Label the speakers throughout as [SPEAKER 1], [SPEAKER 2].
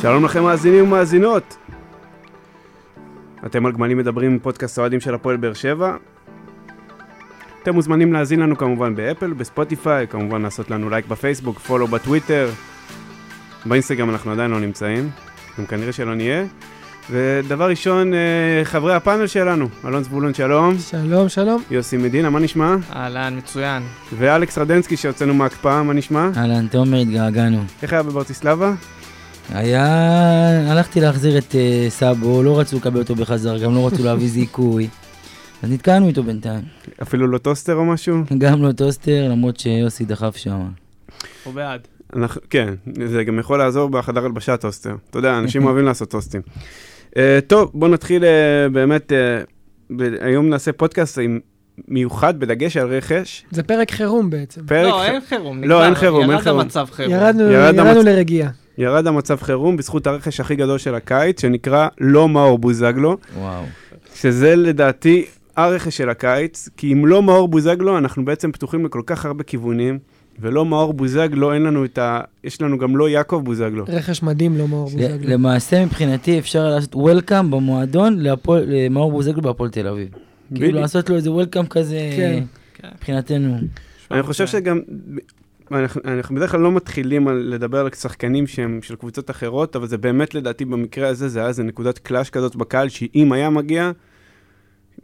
[SPEAKER 1] שלום לכם מאזינים ומאזינות. אתם על גמלים מדברים, פודקאסט האוהדים של הפועל באר שבע. אתם מוזמנים להאזין לנו כמובן באפל, בספוטיפיי, כמובן לעשות לנו לייק בפייסבוק, פולו בטוויטר. באינסטגרם אנחנו עדיין לא נמצאים, גם כנראה שלא נהיה. ודבר ראשון, אה, חברי הפאנל שלנו, אלון זבולון שלום,
[SPEAKER 2] שלום, שלום.
[SPEAKER 1] יוסי מדינה, מה נשמע?
[SPEAKER 3] אהלן, מצוין.
[SPEAKER 1] ואלכס רדנסקי שהוצאנו מההקפאה, מה נשמע?
[SPEAKER 4] אהלן, תומר, התגעגענו.
[SPEAKER 1] איך היה בברטיסלבה?
[SPEAKER 4] היה... הלכתי להחזיר את אה, סאבו, לא רצו לקבל אותו בחזרה, גם לא רצו להביא זיכוי. אז נתקענו איתו בינתיים.
[SPEAKER 1] אפילו לא טוסטר או משהו?
[SPEAKER 4] גם לא טוסטר, למרות שיוסי דחף שם.
[SPEAKER 3] הוא בעד.
[SPEAKER 1] אנחנו, כן, זה גם יכול לעזור בחדר הלבשה טוסטר. אתה יודע, אנשים אוהבים לעשות טוסטים. Uh, טוב, בוא נתחיל uh, באמת, uh, ב- היום נעשה פודקאסט עם מיוחד בדגש על רכש.
[SPEAKER 2] זה פרק חירום בעצם.
[SPEAKER 1] פרק,
[SPEAKER 3] לא,
[SPEAKER 1] ח-
[SPEAKER 3] אין חירום.
[SPEAKER 1] לא,
[SPEAKER 3] נגמר.
[SPEAKER 1] אין חירום, אין חירום.
[SPEAKER 3] ירד המצב חירום.
[SPEAKER 2] ירדנו
[SPEAKER 1] ירד
[SPEAKER 2] ירדנו
[SPEAKER 1] המצ-
[SPEAKER 2] לרגיעה.
[SPEAKER 1] ירד המצב חירום בזכות הרכש הכי גדול של הקיץ, שנקרא לא מאור בוזגלו,
[SPEAKER 4] וואו.
[SPEAKER 1] שזה לדעתי הרכש של הקיץ, כי אם לא מאור בוזגלו, אנחנו בעצם פתוחים לכל כך הרבה כיוונים, ולא מאור בוזגלו, אין לנו את ה... יש לנו גם לא יעקב בוזגלו.
[SPEAKER 2] רכש מדהים, לא מאור בוזגלו.
[SPEAKER 4] למעשה, מבחינתי, אפשר לעשות וולקאם במועדון להפועל- למאור בוזגלו בהפועל תל אביב. כאילו
[SPEAKER 1] בדיוק.
[SPEAKER 4] לעשות לו איזה וולקאם כזה,
[SPEAKER 2] כן.
[SPEAKER 4] מבחינתנו.
[SPEAKER 1] אני
[SPEAKER 3] כן.
[SPEAKER 4] כן.
[SPEAKER 1] חושב שגם, אנחנו, אנחנו בדרך כלל לא מתחילים על לדבר על שחקנים שהם של קבוצות אחרות, אבל זה באמת לדעתי במקרה הזה, זה היה איזה נקודת קלאש כזאת בקהל, שאם היה מגיע,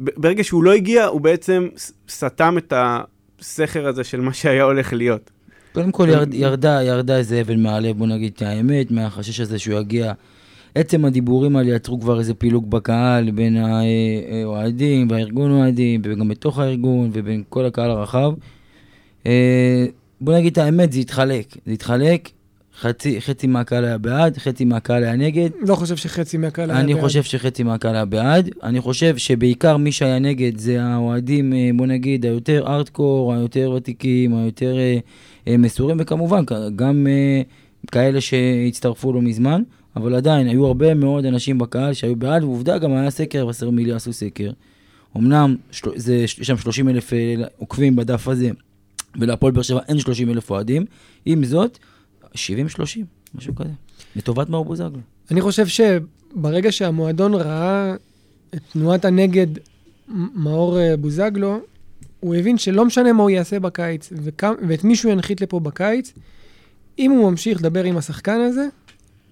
[SPEAKER 1] ב- ברגע שהוא לא הגיע, הוא בעצם ס- סתם את הסכר הזה של מה שהיה הולך להיות.
[SPEAKER 4] קודם כל
[SPEAKER 1] כן.
[SPEAKER 4] ירד, ירדה, ירדה איזה אבן מהלב, בוא נגיד את האמת, מהחשש הזה שהוא יגיע. עצם הדיבורים האלה יצרו כבר איזה פילוג בקהל בין האוהדים והארגון אוהדים, וגם בתוך הארגון ובין כל הקהל הרחב. אה, בוא נגיד את האמת, זה התחלק. זה התחלק, חצי, חצי מהקהל היה בעד, חצי מהקהל היה נגד.
[SPEAKER 2] לא חושב שחצי מהקהל היה
[SPEAKER 4] אני
[SPEAKER 2] בעד.
[SPEAKER 4] חושב שחצי מהקהל היה בעד. אני חושב שבעיקר מי שהיה נגד זה האוהדים, אה, בוא נגיד, היותר ארטקור, היותר ותיקים, היותר אה, אה, מסורים, וכמובן, כ- גם אה, כאלה שהצטרפו לא מזמן, אבל עדיין, היו הרבה מאוד אנשים בקהל שהיו בעד, ועובדה, גם היה סקר, בסדר מילי עשו סקר. אמנם של- זה- יש שם 30 אלף אה, עוקבים בדף הזה, ולהפועל באר שבע אין 30 אלף אוהדים. עם זאת, 70-30, משהו כזה. לטובת מאור בוזגלו.
[SPEAKER 2] אני חושב שברגע שהמועדון ראה את תנועת הנגד מ- מאור אה, בוזגלו, הוא הבין שלא משנה מה הוא יעשה בקיץ, וכמה, ואת מי שהוא ינחית לפה בקיץ, אם הוא ממשיך לדבר עם השחקן הזה,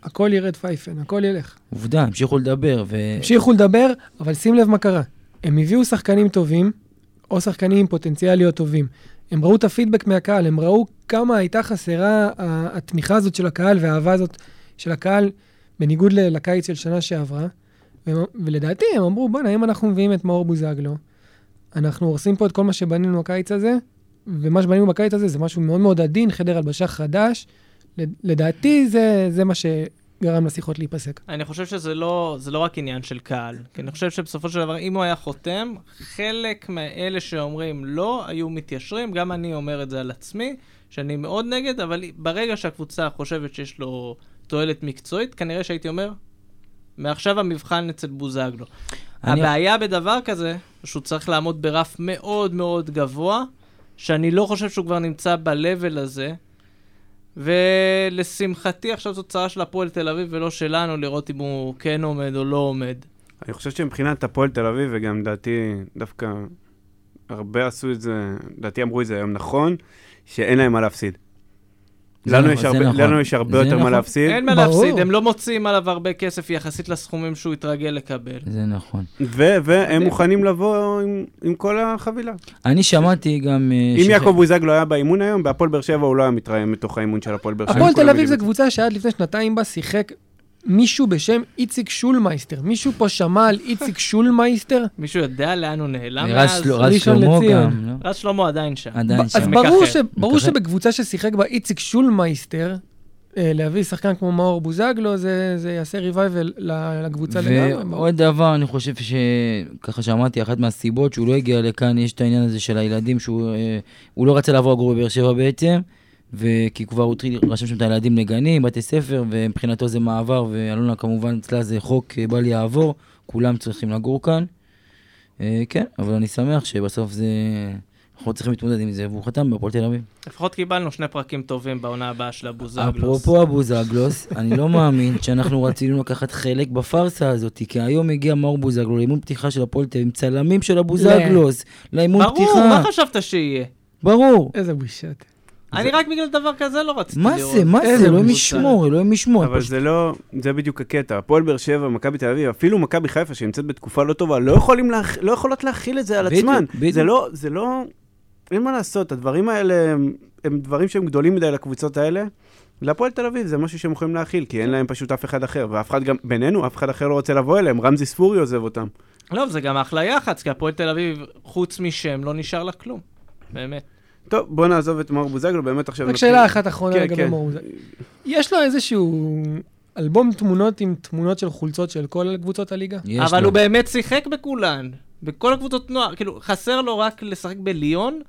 [SPEAKER 2] הכל ירד פייפן, הכל ילך.
[SPEAKER 4] עובדה, המשיכו לדבר, ו...
[SPEAKER 2] המשיכו לדבר, אבל שים לב מה קרה. הם הביאו שחקנים טובים, או שחקנים עם פוטנציאל להיות טובים. הם ראו את הפידבק מהקהל, הם ראו כמה הייתה חסרה ה- התמיכה הזאת של הקהל והאהבה הזאת של הקהל, בניגוד ל- לקיץ של שנה שעברה. והם- ולדעתי, הם אמרו, בואנה, אם אנחנו מביאים את מאור בוזגלו, אנחנו הורסים פה את כל מה שבנינו הקיץ הזה, ומה שבנינו בקיץ הזה זה משהו מאוד מאוד עדין, חדר הלבשה חדש. לד- לדעתי, זה, זה מה שגרם לשיחות להיפסק.
[SPEAKER 3] אני חושב שזה לא, זה לא רק עניין של קהל. כי אני חושב שבסופו של דבר, אם הוא היה חותם, חלק מאלה שאומרים לא, היו מתיישרים. גם אני אומר את זה על עצמי, שאני מאוד נגד, אבל ברגע שהקבוצה חושבת שיש לו תועלת מקצועית, כנראה שהייתי אומר, מעכשיו המבחן אצל בוזגלו.
[SPEAKER 4] אני-
[SPEAKER 3] הבעיה בדבר כזה, שהוא צריך לעמוד ברף מאוד מאוד גבוה, שאני לא חושב שהוא כבר נמצא ב-level הזה, ולשמחתי עכשיו זו צרה של הפועל תל אביב ולא שלנו, לראות אם הוא כן עומד או לא עומד.
[SPEAKER 1] אני חושב שמבחינת הפועל תל אביב, וגם לדעתי, דווקא הרבה עשו את זה, לדעתי אמרו את זה היום נכון, שאין להם מה להפסיד.
[SPEAKER 4] זה
[SPEAKER 1] לנו
[SPEAKER 4] נכון,
[SPEAKER 1] יש
[SPEAKER 4] זה
[SPEAKER 1] הרבה-
[SPEAKER 4] נכון.
[SPEAKER 1] לנו יש הרבה
[SPEAKER 4] זה
[SPEAKER 1] יותר מה
[SPEAKER 4] נכון.
[SPEAKER 1] להפסיד,
[SPEAKER 3] אין מה
[SPEAKER 2] ברור.
[SPEAKER 3] להפסיד, הם לא מוציאים עליו הרבה כסף יחסית לסכומים שהוא התרגל לקבל.
[SPEAKER 4] זה נכון.
[SPEAKER 1] ו- והם מוכנים לבוא עם- עם כל החבילה.
[SPEAKER 4] אני שמעתי גם... אה,
[SPEAKER 1] אם
[SPEAKER 4] שח-
[SPEAKER 1] יעקב בוזגלו היה באימון היום, בהפועל באר שבע הוא לא היה מתראיין בתוך האימון של הפועל באר שבע.
[SPEAKER 2] הפועל
[SPEAKER 1] כולם
[SPEAKER 2] תל אביב
[SPEAKER 1] יודעים
[SPEAKER 2] זו
[SPEAKER 1] את
[SPEAKER 2] קבוצה שעד לפני שנתיים בה שיחק מישהו בשם איציק שולמייסטר. מישהו פה שמע על איציק שולמייסטר?
[SPEAKER 3] מישהו יודע לאן הוא נעלם
[SPEAKER 4] רז
[SPEAKER 3] מאז?
[SPEAKER 4] של- רז
[SPEAKER 2] ראשון
[SPEAKER 4] שלמה
[SPEAKER 2] לציון.
[SPEAKER 4] גם, לא?
[SPEAKER 3] רז שלמה עדיין שם.
[SPEAKER 4] עדיין
[SPEAKER 2] אז
[SPEAKER 4] שם.
[SPEAKER 2] ברור,
[SPEAKER 3] מככב.
[SPEAKER 2] ש... ברור
[SPEAKER 4] מככב.
[SPEAKER 2] שבקבוצה ששיחק בה איציק שולמייסטר, אה, להביא שחקן כמו מאור בוזגלו, זה, זה יעשה ריבייבל ל- לקבוצה לגמרי. ברור.
[SPEAKER 4] ועוד דבר, אני חושב שככה שאמרתי, אחת מהסיבות שהוא לא הגיע לכאן, יש את העניין הזה של הילדים, שהוא אה, הוא לא רצה לעבור לגור בבאר שבע בעצם, וכי כבר הוא התחיל לרשם שם את הילדים לגנים, בתי ספר, ומבחינתו זה מעבר, ואלונה כמובן אצלה זה חוק אה, בל יעבור, כולם צריכים לגור כאן. אה, כן, אבל אני שמח שבסוף זה... אנחנו צריכים להתמודד עם זה, והוא חתם בהפועל תל אביב.
[SPEAKER 3] לפחות קיבלנו שני פרקים טובים בעונה הבאה של הבוזגלוס.
[SPEAKER 4] אפרופו הבוזגלוס, אני לא מאמין שאנחנו רצינו לקחת חלק בפארסה הזאת, כי היום הגיע מאור בוזגלו לאימון פתיחה של הפועל תל אביב, עם צלמים של הבוזגלוס, לאימון
[SPEAKER 3] ברור,
[SPEAKER 4] פתיחה.
[SPEAKER 3] מה חשבת שיהיה?
[SPEAKER 4] ברור.
[SPEAKER 2] איזה
[SPEAKER 1] אוקיי.
[SPEAKER 2] בושות.
[SPEAKER 3] אני רק בגלל דבר כזה לא רציתי
[SPEAKER 4] מה
[SPEAKER 3] לראות.
[SPEAKER 4] זה, מה
[SPEAKER 2] איזה
[SPEAKER 4] זה, אלוהים
[SPEAKER 3] מבוזר.
[SPEAKER 4] ישמור, אלוהים ישמור.
[SPEAKER 1] אבל
[SPEAKER 4] פשוט-
[SPEAKER 1] זה לא, זה בדיוק הקטע. הפועל באר שבע, מכבי תל אביב, אפילו מכבי חיפה שנמצאת בתקופה לא טובה, לא, יכולים להכ... לא יכולות להכיל את זה על
[SPEAKER 4] בדיוק,
[SPEAKER 1] עצמן.
[SPEAKER 4] בדיוק.
[SPEAKER 1] זה לא, זה לא, אין מה לעשות, הדברים האלה הם, הם דברים שהם גדולים מדי לקבוצות האלה. להפועל תל אביב זה משהו שהם יכולים להכיל, כי אין להם פשוט אף אחד אחר, ואף אחד גם, בינינו, אף אחד אחר לא רוצה לבוא אליהם, רמזי ספורי עוזב אותם.
[SPEAKER 3] לא, זה גם אחלה יח"צ, כי הפועל תל אביב, חוץ משם, לא נשאר לה כלום. באמת.
[SPEAKER 1] טוב, בוא נעזוב את מאור בוזגלו, באמת עכשיו...
[SPEAKER 2] רק
[SPEAKER 1] נתחיל-
[SPEAKER 2] שאלה אחת אחרונה
[SPEAKER 1] כן,
[SPEAKER 2] לגבי
[SPEAKER 1] כן.
[SPEAKER 2] מאור בוזגלו. יש לו איזשהו אלבום תמונות עם תמונות של חולצות של כל קבוצות הליגה?
[SPEAKER 4] יש
[SPEAKER 3] אבל
[SPEAKER 4] לו.
[SPEAKER 3] הוא באמת שיחק בכולן, בכל הקבוצות נוער, כאילו, חסר לו רק לשחק בליון,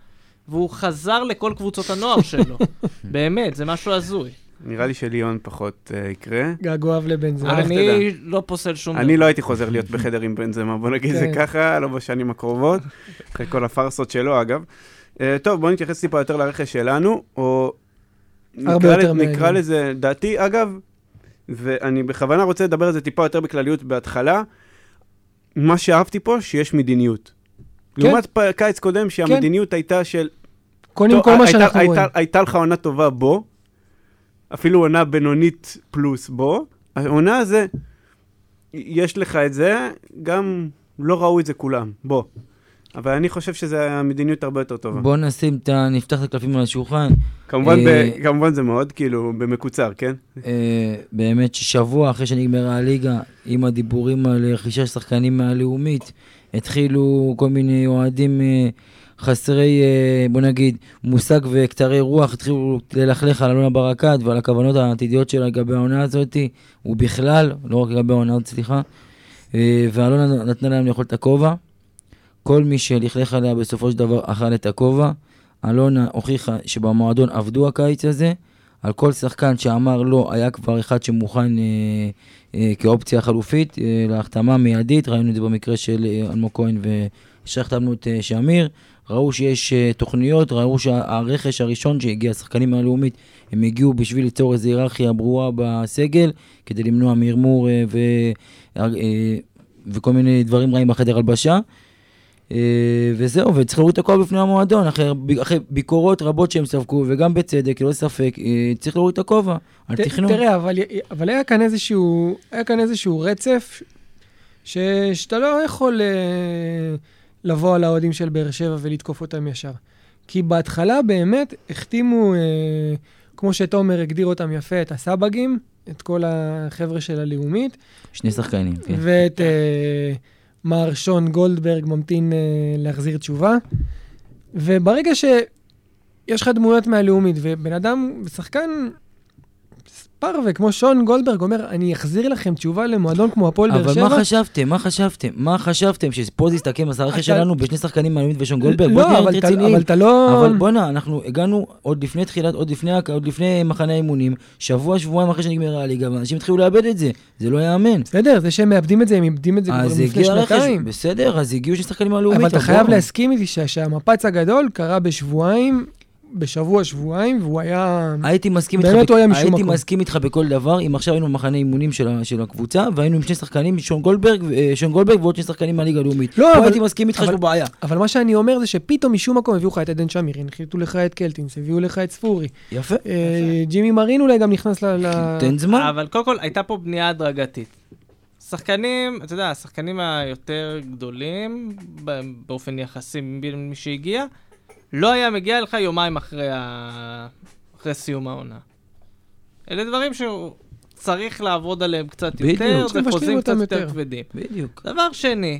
[SPEAKER 3] והוא חזר לכל קבוצות הנוער שלו. באמת, זה משהו הזוי.
[SPEAKER 1] נראה לי שליון פחות אה, יקרה.
[SPEAKER 2] געגועיו לבן זמן.
[SPEAKER 1] אה,
[SPEAKER 3] אני לא פוסל שום דבר.
[SPEAKER 1] אני לא הייתי חוזר להיות בחדר עם בנזמה, בוא נגיד זה
[SPEAKER 2] כן.
[SPEAKER 1] ככה, לא בשנים הקרובות, אחרי כל הפארסות שלו אגב. אה, טוב, בוא נתייחס טיפה יותר לרכש שלנו, או...
[SPEAKER 2] הרבה
[SPEAKER 1] נקרא
[SPEAKER 2] יותר
[SPEAKER 1] ל-
[SPEAKER 2] מעניין.
[SPEAKER 1] נקרא לזה, דעתי, אגב, ואני בכוונה רוצה לדבר על זה טיפה יותר בכלליות בהתחלה, מה שאהבתי פה, שיש מדיניות.
[SPEAKER 2] כן.
[SPEAKER 1] לעומת פ- קיץ קודם, שהמדיניות הייתה של
[SPEAKER 2] קונים
[SPEAKER 1] טוב,
[SPEAKER 2] כל מה
[SPEAKER 1] הייתה-
[SPEAKER 2] שאנחנו
[SPEAKER 1] הייתה-
[SPEAKER 2] רואים.
[SPEAKER 1] הייתה לך עונה טובה בו, אפילו עונה בינונית פלוס בו, העונה זה, יש לך את זה, גם לא ראו את זה כולם, בוא. אבל אני חושב שזו מדיניות הרבה יותר טובה.
[SPEAKER 4] בוא נשים את ה... נפתח את הקלפים על השולחן.
[SPEAKER 1] כמובן,
[SPEAKER 4] אה,
[SPEAKER 1] ב- כמובן זה מאוד, כאילו, במקוצר, כן?
[SPEAKER 4] אה, באמת ששבוע אחרי שנגמרה הליגה, עם הדיבורים על רכישה של שחקנים מהלאומית, התחילו כל מיני אוהדים אה, חסרי, אה, בוא נגיד, מושג וכתרי רוח, התחילו ללכלך על אלונה ברקת ועל הכוונות העתידיות שלה לגבי העונה הזאת, ובכלל, לא רק לגבי העונה הזאת, סליחה. אה, ואלונה נתנה להם לאכול את הכובע. כל מי שלכלך עליה בסופו של דבר אכל את הכובע. אלונה הוכיחה שבמועדון עבדו הקיץ הזה. על כל שחקן שאמר לא, היה כבר אחד שמוכן אה, אה, כאופציה חלופית אה, להחתמה מיידית, ראינו את זה במקרה של אה, אלמוג כהן ושהחתמנו את אה, שמיר, ראו שיש אה, תוכניות, ראו שהרכש הראשון שהגיע, השחקנים מהלאומית, הם הגיעו בשביל ליצור איזו היררכיה ברורה בסגל, כדי למנוע מרמור אה, ו, אה, אה, וכל מיני דברים רעים בחדר הלבשה. אה, וזהו, וצריכו את הכל בפני המועדון, אחרי, אחרי ביקורות רבות שהם ספגו, וגם בצדק, ללא ספק, אה, צריך להוריד את הכובע על
[SPEAKER 2] ת-
[SPEAKER 4] תכנון.
[SPEAKER 2] תראה, אבל, אבל היה, כאן איזשהו, היה כאן איזשהו רצף ש, שאתה לא יכול אה, לבוא על האוהדים של באר שבע ולתקוף אותם ישר. כי בהתחלה באמת החתימו, אה, כמו שתומר הגדיר אותם יפה, את הסבגים, את כל החבר'ה של הלאומית,
[SPEAKER 4] שני שחקנים, כן.
[SPEAKER 2] ואת אה, מר שון גולדברג ממתין אה, להחזיר תשובה. וברגע שיש לך דמויות מהלאומית, ובן אדם, שחקן פרווה, כמו שון גולדברג, אומר, אני אחזיר לכם תשובה למועדון כמו הפועל באר
[SPEAKER 4] אבל
[SPEAKER 2] שבע.
[SPEAKER 4] מה חשבתם? מה חשבתם? מה חשבתם? שפה זה יסתכם אז הרכש
[SPEAKER 2] אתה-
[SPEAKER 4] שלנו בשני שחקנים מהלאומית ושון גולדברג? בוא
[SPEAKER 2] לא,
[SPEAKER 4] נהיה
[SPEAKER 2] אבל אתה-
[SPEAKER 4] רציניים.
[SPEAKER 2] אבל אתה לא...
[SPEAKER 4] אבל בואנה, אנחנו הגענו עוד לפני תחילת, עוד לפני, הק- עוד לפני מחנה האימונים, שבוע, שבועיים אחרי שנגמרה הליגה, ואנשים התחילו לאבד את זה. זה לא יאמן.
[SPEAKER 2] בסדר, זה שהם מאבדים את זה, הם איבדים את זה כבר
[SPEAKER 4] אז
[SPEAKER 2] לפני
[SPEAKER 4] הגיע הרכש,
[SPEAKER 2] שנתיים.
[SPEAKER 4] בסדר, אז הגיעו שני שחקנים מהלאומית.
[SPEAKER 2] אבל אתה
[SPEAKER 4] אז
[SPEAKER 2] חייב
[SPEAKER 4] בואו.
[SPEAKER 2] להסכים איתי שה- שהמפץ הגדול קרה בשבועיים, בשבוע, שבועיים, והוא היה...
[SPEAKER 4] הייתי מסכים איתך,
[SPEAKER 2] באמת
[SPEAKER 4] בכ-
[SPEAKER 2] הוא היה משום
[SPEAKER 4] הייתי
[SPEAKER 2] מקום.
[SPEAKER 4] מסכים איתך בכל דבר, אם עכשיו היינו במחנה אימונים של, ה- של הקבוצה, והיינו עם שני שחקנים, שון גולדברג, ו- אה, שון גולדברג ועוד שני שחקנים מהליגה הלאומית.
[SPEAKER 2] לא,
[SPEAKER 4] פה
[SPEAKER 2] אבל-
[SPEAKER 4] הייתי מסכים איתך
[SPEAKER 2] אבל-
[SPEAKER 4] שיש פה בעיה.
[SPEAKER 2] אבל מה שאני אומר זה שפתאום משום מקום הביאו לך את עדן שמיר, הנחיתו לך את קלטינס, הביאו לך את ספורי.
[SPEAKER 4] יפה,
[SPEAKER 2] אה, ג'ימי מרין אולי גם נכנס ל... ל-
[SPEAKER 4] תן זמן.
[SPEAKER 3] אבל קודם כל, הייתה פה בנייה הדרגתית. שחקנים, אתה יודע, השחקנים היותר גדולים, ב- באופן יחסי מבין מי שהגיע, לא היה מגיע לך יומיים אחרי, ה... אחרי סיום העונה. אלה דברים שהוא צריך לעבוד עליהם קצת
[SPEAKER 4] בדיוק.
[SPEAKER 3] יותר,
[SPEAKER 2] צריך
[SPEAKER 3] זה
[SPEAKER 2] להשלים
[SPEAKER 3] חוזים קצת
[SPEAKER 2] אותם
[SPEAKER 3] יותר
[SPEAKER 2] יותר.
[SPEAKER 3] כבדים.
[SPEAKER 4] בדיוק.
[SPEAKER 3] דבר שני,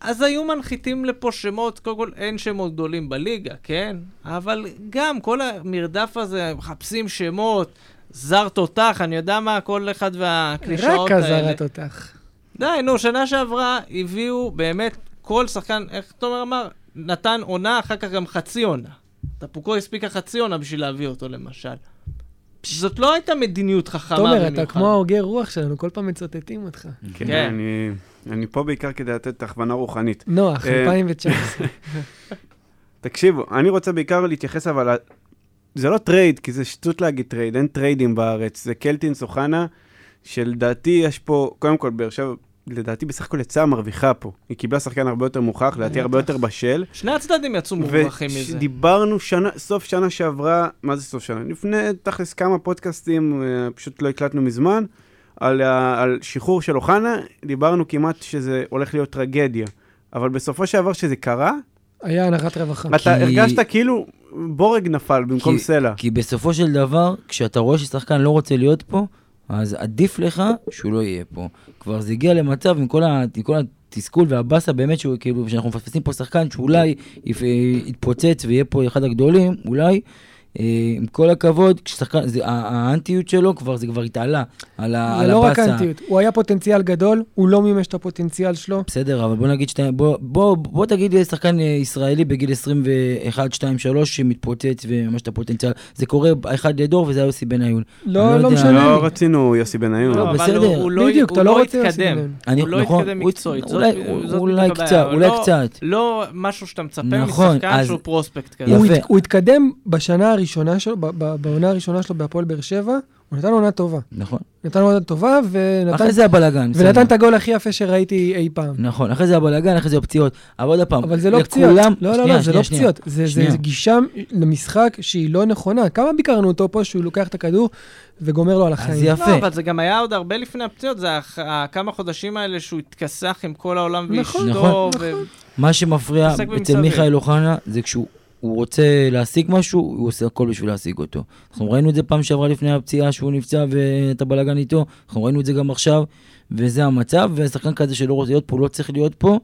[SPEAKER 3] אז היו מנחיתים לפה שמות, קודם כל אין שמות גדולים בליגה, כן? אבל גם כל המרדף הזה, מחפשים שמות, זר תותח, אני יודע מה, כל אחד והקלישאות
[SPEAKER 2] רק
[SPEAKER 3] האלה.
[SPEAKER 2] אזהרת אותך.
[SPEAKER 3] די, נו, שנה שעברה הביאו באמת כל שחקן, איך תומר אמר? נתן עונה, אחר כך גם חצי עונה. טפוקו הספיקה חצי עונה בשביל להביא אותו למשל. זאת לא הייתה מדיניות חכמה
[SPEAKER 2] תומר, אתה
[SPEAKER 3] במיוחד.
[SPEAKER 2] כמו ההוגה רוח שלנו, כל פעם מצטטים אותך.
[SPEAKER 4] אה,
[SPEAKER 1] כן.
[SPEAKER 3] כן.
[SPEAKER 4] אה,
[SPEAKER 1] אני- אני פה בעיקר כדי לתת הכוונה רוחנית.
[SPEAKER 2] נוח,
[SPEAKER 1] אה,
[SPEAKER 2] 2019.
[SPEAKER 1] תקשיבו, אני רוצה בעיקר להתייחס, אבל ה- זה לא טרייד, כי זה שטות להגיד טרייד, אין טריידים בארץ. זה קלטינס אוחנה, שלדעתי יש פה, קודם כל, באר שבע, לדעתי בסך הכל יצאה מרוויחה פה. היא קיבלה שחקן הרבה יותר מוכח, לדעתי הרבה יותר בשל.
[SPEAKER 3] שני הצדדים יצאו מורווחים מזה.
[SPEAKER 1] ודיברנו שנה, סוף שנה שעברה, מה זה סוף שנה? לפני תכלס כמה פודקאסטים, אה, פשוט לא הקלטנו מזמן, על, ה- על שחרור של אוחנה, דיברנו כמעט שזה הולך להיות טרגדיה. אבל בסופו של דבר שזה קרה,
[SPEAKER 2] היה הנחת רווחה.
[SPEAKER 1] אתה הרגשת כאילו בורג נפל במקום
[SPEAKER 4] כי-
[SPEAKER 1] סלע.
[SPEAKER 4] כי בסופו של דבר, כשאתה רואה ששחקן לא רוצה להיות פה, אז עדיף לך שהוא לא יהיה פה. כבר זה הגיע למצב עם כל, ה, עם כל התסכול והבאסה באמת, שהוא, כאילו, שאנחנו מפספסים פה שחקן שאולי יפ, יתפוצץ ויהיה פה אחד הגדולים, אולי. אה, עם כל הכבוד, כששחקן, זה, ה- האנטיות שלו כבר, זה כבר התעלה על, ה,
[SPEAKER 2] זה
[SPEAKER 4] על
[SPEAKER 2] לא רק
[SPEAKER 4] הבאסה.
[SPEAKER 2] אנטיות, הוא היה פוטנציאל גדול, הוא לא מימש את הפוטנציאל שלו.
[SPEAKER 4] בסדר, אבל בוא נגיד שאתה... בוא, בוא, בוא תגיד לי שחקן אה, ישראלי בגיל 21, 2, 3 שמתפוצץ וממש את הפוטנציאל. זה קורה אחד לדור וזה היה יוסי בניון.
[SPEAKER 2] לא,
[SPEAKER 4] אני
[SPEAKER 2] לא
[SPEAKER 4] יודע.
[SPEAKER 2] משנה לי.
[SPEAKER 1] לא רצינו יוסי בניון.
[SPEAKER 3] לא, אבל
[SPEAKER 4] בסדר.
[SPEAKER 3] הוא- הוא לא-
[SPEAKER 2] בדיוק,
[SPEAKER 3] הוא
[SPEAKER 2] אתה לא
[SPEAKER 3] לא
[SPEAKER 2] רוצה לשים
[SPEAKER 3] התקדם.
[SPEAKER 2] להם.
[SPEAKER 4] אני-
[SPEAKER 3] הוא לא
[SPEAKER 4] נכון,
[SPEAKER 3] התקדם
[SPEAKER 4] הוא-
[SPEAKER 3] מקצועית. זאת-
[SPEAKER 4] אולי-
[SPEAKER 3] זאת בדיוק
[SPEAKER 4] אולי
[SPEAKER 3] הבעיה,
[SPEAKER 4] קצת,
[SPEAKER 3] אבל
[SPEAKER 4] אולי
[SPEAKER 3] לא-
[SPEAKER 4] קצת.
[SPEAKER 3] לא משהו שאתה מצפה
[SPEAKER 4] נכון,
[SPEAKER 3] משחקן
[SPEAKER 4] אז-
[SPEAKER 3] שהוא פרוספקט כזה.
[SPEAKER 2] הוא
[SPEAKER 4] יפה.
[SPEAKER 2] הת- הוא התקדם בשנה הראשונה שלו, ב- ב- בעונה הראשונה שלו בהפועל באר שבע, הוא נתן עונה טובה.
[SPEAKER 4] נכון.
[SPEAKER 2] נתן עונה טובה ונתן
[SPEAKER 4] אחרי זה הבלאגן.
[SPEAKER 2] ונתן את הגול הכי יפה שראיתי אי פעם.
[SPEAKER 4] נכון, אחרי זה הבלאגן, אחרי זה הפציעות. אבל עוד פעם,
[SPEAKER 2] אבל זה לא פציעות.
[SPEAKER 4] אוקיי. לכולם-
[SPEAKER 2] לא, לא,
[SPEAKER 4] שנייה,
[SPEAKER 2] לא, זה
[SPEAKER 4] שנייה,
[SPEAKER 2] לא
[SPEAKER 4] שנייה.
[SPEAKER 2] פציעות. זה זה
[SPEAKER 4] שנייה.
[SPEAKER 2] גישה למשחק שהיא לא נכונה. כמה ביקרנו אותו פה שהוא לוקח את הכדור וגומר לו על החיים.
[SPEAKER 4] אז יפה.
[SPEAKER 3] לא, אבל זה גם היה עוד הרבה לפני הפציעות, זה הח- הכמה חודשים האלה שהוא התכסח עם כל העולם
[SPEAKER 2] נכון,
[SPEAKER 3] ואשתו.
[SPEAKER 2] נכון.
[SPEAKER 3] ו-
[SPEAKER 4] מה שמפריע
[SPEAKER 3] מתעסק
[SPEAKER 4] אצל
[SPEAKER 3] במסביב.
[SPEAKER 4] מיכאל אוחנה זה כשהוא הוא רוצה להשיג משהו, הוא עושה הכל בשביל להשיג אותו. אנחנו ראינו את זה פעם שעברה לפני הפציעה שהוא נפצע ואת הבלאגן איתו, אנחנו ראינו את זה גם עכשיו, וזה המצב, ושחקן כזה שלא רוצה להיות פה, לא צריך להיות פה,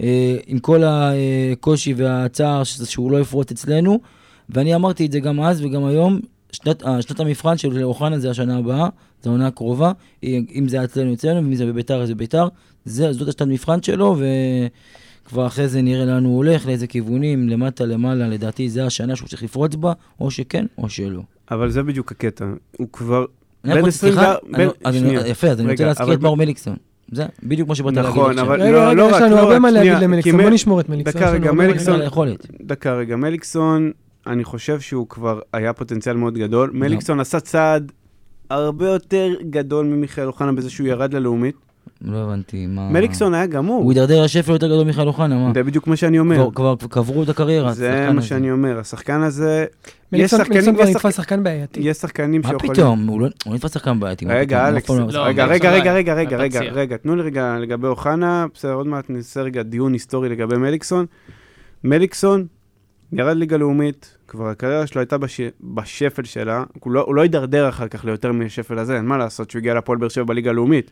[SPEAKER 4] אה, עם כל הקושי והצער ש- שהוא לא יפרוט אצלנו, ואני אמרתי את זה גם אז וגם היום, שנת, אה, שנת המבחן של אוחנה זה השנה הבאה, זו העונה הקרובה, אם אם זה אצלנו אצלנו, ואם זה בביתר אז בביתר, זה, זאת השנת מבחן שלו, וכבר אחרי זה נראה לאן הוא הולך, לאיזה כיוונים, למטה, למעלה, לדעתי זה השנה שהוא צריך לפרוץ בה, או שכן או שלא.
[SPEAKER 1] אבל זה בדיוק הקטע. הוא כבר... בין
[SPEAKER 4] אני רק רוצה-
[SPEAKER 1] 24
[SPEAKER 4] סליחה,
[SPEAKER 1] בין-
[SPEAKER 4] אני- אז אני- לא-
[SPEAKER 1] שנייה.
[SPEAKER 4] יפה, אז אני רוצה
[SPEAKER 1] רגע,
[SPEAKER 4] להזכיר
[SPEAKER 1] אבל-
[SPEAKER 4] את מאור מליקסון. זה בדיוק מה שבאת להגיד עכשיו.
[SPEAKER 1] נכון, אבל
[SPEAKER 2] רגע,
[SPEAKER 1] לא
[SPEAKER 2] רגע,
[SPEAKER 1] לא רק,
[SPEAKER 2] יש לנו
[SPEAKER 1] לא
[SPEAKER 2] הרבה
[SPEAKER 1] רק,
[SPEAKER 2] מה להגיד
[SPEAKER 1] שנייה,
[SPEAKER 2] למליקסון,
[SPEAKER 1] כי
[SPEAKER 2] בוא
[SPEAKER 1] מל-
[SPEAKER 2] נשמור את מליקסון.
[SPEAKER 1] דקה,
[SPEAKER 2] יש לנו
[SPEAKER 1] רגע,
[SPEAKER 2] הרבה מה
[SPEAKER 1] מליקסון-
[SPEAKER 2] להגיד.
[SPEAKER 4] על היכולת.
[SPEAKER 1] דקה רגע, מליקסון, אני חושב שהוא כבר היה פוטנציאל מאוד גדול.
[SPEAKER 4] לא.
[SPEAKER 1] מליקסון עשה צעד הרבה יותר גדול ממיכאל אוחנה בזה שהוא ירד ללאומית.
[SPEAKER 4] לא הבנתי, מה...
[SPEAKER 1] מליקסון היה גמור,
[SPEAKER 4] הוא הידרדר לשפל יותר גדול ממיכאל אוחנה, מה?
[SPEAKER 1] זה בדיוק מה שאני אומר.
[SPEAKER 4] כבר- כבר קברו את הקריירה,
[SPEAKER 1] זה
[SPEAKER 4] השחקן
[SPEAKER 1] מה
[SPEAKER 4] הזה.
[SPEAKER 1] שאני אומר, השחקן הזה, יש
[SPEAKER 2] מליקסון
[SPEAKER 1] שחקנים-
[SPEAKER 2] מליקסון כבר
[SPEAKER 1] יש
[SPEAKER 2] נתפס
[SPEAKER 1] שחק-
[SPEAKER 2] שחקן בעייתי.
[SPEAKER 1] יש שחקנים
[SPEAKER 4] מה
[SPEAKER 1] שיכולים...
[SPEAKER 4] פתאום? הוא לא- הוא נתפס שחקן בעייתי. מה
[SPEAKER 1] רגע,
[SPEAKER 4] פתאום? הוא אף
[SPEAKER 1] אלכס,
[SPEAKER 4] פעם לא-
[SPEAKER 1] רגע,
[SPEAKER 3] לא, אבל
[SPEAKER 1] רגע,
[SPEAKER 3] עכשיו
[SPEAKER 1] רגע, רגע,
[SPEAKER 3] היה,
[SPEAKER 1] רגע, רגע,
[SPEAKER 3] בפציע.
[SPEAKER 1] רגע, תנו לי רגע לגבי אוחנה, בסדר, עוד מעט נעשה רגע דיון היסטורי לגבי מליקסון. מליקסון ירד ליגה לאומית, כבר הקריירה שלו הייתה בש... בשפל שלה, הוא לא, הוא לא הידרדר אחר כך ליותר מהשפל הזה, אין מה לעשות שהוא הגיע להפועל באר שבע בליגה הלאומית.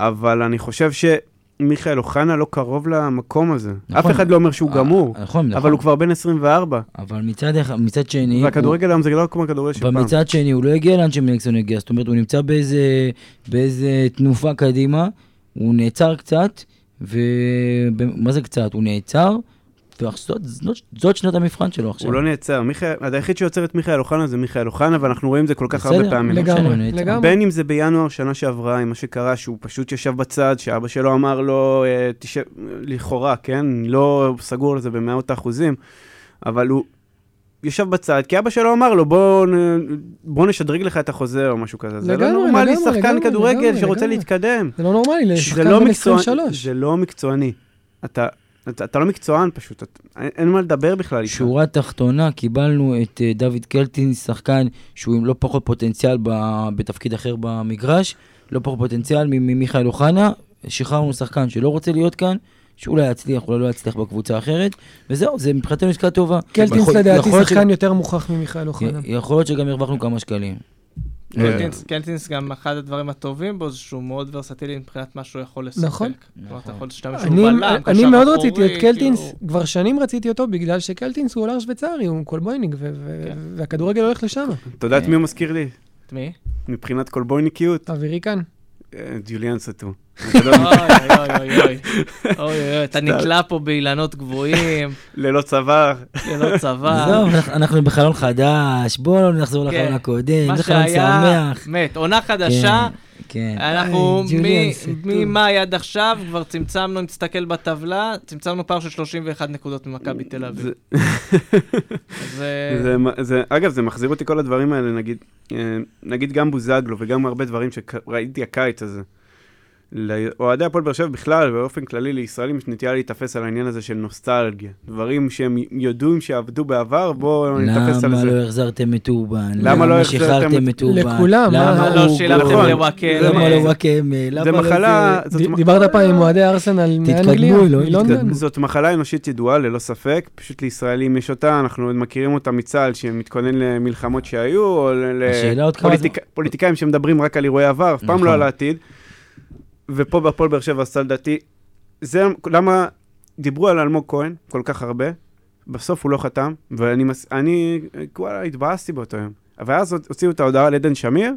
[SPEAKER 1] אבל אני חושב שמיכאל אוחנה לא קרוב למקום הזה.
[SPEAKER 4] נכון.
[SPEAKER 1] אף אחד לא אומר שהוא
[SPEAKER 4] אה,
[SPEAKER 1] גמור,
[SPEAKER 4] נכון, נכון.
[SPEAKER 1] אבל הוא כבר בן 24,
[SPEAKER 4] אבל מצד אח- מצד שני... הוא-
[SPEAKER 1] והכדורגל היום זה לא כמו הכדורגל של פעם.
[SPEAKER 4] ומצד שני, הוא לא הגיע לאן שמליקסון הגיע, זאת אומרת, הוא נמצא באיזה, באיזה תנופה קדימה, הוא נעצר קצת, ו... מה זה קצת? הוא נעצר, וזאת זאת, זאת שנת המבחן שלו עכשיו.
[SPEAKER 1] הוא לא נעצר, מיכאל, היחיד שיוצר את מיכאל אוחנה זה מיכאל אוחנה, ואנחנו רואים את זה כל כך הרבה
[SPEAKER 4] בסדר,
[SPEAKER 1] פעמים.
[SPEAKER 4] לא משנה, הוא
[SPEAKER 2] לגמרי,
[SPEAKER 4] נעצר.
[SPEAKER 2] לגמרי.
[SPEAKER 1] בין אם זה בינואר שנה שעברה, עם מה שקרה, שהוא פשוט ישב בצד, שאבא שלו אמר לו, אה, תשב, לכאורה, כן? לא סגור על זה במאות האחוזים, אבל הוא ישב בצד, כי אבא שלו אמר לו, בוא, נ- בוא נשדרג לך את החוזה או משהו כזה. זה לא
[SPEAKER 2] לגמרי,
[SPEAKER 1] נורמלי,
[SPEAKER 2] לגמרי,
[SPEAKER 1] שחקן
[SPEAKER 2] לגמרי,
[SPEAKER 1] כדורגל
[SPEAKER 2] לגמרי,
[SPEAKER 1] שרוצה
[SPEAKER 2] לגמרי.
[SPEAKER 1] להתקדם.
[SPEAKER 2] זה לא נורמלי
[SPEAKER 1] זה
[SPEAKER 2] לשחקן
[SPEAKER 1] לא,
[SPEAKER 2] בן
[SPEAKER 1] מקצועני,
[SPEAKER 2] 23.
[SPEAKER 1] זה לא מקצועני. אתה, אתה, אתה לא מקצוען פשוט, אתה, אין, אין מה לדבר בכלל. איתך.
[SPEAKER 4] שורה תחתונה, קיבלנו את אה, דוד קלטין, שחקן שהוא עם לא פחות פוטנציאל ב- בתפקיד אחר במגרש, לא פחות פוטנציאל מ- ממיכאל אוחנה, שחררנו שחקן שלא רוצה להיות כאן. שאולי יצליח, אולי לא יצליח בקבוצה האחרת, וזהו, זה מבחינתנו עסקה טובה.
[SPEAKER 2] קלטינס
[SPEAKER 4] יכול-
[SPEAKER 2] לדעתי
[SPEAKER 4] יכול להיות
[SPEAKER 2] שחקן יותר מוכח ממיכאל אוחנה.
[SPEAKER 4] י- יכול להיות שגם הרווחנו כמה שקלים.
[SPEAKER 1] אה,
[SPEAKER 3] קלטינס- קלטינס גם אחד הדברים הטובים בו זה שהוא מאוד ורסטילי מבחינת מה שהוא יכול לספק.
[SPEAKER 2] נכון.
[SPEAKER 3] כלומר, אתה יכול להשתמש
[SPEAKER 2] אני,
[SPEAKER 3] שהוא בלם,
[SPEAKER 2] אני
[SPEAKER 3] קשר
[SPEAKER 2] מאוד
[SPEAKER 3] אחורי,
[SPEAKER 2] רציתי את קלטינס,
[SPEAKER 3] כאילו-
[SPEAKER 2] כבר שנים רציתי אותו, בגלל שקלטינס הוא עולר שוויצרי, הוא קולבויניג, ו- ו-
[SPEAKER 3] כן.
[SPEAKER 2] והכדורגל הולך לשם.
[SPEAKER 1] אתה יודע את
[SPEAKER 2] אה.
[SPEAKER 1] מי הוא מזכיר לי?
[SPEAKER 3] את מי?
[SPEAKER 1] מבחינת קולבויניקיות,
[SPEAKER 2] תעבירי כאן.
[SPEAKER 1] אה, ג'וליאן סטו.
[SPEAKER 3] אוי, אוי, אוי, אוי. אוי, אוי, אתה נתלה פה באילנות גבוהים,
[SPEAKER 1] ללא צוואר.
[SPEAKER 3] ללא צבא.
[SPEAKER 4] עזוב, אנחנו- אנחנו בחלון חדש, בואו לא נחזור
[SPEAKER 3] אה. כן.
[SPEAKER 4] לחלון הקודם,
[SPEAKER 3] מה
[SPEAKER 4] זה חלון
[SPEAKER 3] שהיה,
[SPEAKER 4] שמח.
[SPEAKER 3] מת. עונה חדשה,
[SPEAKER 4] כן.
[SPEAKER 3] אנחנו
[SPEAKER 2] איי, ג'וליאן סטור.
[SPEAKER 3] מ- ממאי עד עכשיו כבר צמצמנו, אם תסתכל בטבלה, צמצמנו פער של 31 נקודות ממכבי תל אביב.
[SPEAKER 1] זה-
[SPEAKER 3] אז אה,
[SPEAKER 1] זה, זה, אגב, זה מחזיר אותי כל הדברים האלה, נגיד, אה, נגיד גם בוזגלו וגם הרבה דברים שראיתי הקיץ הזה. לאוהדי הפועל באר שבע בכלל, ובאופן כללי לישראלים, יש נטייה להיתפס על העניין הזה של נוסטלגיה. דברים שהם יודעים שעבדו בעבר, בואו נתאפס על
[SPEAKER 4] למה
[SPEAKER 1] זה.
[SPEAKER 4] לא החזרתם את אובן?
[SPEAKER 1] למה לא החזרתם
[SPEAKER 4] שחררתם את אובן?
[SPEAKER 2] לכולם, אה, מה?
[SPEAKER 4] למה
[SPEAKER 3] לא
[SPEAKER 4] הוא
[SPEAKER 3] שילמתם
[SPEAKER 2] נכון.
[SPEAKER 1] נכון.
[SPEAKER 3] אה,
[SPEAKER 4] גול?
[SPEAKER 3] לוואקמה?
[SPEAKER 4] למה לא וואקמה? למה
[SPEAKER 1] זה
[SPEAKER 4] לא
[SPEAKER 1] מחלה,
[SPEAKER 4] זה?
[SPEAKER 1] זאת
[SPEAKER 2] ד-
[SPEAKER 1] מ-
[SPEAKER 2] דיברת פעם עם אוהדי ארסנל
[SPEAKER 4] תתקדמו,
[SPEAKER 2] מאנגליה,
[SPEAKER 4] אלוהים,
[SPEAKER 2] מלונדון?
[SPEAKER 1] זאת מחלה אנושית ידועה, ללא ספק. פשוט לישראלים יש אותה, אנחנו עוד מכירים אותה מצה"ל, שמתכונן למלחמות שהיו, או
[SPEAKER 4] השאלה עוד כמה
[SPEAKER 1] לפוליטיקאים שמדברים רק על אירועי עבר, אף פעם
[SPEAKER 4] נכון.
[SPEAKER 1] לא על העתיד. ופה בהפועל באר שבע עשתה לדעתי, זה למה דיברו על אלמוג כהן כל כך הרבה, בסוף הוא לא חתם, ואני, מס- אני, וואלה, התבאסתי באותו יום. אבל אז הוציאו את ההודעה על עדן שמיר,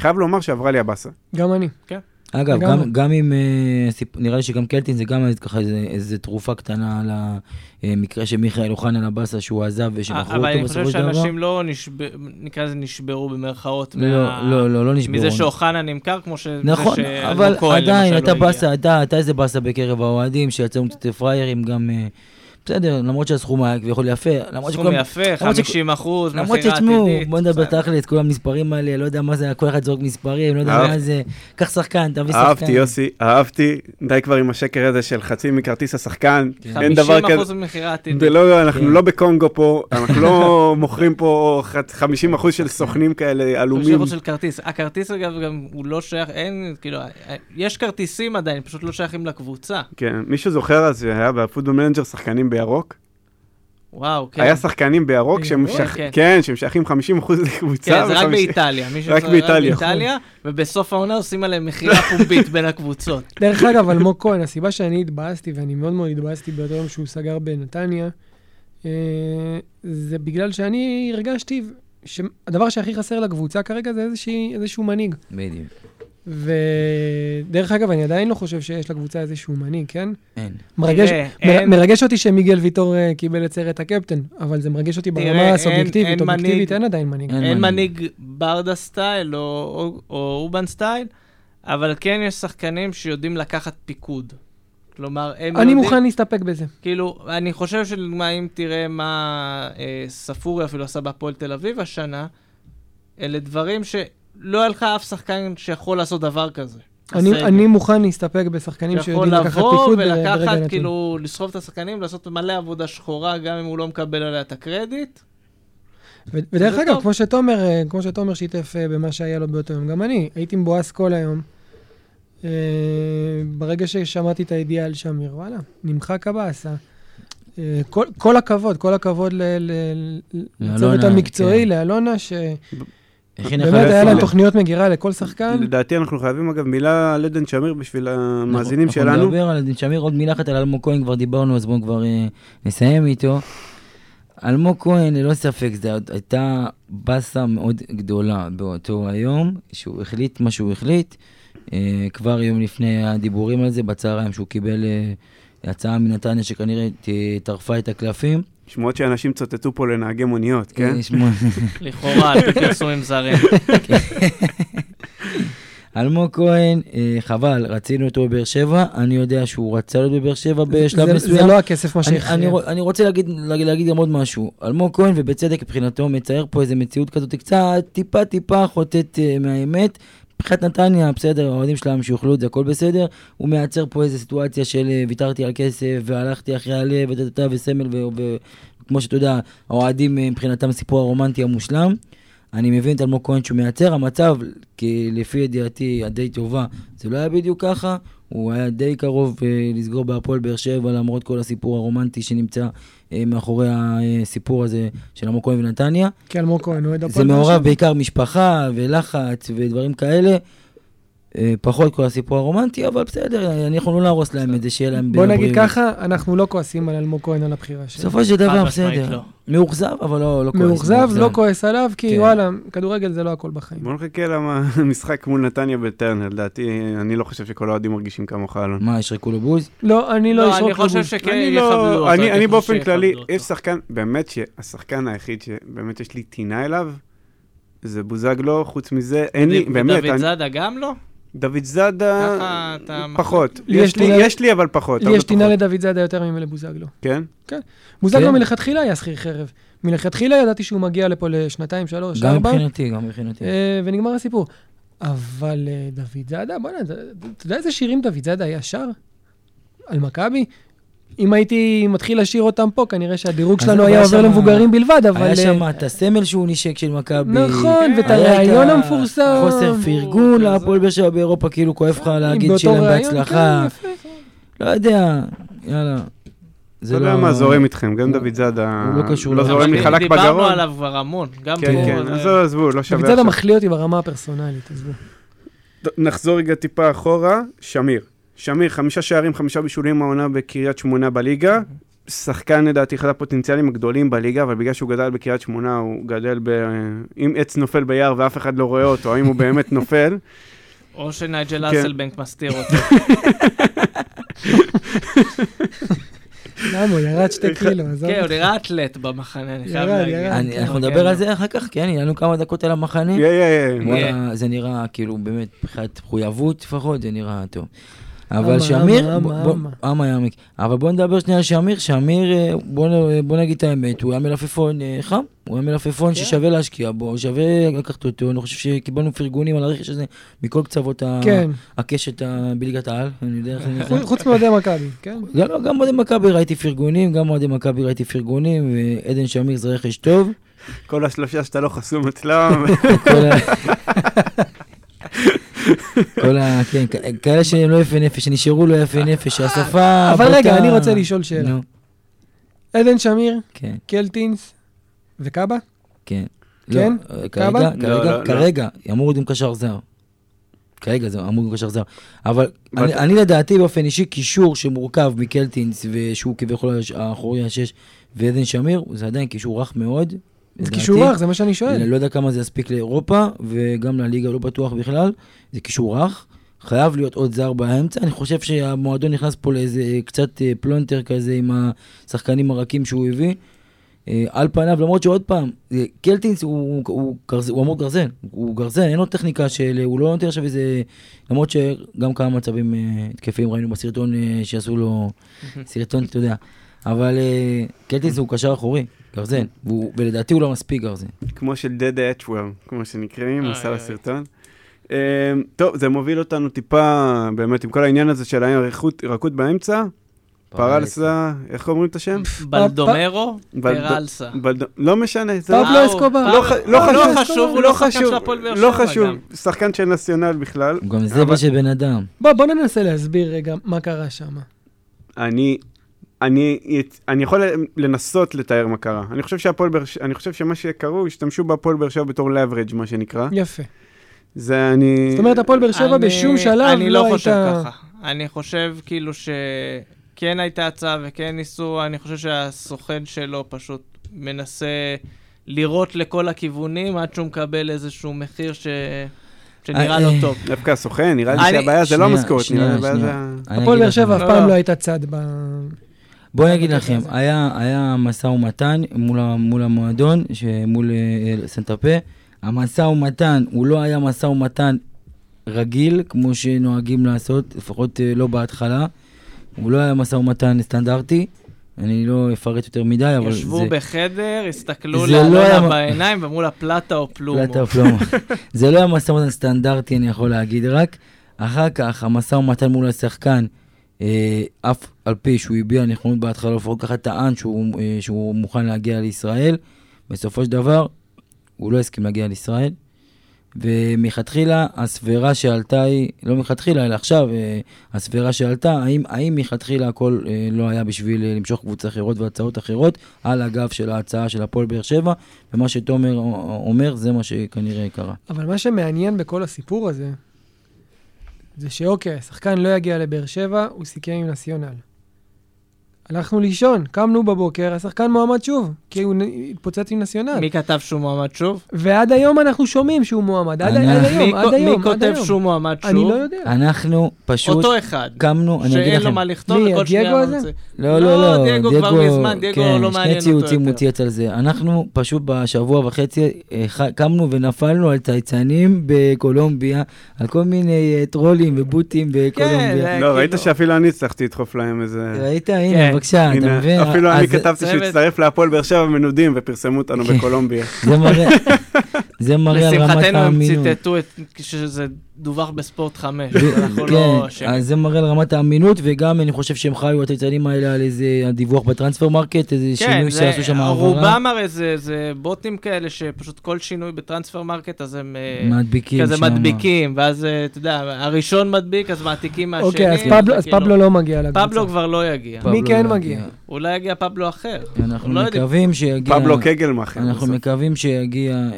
[SPEAKER 1] חייב לומר שעברה לי הבאסה.
[SPEAKER 2] גם אני.
[SPEAKER 4] אגב,
[SPEAKER 2] לגמרי.
[SPEAKER 4] גם- גם אם... אה, סיפ- נראה לי שגם קלטין זה גם איזה- ככה איזה- איזה תרופה קטנה על המקרה של מיכאל אוחנה לבאסה שהוא עזב ושמכרו
[SPEAKER 3] אבל
[SPEAKER 4] אותו
[SPEAKER 3] אני חושב
[SPEAKER 4] בסופו של דבר.
[SPEAKER 3] שאנשים לא נשברו, נקרא לזה נשברו במרכאות.
[SPEAKER 4] לא,
[SPEAKER 3] מה-
[SPEAKER 4] לא, לא, לא נשברו.
[SPEAKER 3] מזה שאוחנה נמכר, כמו ש...
[SPEAKER 4] נכון,
[SPEAKER 3] זה שאלמוג
[SPEAKER 4] אבל
[SPEAKER 3] כהן
[SPEAKER 4] עדיין,
[SPEAKER 3] למשל
[SPEAKER 4] הייתה
[SPEAKER 3] לא הגיע. כן.
[SPEAKER 4] באסה, הייתה הייתה איזה באסה בקרב האוהדים, שיצאנו קצת פריירים גם... אה, בסדר, למרות שהסכום היה כביכול יפה, למרות
[SPEAKER 3] סכום
[SPEAKER 4] שכולם...
[SPEAKER 3] יפה,
[SPEAKER 4] למרות שכ-
[SPEAKER 3] 50 אחוז, מכירה
[SPEAKER 4] למרות
[SPEAKER 3] עתידית.
[SPEAKER 4] שתשמעו, בוא נדבר
[SPEAKER 3] בסדר.
[SPEAKER 4] תכלס, כל המספרים האלה, לא יודע מה זה, כל אחד זורק מספרים, לא יודע
[SPEAKER 1] אהב-
[SPEAKER 4] מה זה, קח שחקן, תביא שחקן.
[SPEAKER 1] אהבתי, יוסי, אהבתי. די כבר עם השקר הזה של חצי מכרטיס השחקן.
[SPEAKER 4] כן.
[SPEAKER 1] אין דבר
[SPEAKER 3] 50 אחוז
[SPEAKER 1] כזה.
[SPEAKER 3] ממכירה עתידית.
[SPEAKER 1] זה לא, אנחנו
[SPEAKER 4] כן.
[SPEAKER 1] לא בקונגו פה, אנחנו לא מוכרים פה ח- 50% של סוכנים כאלה עלומים.
[SPEAKER 3] שירות של כרטיס. הכרטיס אגב גם הוא לא שייך, אין, כאילו, יש כרטיסים עדיין, פשוט לא שייכים לקבוצה.
[SPEAKER 1] כן, מישהו זוכר אז שהיה בפודו מנג'ר שחקנים בירוק?
[SPEAKER 3] וואו, כן.
[SPEAKER 1] היה שחקנים בירוק שהם
[SPEAKER 3] בירוק?
[SPEAKER 1] שייך-
[SPEAKER 3] כן.
[SPEAKER 1] כן, שהם שייכים 50% לקבוצה.
[SPEAKER 3] כן, זה רק
[SPEAKER 1] ו-
[SPEAKER 3] באיטליה. מי שצריך-
[SPEAKER 1] באיטליה.
[SPEAKER 3] רק באיטליה, ובסוף העונה עושים עליהם מכירה פומבית בין הקבוצות.
[SPEAKER 2] דרך אגב, אלמוג כהן, הסיבה שאני התבאסתי, ואני מאוד מאוד התבאסתי באותו יום שהוא סגר בנתניה, אה, זה בגלל שאני הרגשתי שהדבר שהכי חסר לקבוצה כרגע זה איזושהי- איזשהו מנהיג.
[SPEAKER 4] בדיוק,
[SPEAKER 2] ודרך אגב, אני עדיין לא חושב שיש לקבוצה איזשהו מנהיג, כן?
[SPEAKER 4] אין.
[SPEAKER 2] מרגש,
[SPEAKER 3] תראה,
[SPEAKER 2] מ-
[SPEAKER 3] אין-
[SPEAKER 2] מרגש אותי שמיגל ויטור אה, קיבל את סרט הקפטן, אבל זה מרגש אותי
[SPEAKER 3] תראה,
[SPEAKER 2] ברמה
[SPEAKER 3] אין-
[SPEAKER 2] הסובייקטיבית.
[SPEAKER 3] אין מנהיג.
[SPEAKER 2] אובייקטיבית אין עדיין מנהיג.
[SPEAKER 4] אין
[SPEAKER 3] אין
[SPEAKER 4] מנהיג.
[SPEAKER 3] מנהיג ברדה סטייל או- או או אובן סטייל, אבל כן יש שחקנים שיודעים לקחת פיקוד. כלומר, הם יודעים...
[SPEAKER 2] אני מוכן להסתפק בזה.
[SPEAKER 3] כאילו, אני חושב שלדוגמה, אם תראה מה אה, ספורי אפילו עשה בהפועל תל אביב השנה, אלה דברים שלא היה לך אף שחקן שיכול לעשות דבר כזה.
[SPEAKER 2] אני,
[SPEAKER 3] בסדר.
[SPEAKER 2] אני מוכן להסתפק בשחקנים
[SPEAKER 3] שיכול
[SPEAKER 2] שיודעים לקחת
[SPEAKER 3] לבוא
[SPEAKER 2] פיקוד ב- ברגע
[SPEAKER 3] ולקחת,
[SPEAKER 2] נתון.
[SPEAKER 3] כאילו, לסחוב את השחקנים, לעשות מלא עבודה שחורה, גם אם הוא לא מקבל עליה את הקרדיט.
[SPEAKER 2] ו- ודרך
[SPEAKER 3] זה
[SPEAKER 2] אגב,
[SPEAKER 3] טוב.
[SPEAKER 2] כמו שתומר, אה, כמו שתומר שיתף אה, במה שהיה לו באותו יום, גם אני, הייתי מבואס כל היום. אה, ברגע ששמעתי את הידיעה על שמיר, וואלה, נמחק הבאסה. אה, כל, כל הכבוד, כל הכבוד ל- ל-
[SPEAKER 4] לאלונה,
[SPEAKER 2] לצוות המקצועי,
[SPEAKER 4] כן.
[SPEAKER 2] לאלונה, שבאמת
[SPEAKER 4] הכין אחד
[SPEAKER 2] היה
[SPEAKER 4] אפילו.
[SPEAKER 2] להם תוכניות מגירה לכל שחקן.
[SPEAKER 1] לדעתי אנחנו חייבים אגב מילה על עדן שמיר בשביל
[SPEAKER 3] נכון,
[SPEAKER 1] המאזינים
[SPEAKER 4] אנחנו-
[SPEAKER 1] שלנו.
[SPEAKER 4] אנחנו נדבר על שמיר, עוד מילה אחת על אלמוג כהן, כבר דיברנו, אז בואו כבר אה, נסיים איתו. אלמוג כהן, ללא ספק, זו הייתה באסה מאוד גדולה באותו היום, שהוא החליט מה שהוא החליט. אה, כבר יום לפני הדיבורים על זה, בצהריים שהוא קיבל אה, הצעה מנתניה שכנראה ת- טרפה את הקלפים.
[SPEAKER 1] שמועות שאנשים צוטטו פה לנהגי מוניות, כן?
[SPEAKER 4] אה, שמוע-
[SPEAKER 3] לכאורה, על פי פרסומים זרים.
[SPEAKER 4] אלמוג כהן, אה, חבל, רצינו אותו בבאר שבע, אני יודע שהוא רצה להיות בבאר שבע בשלב
[SPEAKER 2] זה-
[SPEAKER 4] מסוים.
[SPEAKER 2] זה לא הכסף מה
[SPEAKER 4] אני,
[SPEAKER 2] שהכריע.
[SPEAKER 4] אני, רוצ- אני רוצה להגיד, להגיד, להגיד גם עוד משהו. אלמוג כהן, ובצדק מבחינתו, מצייר פה איזה מציאות כזאת קצת, טיפה טיפה חוטאת uh, מהאמת. מבחינת נתניה, בסדר, האוהדים שלהם שיאכלו את זה, הכל בסדר. הוא מייצר פה איזו סיטואציה של אה, ויתרתי על כסף, והלכתי אחרי הלב, וטטטה, וסמל, ו- ו- וכמו שאתה יודע, האוהדים אה, מבחינתם סיפור הרומנטי המושלם. אני מבין את אלמוג כהן שהוא מייצר, המצב, כי לפי ידיעתי הדי טובה, זה לא היה בדיוק ככה, הוא היה די קרוב אה, לסגור בהפועל באר שבע, למרות כל הסיפור הרומנטי שנמצא אה, מאחורי הסיפור הזה של אלמוג כהן ונתניה.
[SPEAKER 2] כי אלמוג כהן אוהד
[SPEAKER 4] זה
[SPEAKER 2] הפועל. באר
[SPEAKER 4] מעורב
[SPEAKER 2] שבע.
[SPEAKER 4] בעיקר משפחה ולחץ ודברים כאלה. אה, פחות כל הסיפור הרומנטי, אבל בסדר, אנחנו לא נהרוס להם את זה, שיהיה להם
[SPEAKER 2] בוא
[SPEAKER 4] בבריאות.
[SPEAKER 2] נגיד ככה, אנחנו לא כועסים על אלמוג כהן על הבחירה שלו.
[SPEAKER 4] בסופו של
[SPEAKER 3] חד
[SPEAKER 4] דבר,
[SPEAKER 3] משמעית
[SPEAKER 4] בסדר.
[SPEAKER 3] לא.
[SPEAKER 4] מאוכזב, אבל לא לא כועס.
[SPEAKER 2] מאוכזב, לא כועס עליו, כי
[SPEAKER 4] כן.
[SPEAKER 2] וואלה, כדורגל זה לא הכל בחיים.
[SPEAKER 1] בוא נחכה למשחק מול נתניה בטרנר, לדעתי, אני לא חושב שכל האוהדים מרגישים כמוך, אלון.
[SPEAKER 4] מה, ישרקו לו בוז?
[SPEAKER 2] לא, אני לא
[SPEAKER 3] לא,
[SPEAKER 2] אשרוק
[SPEAKER 3] אני חושב
[SPEAKER 2] לבוז.
[SPEAKER 3] שכן
[SPEAKER 1] אני
[SPEAKER 3] יכבדו אותו.
[SPEAKER 1] לא, אני, אני
[SPEAKER 3] חושב
[SPEAKER 1] באופן
[SPEAKER 3] שיכבדו
[SPEAKER 1] כללי,
[SPEAKER 3] אותו.
[SPEAKER 1] יש שחקן, באמת שהשחקן היחיד שבאמת יש לי טינה אליו, זה בוזגלו, חוץ מזה, אין לי,
[SPEAKER 3] וד-
[SPEAKER 1] באמת,
[SPEAKER 3] ודוד
[SPEAKER 1] אני-
[SPEAKER 3] זאדה גם לא?
[SPEAKER 1] דוד זאדה,
[SPEAKER 3] ככה אתה מח-
[SPEAKER 1] פחות.
[SPEAKER 2] לי יש
[SPEAKER 1] יש לי,
[SPEAKER 2] טינה-
[SPEAKER 1] יש לי אבל פחות.
[SPEAKER 2] לי
[SPEAKER 1] הרבה
[SPEAKER 2] יש טינה
[SPEAKER 1] פחות.
[SPEAKER 2] לדוד זאדה יותר ממני לבוזגלו.
[SPEAKER 1] כן?
[SPEAKER 2] בוזגלו
[SPEAKER 4] כן.
[SPEAKER 2] מלכתחילה היה שכיר חרב. מלכתחילה ידעתי שהוא מגיע לפה לשנתיים, שלוש,
[SPEAKER 4] גם
[SPEAKER 2] ארבע,
[SPEAKER 4] מבחינתי, גם מבחינתי.
[SPEAKER 2] אה, ונגמר הסיפור. אבל אה, דוד זאדה, בוא'נה, זה- אתה יודע איזה שירים דוד זאדה היה שר? על מכבי? אם הייתי מתחיל לשיר אותם פה, כנראה שהדירוג
[SPEAKER 4] אז
[SPEAKER 2] שלנו
[SPEAKER 4] אבל
[SPEAKER 2] היה
[SPEAKER 4] היה
[SPEAKER 2] עובר
[SPEAKER 4] שמה-
[SPEAKER 2] למבוגרים בלבד, אבל...
[SPEAKER 4] היה
[SPEAKER 2] אה,
[SPEAKER 4] שם את הסמל שהוא נשק של מכבי.
[SPEAKER 2] נכון, ואת
[SPEAKER 4] היה את
[SPEAKER 2] הריאיון
[SPEAKER 4] ה-
[SPEAKER 2] המפורסם. כן,
[SPEAKER 4] חוסר פרגון להפועל באר שבע באירופה, כאילו כואב לך להגיד
[SPEAKER 2] באותו
[SPEAKER 4] שלהם
[SPEAKER 2] ראיון,
[SPEAKER 4] בהצלחה.
[SPEAKER 2] כן, יפה.
[SPEAKER 4] לא יודע, יאללה. זה לא-
[SPEAKER 1] אתה לא יודע
[SPEAKER 2] לא-
[SPEAKER 1] מה, זורם איתכם, גם דוד זאדה
[SPEAKER 4] הוא לא קשור
[SPEAKER 1] לא
[SPEAKER 4] לזה.
[SPEAKER 1] זורם
[SPEAKER 3] אבל
[SPEAKER 1] לי חלק בגרון.
[SPEAKER 3] דיברנו עליו כבר המון. גם אה, פה.
[SPEAKER 1] כן, כן,
[SPEAKER 3] זה-
[SPEAKER 1] אז לא, עזבו, לא
[SPEAKER 2] דוד
[SPEAKER 1] שווה
[SPEAKER 2] זאדה
[SPEAKER 1] עכשיו.
[SPEAKER 2] מחליא אותי ברמה הפרסונלית, עזבו.
[SPEAKER 1] טוב, נחזור רגע טיפה אחורה, שמיר. שמיר, חמישה שערים, חמישה בישולים העונה בקריית שמונה בליגה. שחקן לדעתי אחד הפוטנציאלים הגדולים בליגה, אבל בגלל שהוא גדל בקריית שמונה, הוא גדל ב... אם עץ נופל ביער ואף אחד לא רואה אותו, האם הוא באמת נופל?
[SPEAKER 3] או שנייג'ל
[SPEAKER 1] כן.
[SPEAKER 3] אסלבנק מסתיר אותו.
[SPEAKER 2] למה, הוא ירד שתי
[SPEAKER 4] אה,
[SPEAKER 2] קילו, עזוב.
[SPEAKER 3] כן, הוא
[SPEAKER 2] אותך.
[SPEAKER 3] נראה אתלט במחנה, אני חייב
[SPEAKER 2] ירד,
[SPEAKER 3] להגיד.
[SPEAKER 2] ירד.
[SPEAKER 4] אני- אנחנו
[SPEAKER 3] כן,
[SPEAKER 4] נדבר
[SPEAKER 3] לא.
[SPEAKER 4] על זה אחר כך, כי אין לי לנו כמה דקות על המחנה.
[SPEAKER 1] יא יא יא.
[SPEAKER 4] וואלה, זה נראה כאילו באמת מבחינת מחויבות לפחות, זה נראה טוב. אבל
[SPEAKER 2] אמה,
[SPEAKER 4] שמיר,
[SPEAKER 2] אמה,
[SPEAKER 4] בוא-
[SPEAKER 2] אמה,
[SPEAKER 4] בוא-
[SPEAKER 2] אמה.
[SPEAKER 4] אמה יעמיק. אבל בוא נדבר שנייה על שמיר, שמיר, אה, בוא נ- בוא נגיד את האמת, הוא היה מלפפון אה, חם, הוא היה מלפפון ששווה להשקיע בו, שווה לקחת אותו, אני חושב שקיבלנו פרגונים על הרכש הזה מכל קצוות ה-
[SPEAKER 2] כן, נכון.
[SPEAKER 4] הקשת ה- בליגת העל, אני יודע איך זה
[SPEAKER 2] חוץ- חוץ מאוהדי מכבי, כן?
[SPEAKER 4] גם לא, גם אוהדי מכבי ראיתי פרגונים, גם אוהדי מכבי ראיתי פרגונים, ועדן שמיר זה רכש טוב.
[SPEAKER 1] כל השלושה שאתה לא חסום אצלם.
[SPEAKER 4] כל ה... כל ה... כן, כ- כאלה שהם לא יפי נפש, שנשארו לא יפי נפש, השפה...
[SPEAKER 2] אבל
[SPEAKER 4] הבוטה.
[SPEAKER 2] רגע, אני רוצה לשאול שאלה.
[SPEAKER 4] אה, נו,
[SPEAKER 2] עדן שמיר,
[SPEAKER 4] כן,
[SPEAKER 2] קלטינס וקאבה?
[SPEAKER 4] כן.
[SPEAKER 2] כן?
[SPEAKER 4] לא, אה,
[SPEAKER 2] קאבה?
[SPEAKER 4] כרגע,
[SPEAKER 1] לא,
[SPEAKER 4] כרגע,
[SPEAKER 1] לא,
[SPEAKER 4] כרגע, אמור להיות עם קשר זר. כרגע זה אמור להיות עם קשר זר. אבל
[SPEAKER 1] ואתה-
[SPEAKER 4] אני אני לדעתי באופן אישי, קישור שמורכב מקלטינס, ושהוא כביכול הש- האחורי השש, ועדן שמיר, זה עדיין קישור רך מאוד.
[SPEAKER 2] זה
[SPEAKER 4] לדעתי.
[SPEAKER 2] קישור רך, זה מה שאני
[SPEAKER 4] אני
[SPEAKER 2] שואל.
[SPEAKER 4] לא יודע כמה זה יספיק לאירופה, וגם לליגה לא בטוח בכלל. זה קישור רך. חייב להיות עוד זר באמצע. אני חושב שהמועדון נכנס פה לאיזה אה, קצת אה, פלונטר כזה עם השחקנים הרכים שהוא הביא. אה, על פניו, למרות שעוד פעם, אה, קלטינס הוא, הוא, הוא, גרז- הוא אמור גרזן, הוא גרזן, אין לו טכניקה של, הוא לא נותן עכשיו איזה, למרות שגם כמה מצבים אה, התקפיים ראינו בסרטון אה, שעשו לו, סרטון, אתה יודע, אבל אה, קלטינס הוא קשר אחורי, גרזן, והוא, ולדעתי הוא לא מספיק גרזן.
[SPEAKER 1] כמו של דדה אצ'וול, כמו שנקראים,
[SPEAKER 3] איי,
[SPEAKER 1] הוא עשה
[SPEAKER 3] איי.
[SPEAKER 1] לסרטון. אמ, טוב, זה מוביל אותנו טיפה, באמת, עם כל העניין הזה של הרכות רכות באמצע. פרלסה, איך אומרים את השם?
[SPEAKER 3] בלדומרו,
[SPEAKER 1] בלד-
[SPEAKER 3] פרלסה.
[SPEAKER 1] בלד- לא משנה, זה לא-
[SPEAKER 2] פבלו
[SPEAKER 3] וואו,
[SPEAKER 2] אסקובר.
[SPEAKER 1] לא ח- לא
[SPEAKER 3] לא
[SPEAKER 1] חשוב.
[SPEAKER 3] חשוב, הוא לא שחקן של הפועל באר שבע.
[SPEAKER 1] לא חשוב,
[SPEAKER 3] גם.
[SPEAKER 1] שחקן של נציונל בכלל.
[SPEAKER 4] הוא גם זבל
[SPEAKER 1] אבל-
[SPEAKER 4] של בן אדם.
[SPEAKER 2] בוא, בוא ננסה להסביר רגע מה קרה שם.
[SPEAKER 1] אני, אני, אני יכול לנסות לתאר מה קרה. אני חושב שהפועל באר שבע, אני חושב שמה שקראו, השתמשו בהפועל באר שבע בתור leverage, מה שנקרא.
[SPEAKER 2] יפה.
[SPEAKER 1] זה אני...
[SPEAKER 2] זאת אומרת, הפועל באר שבע
[SPEAKER 3] אני-
[SPEAKER 2] בשום שלב לא הייתה...
[SPEAKER 3] אני לא חושב ככה. אני חושב כאילו שכן הייתה הצעה וכן ניסו, אני חושב שהסוכן שלו פשוט מנסה לירות לכל הכיוונים עד שהוא מקבל איזשהו מחיר ש... שנראה
[SPEAKER 4] אה,
[SPEAKER 3] לו
[SPEAKER 4] אה.
[SPEAKER 3] טוב.
[SPEAKER 1] דווקא הסוכן, נראה לי
[SPEAKER 3] אני-
[SPEAKER 1] שהבעיה זה לא
[SPEAKER 4] שנייה,
[SPEAKER 1] המשכורת, נראה לי
[SPEAKER 4] שנייה,
[SPEAKER 1] הבעיה זה...
[SPEAKER 4] שנייה.
[SPEAKER 1] ה-
[SPEAKER 4] אני
[SPEAKER 2] הפועל
[SPEAKER 4] אגיד
[SPEAKER 2] באר
[SPEAKER 4] לכם.
[SPEAKER 2] שבע אף
[SPEAKER 3] לא,
[SPEAKER 2] פעם
[SPEAKER 3] לא.
[SPEAKER 2] לא הייתה צד ב...
[SPEAKER 4] בואו אני אגיד לכם, היה, היה משא ומתן מול, ה- מול המועדון, ש- מול אה, סנטרפה. המשא ומתן, הוא לא היה משא ומתן רגיל, כמו שנוהגים לעשות, לפחות אה, לא בהתחלה. הוא לא היה משא ומתן סטנדרטי. אני לא אפרט יותר מדי, אבל זה...
[SPEAKER 3] ישבו בחדר, הסתכלו
[SPEAKER 4] זה לא היה-
[SPEAKER 3] לאלונה בעיניים ואמרו לה פלטה או פלומו.
[SPEAKER 4] פלטה פלומו. זה לא היה משא ומתן סטנדרטי, אני יכול להגיד, רק אחר כך המשא ומתן מול השחקן, אה, אף על פי שהוא הביע נכונות בהתחלה, לפחות ככה טען שהוא, אה, שהוא מוכן להגיע לישראל, בסופו של דבר, הוא לא הסכים להגיע לישראל. ומלכתחילה הסבירה שעלתה היא, לא מלכתחילה, אלא עכשיו, אה, הסבירה שעלתה, האם, האם מלכתחילה הכל אה, לא היה בשביל אה, למשוך קבוצה אחרות והצעות אחרות, על הגב של ההצעה של הפועל באר שבע, ומה שתומר אומר, זה מה שכנראה קרה.
[SPEAKER 2] אבל מה שמעניין בכל הסיפור הזה, זה שאוקיי, השחקן לא יגיע לבאר שבע, הוא סיכם עם נסיונל. הלכנו לישון, קמנו בבוקר, השחקן מועמד שוב, כי הוא נ- התפוצץ עם נסיונל.
[SPEAKER 3] מי כתב שהוא מועמד שוב?
[SPEAKER 2] ועד היום אנחנו שומעים שהוא מועמד, עד
[SPEAKER 4] אני-
[SPEAKER 2] עד
[SPEAKER 3] מי
[SPEAKER 2] היום, עד
[SPEAKER 3] כ-
[SPEAKER 2] היום,
[SPEAKER 3] מי
[SPEAKER 2] עד
[SPEAKER 3] כותב
[SPEAKER 2] היום.
[SPEAKER 3] שהוא מועמד שוב?
[SPEAKER 2] אני לא יודע.
[SPEAKER 4] אנחנו פשוט
[SPEAKER 3] כן. אותו אחד.
[SPEAKER 4] קמנו, אני אגיד
[SPEAKER 3] שאין לו
[SPEAKER 4] לכם.
[SPEAKER 3] מה לכתוב,
[SPEAKER 2] מי,
[SPEAKER 3] וכל שנייה
[SPEAKER 2] הדייגו
[SPEAKER 3] הוא
[SPEAKER 2] הזה?
[SPEAKER 3] מוציא.
[SPEAKER 4] לא, לא,
[SPEAKER 3] לא,
[SPEAKER 4] לא,
[SPEAKER 3] דייגו כבר מזמן, דייגו
[SPEAKER 4] כן,
[SPEAKER 3] לא מעניין אותו
[SPEAKER 4] שני ציוצים הוא
[SPEAKER 3] יותר.
[SPEAKER 4] צייץ על זה. אנחנו פשוט בשבוע וחצי אה, ח- קמנו ונפלנו על צייצנים בקולומביה, על כל מיני אה, טרולים ובוטים בקולומביה.
[SPEAKER 3] אה,
[SPEAKER 1] לא, ראית
[SPEAKER 3] כאילו-
[SPEAKER 1] שאפילו אני הצלחתי לדחוף להם איזה...
[SPEAKER 4] ראית? הנה,
[SPEAKER 3] כן.
[SPEAKER 4] בבקשה, אתה
[SPEAKER 1] הנה,
[SPEAKER 4] מבין?
[SPEAKER 1] אפילו
[SPEAKER 4] אז
[SPEAKER 1] אני כתבתי
[SPEAKER 3] צוות.
[SPEAKER 1] שהצטרף להפועל באר שבע מנודים ופרסמו אותנו
[SPEAKER 4] כן.
[SPEAKER 1] בקולומביה.
[SPEAKER 4] זה מראה- זה מראה על רמת
[SPEAKER 3] לשמחתנו הם
[SPEAKER 4] האמינות.
[SPEAKER 3] ציטטו את- שזה דווח בספורט 5,
[SPEAKER 4] ו-
[SPEAKER 3] אנחנו לא
[SPEAKER 4] כן,
[SPEAKER 3] אשמים.
[SPEAKER 4] אז זה מראה על רמת האמינות, וגם אני חושב שהם חיו, הצייצנים האלה, על איזה הדיווח בטרנספר מרקט, איזה שינוי
[SPEAKER 3] כן, זה-
[SPEAKER 4] שעשו שם העברה.
[SPEAKER 3] רובם הרי זה, זה בוטים כאלה שפשוט כל שינוי בטרנספר מרקט אז הם אה,
[SPEAKER 4] מדביקים
[SPEAKER 3] כזה
[SPEAKER 4] שם.
[SPEAKER 3] מדביקים, ואז אה, אתה יודע, הראשון מדביק אז מעתיקים מהשני.
[SPEAKER 2] אוקיי, אז
[SPEAKER 3] זה
[SPEAKER 2] פבלו- אז
[SPEAKER 3] אה, כאילו-
[SPEAKER 2] פבלו לא מגיע לקבוצה.
[SPEAKER 3] פבלו כבר לא יגיע,
[SPEAKER 4] פבלו
[SPEAKER 2] מי כן
[SPEAKER 4] לא
[SPEAKER 2] מגיע?
[SPEAKER 4] הגיע.
[SPEAKER 3] אולי יגיע פבלו אחר.
[SPEAKER 4] אנחנו
[SPEAKER 3] לא יודעים.
[SPEAKER 4] מקווים שיגיע...
[SPEAKER 1] פבלו קגלמאכר.
[SPEAKER 4] אנחנו
[SPEAKER 1] בסוף.
[SPEAKER 4] מקווים שיגיע אה,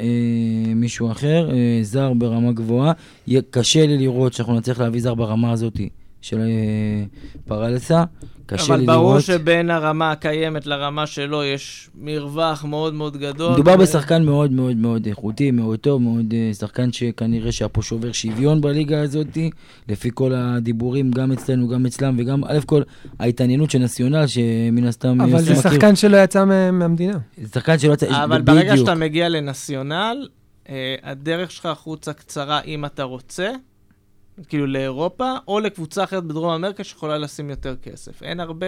[SPEAKER 4] מישהו אחר, אה, זר ברמה גבוהה. יהיה, קשה לי לראות שאנחנו נצליח להביא זר ברמה הזאת של אה, פרלסה. קשה לי
[SPEAKER 3] אבל
[SPEAKER 4] לראות.
[SPEAKER 3] ברור שבין הרמה הקיימת לרמה שלו יש מרווח מאוד מאוד גדול.
[SPEAKER 4] מדובר
[SPEAKER 3] ו-
[SPEAKER 4] בשחקן מאוד מאוד מאוד איכותי, מאוד טוב, מאוד אה, שחקן שכנראה שהיה פה שובר שוויון בליגה הזאת, לפי כל הדיבורים, גם אצלנו, גם אצלם, וגם, א' כל, ההתעניינות של נסיונל, שמן הסתם...
[SPEAKER 2] אבל
[SPEAKER 4] יוסי
[SPEAKER 2] זה
[SPEAKER 4] מכיר.
[SPEAKER 2] שחקן שלא יצא מה- מהמדינה.
[SPEAKER 4] זה שחקן שלא יצא...
[SPEAKER 3] אבל ברגע
[SPEAKER 4] בדיוק.
[SPEAKER 3] שאתה מגיע לנציונל, אה, הדרך שלך החוצה קצרה אם אתה רוצה, כאילו לאירופה, או לקבוצה אחרת בדרום אמריקה שיכולה לשים יותר כסף. אין הרבה,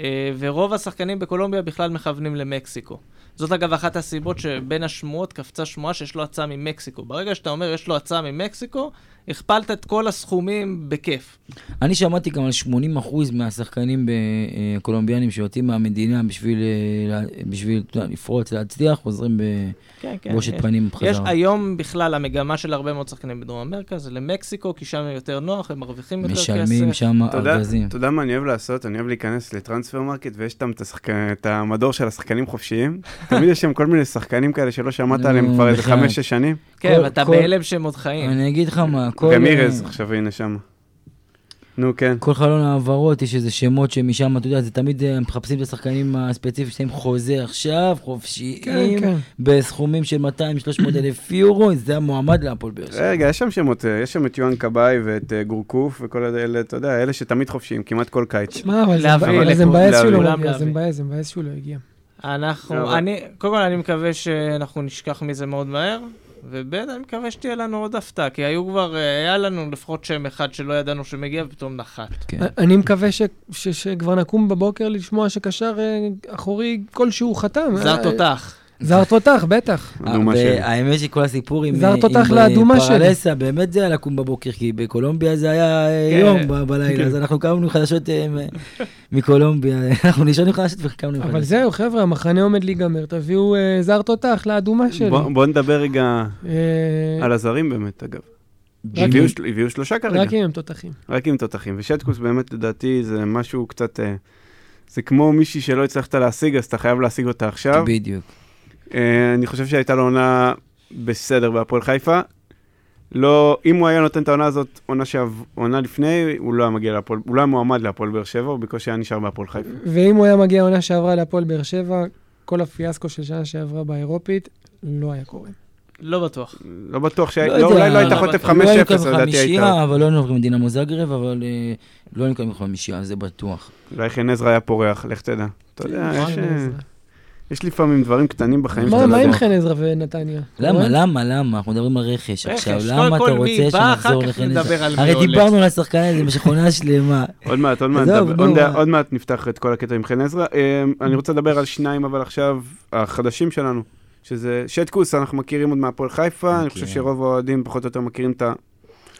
[SPEAKER 3] אה, ורוב השחקנים בקולומביה בכלל מכוונים למקסיקו. זאת אגב אחת הסיבות שבין השמועות קפצה שמועה שיש לו הצעה ממקסיקו. ברגע שאתה אומר יש לו הצעה ממקסיקו, הכפלת את כל הסכומים בכיף.
[SPEAKER 4] אני שמעתי גם על 80% מהשחקנים הקולומביאנים שיוצאים מהמדינה בשביל, אה, לה- בשביל אתה יודע, לפרוץ, להצליח, חוזרים
[SPEAKER 3] כן, כן.
[SPEAKER 4] בבושת פנים
[SPEAKER 3] יש
[SPEAKER 4] חזרה.
[SPEAKER 3] היום בכלל, המגמה של הרבה מאוד שחקנים בדרום אמריקה זה למקסיקו, כי שם יותר נוח, הם מרוויחים יותר כסף.
[SPEAKER 4] משלמים שם
[SPEAKER 1] אתה יודע-
[SPEAKER 4] ארגזים.
[SPEAKER 1] אתה יודע מה אני אוהב לעשות? אני אוהב להיכנס לטרנספר מרקט ויש שם את השחק- את המדור של השחקנים חופשיים. תמיד יש שם כל מיני שחקנים כאלה שלא שמעת
[SPEAKER 4] נו,
[SPEAKER 1] עליהם כבר איזה
[SPEAKER 4] בכלל.
[SPEAKER 1] חמש-שש שנים.
[SPEAKER 3] כן,
[SPEAKER 4] כל-
[SPEAKER 3] ואתה
[SPEAKER 4] כל-
[SPEAKER 3] בהלם שהם עוד חיים.
[SPEAKER 4] אני אגיד לך מה, אה, כל...
[SPEAKER 1] גם ארז עכשיו הנה שם. נו כן.
[SPEAKER 4] כל חלון העברות יש איזה שמות שמשם, אתה יודע, זה תמיד אה, מחפשים את השחקנים הספציפיים שלהם חוזה עכשיו, חופשיים,
[SPEAKER 2] כן, כן.
[SPEAKER 4] בסכומים של 200-300 אלף יורו, זה המועמד להפועל באר שבע.
[SPEAKER 1] רגע, יש שם שמות, אה, יש שם את יואן כבאי ואת אה, גורקוף וכל אלה, אתה יודע, אלה שתמיד חופשיים, כמעט כל קיץ.
[SPEAKER 2] שמע, אבל זה-
[SPEAKER 3] להביא
[SPEAKER 2] אבל זה
[SPEAKER 3] לכולם,
[SPEAKER 2] מבאס שהוא לא
[SPEAKER 3] להביא.
[SPEAKER 2] מגיע, זה מבאס, זה מבאס שהוא לא הגיע.
[SPEAKER 3] אנחנו,
[SPEAKER 1] אבל-
[SPEAKER 3] אני, קודם כל אני מקווה שאנחנו נשכח מזה מאוד מהר, וב' אני מקווה שתהיה לנו עוד הפתעה, כי היו כבר, אה, היה לנו לפחות שם אחד שלא ידענו שמגיע ופתאום נחת.
[SPEAKER 4] כן.
[SPEAKER 2] אני מקווה ש- ש- שכבר נקום בבוקר לשמוע שקשר אה, אחורי כלשהו חתם.
[SPEAKER 3] זר
[SPEAKER 2] אה,
[SPEAKER 3] תותח.
[SPEAKER 2] זר תותח, בטח.
[SPEAKER 4] אה,
[SPEAKER 1] הדומה שלי.
[SPEAKER 4] והאמת שכל הסיפור עם
[SPEAKER 2] זר
[SPEAKER 4] אה, עם,
[SPEAKER 2] תותח
[SPEAKER 4] אה,
[SPEAKER 2] לאדומה שלי.
[SPEAKER 4] פרלסה, באמת זה היה לקום בבוקר, כי בקולומביה זה היה אה,
[SPEAKER 3] כן.
[SPEAKER 4] יום ב- בלילה, אז אנחנו קמנו עם חדשות אה, מ- מקולומביה, אה, אנחנו לישון עם חדשות וקמנו עם
[SPEAKER 2] אבל
[SPEAKER 4] חדשות.
[SPEAKER 2] זהו, חבר'ה, המחנה עומד להיגמר, תביאו אה, זר תותח לאדומה
[SPEAKER 4] אה,
[SPEAKER 2] שלי.
[SPEAKER 1] בוא- בוא נדבר רגע
[SPEAKER 2] אה,
[SPEAKER 1] על הזרים באמת, אגב.
[SPEAKER 4] רק-
[SPEAKER 1] הביאו של- הביאו שלושה כרגע,
[SPEAKER 2] רק אם הם תותחים.
[SPEAKER 1] רק עם תותחים. ושטקוס באמת, לדעתי, זה משהו קצת... אה, זה כמו מישהי שלא הצלחת להשיג, אז אתה חייב להשיג אותה עכשיו.
[SPEAKER 4] בדיוק.
[SPEAKER 1] אה, אני חושב שהייתה לו עונה בסדר בהפועל חיפה. לא, אם הוא היה נותן את העונה הזאת, עונה, שעב, עונה לפני, הוא לא היה מגיע להפועל, הוא לא היה מועמד להפועל באר שבע, הוא בקושי היה נשאר בהפועל חיפה.
[SPEAKER 2] ואם הוא היה מגיע עונה שעברה להפועל באר שבע, כל הפיאסקו של שנה שעברה באירופית לא היה קורה.
[SPEAKER 3] לא בטוח.
[SPEAKER 1] לא בטוח ש...
[SPEAKER 4] לא
[SPEAKER 1] לא,
[SPEAKER 4] יודע,
[SPEAKER 1] לא, אולי לא היית
[SPEAKER 3] לא
[SPEAKER 1] חוטף
[SPEAKER 3] בטוח.
[SPEAKER 1] 5-0,
[SPEAKER 4] לא היינו קו
[SPEAKER 1] לדעתי הייתה.
[SPEAKER 4] חמישייה, אבל לא היינו עם דינה זגרב, אבל אה, לא היינו קו חמישייה, זה בטוח.
[SPEAKER 1] אולי חן עזרא היה פורח, לך תדע. אתה יודע, יש,
[SPEAKER 2] מה,
[SPEAKER 1] אה, יש לפעמים דברים קטנים בחיים
[SPEAKER 2] מה-
[SPEAKER 1] שאתה לא
[SPEAKER 2] מה עם
[SPEAKER 1] יודע.
[SPEAKER 2] חן עזרא ונתניה? אה?
[SPEAKER 4] למה,
[SPEAKER 2] רואה?
[SPEAKER 4] למה, למה? אנחנו מדברים על רכש
[SPEAKER 3] רכש,
[SPEAKER 4] עכשיו,
[SPEAKER 3] קודם
[SPEAKER 4] למה
[SPEAKER 3] כל
[SPEAKER 4] אתה
[SPEAKER 3] מי
[SPEAKER 4] רוצה
[SPEAKER 3] בא, אחר
[SPEAKER 4] שנחזור
[SPEAKER 3] כך
[SPEAKER 4] לחן
[SPEAKER 3] נדבר על מי
[SPEAKER 4] הרי
[SPEAKER 3] הולך.
[SPEAKER 4] דיברנו על השחקן הזה במשך עונה שלמה.
[SPEAKER 1] עוד מעט, עוד מעט,
[SPEAKER 4] עזוב,
[SPEAKER 1] נדבר-
[SPEAKER 4] נו,
[SPEAKER 1] עוד מעט-
[SPEAKER 4] מה?
[SPEAKER 1] עוד מעט נפתח את כל הקטע עם חן עזרא. אה, אני רוצה לדבר על שניים, אבל עכשיו, החדשים שלנו, שזה שטקוס, אנחנו מכירים עוד מהפועל חיפה, אני חושב
[SPEAKER 4] מכירים.
[SPEAKER 1] שרוב האוהדים פחות או יותר מכירים את ה...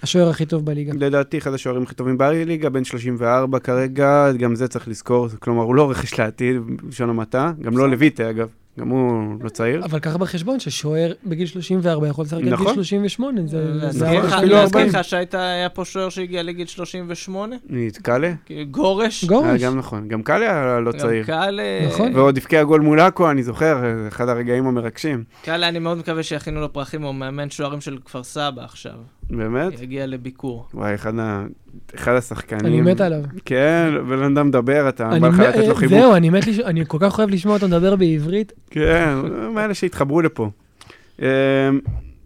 [SPEAKER 2] השוער הכי טוב
[SPEAKER 4] כן.
[SPEAKER 2] בליגה.
[SPEAKER 1] לדעתי, אחד השוערים הכי טובים בליגה, בן 34 כרגע, גם זה צריך לזכור, כלומר, הוא לא רכש לעתיד, בלשון המעטה, גם לא לויטה, אגב, גם הוא לא
[SPEAKER 4] אה,
[SPEAKER 1] צעיר.
[SPEAKER 2] אבל קח בחשבון ששוער בגיל 34 יכול לשחק עד גיל
[SPEAKER 1] נכון.
[SPEAKER 2] 38,
[SPEAKER 3] אה,
[SPEAKER 2] זה- זה- לא זה...
[SPEAKER 3] להזכיר לך-
[SPEAKER 1] אפילו
[SPEAKER 3] להזכיר
[SPEAKER 1] 40.
[SPEAKER 3] לך שהיה פה שוער שהגיע לגיל 38?
[SPEAKER 1] נתקלה?
[SPEAKER 3] כאילו, גורש?
[SPEAKER 2] גורש.
[SPEAKER 1] גם נכון, גם קאלה היה לא
[SPEAKER 3] גם
[SPEAKER 1] צעיר.
[SPEAKER 3] קל... אה,
[SPEAKER 2] נכון.
[SPEAKER 1] ועוד הבקיע גול מול עכו, אני זוכר, זה אחד הרגעים המרגשים.
[SPEAKER 3] קל, אני מאוד מקווה שיכינו לו פרחים, הוא מאמן שוערים של כפר סבא עכשיו.
[SPEAKER 4] כן.
[SPEAKER 1] באמת?
[SPEAKER 3] יגיע לביקור.
[SPEAKER 1] וואי, אחד ה- אחד השחקנים.
[SPEAKER 2] אני מת עליו.
[SPEAKER 1] כן, בן אדם מדבר, אתה
[SPEAKER 2] אני
[SPEAKER 1] אה, בא לך
[SPEAKER 2] מת-
[SPEAKER 1] לתת לו חיבוק.
[SPEAKER 2] זהו, אני מת, לש- אני כל כך אוהב לשמוע אותו מדבר בעברית.
[SPEAKER 1] כן, מאלה שהתחברו לפה. אמ,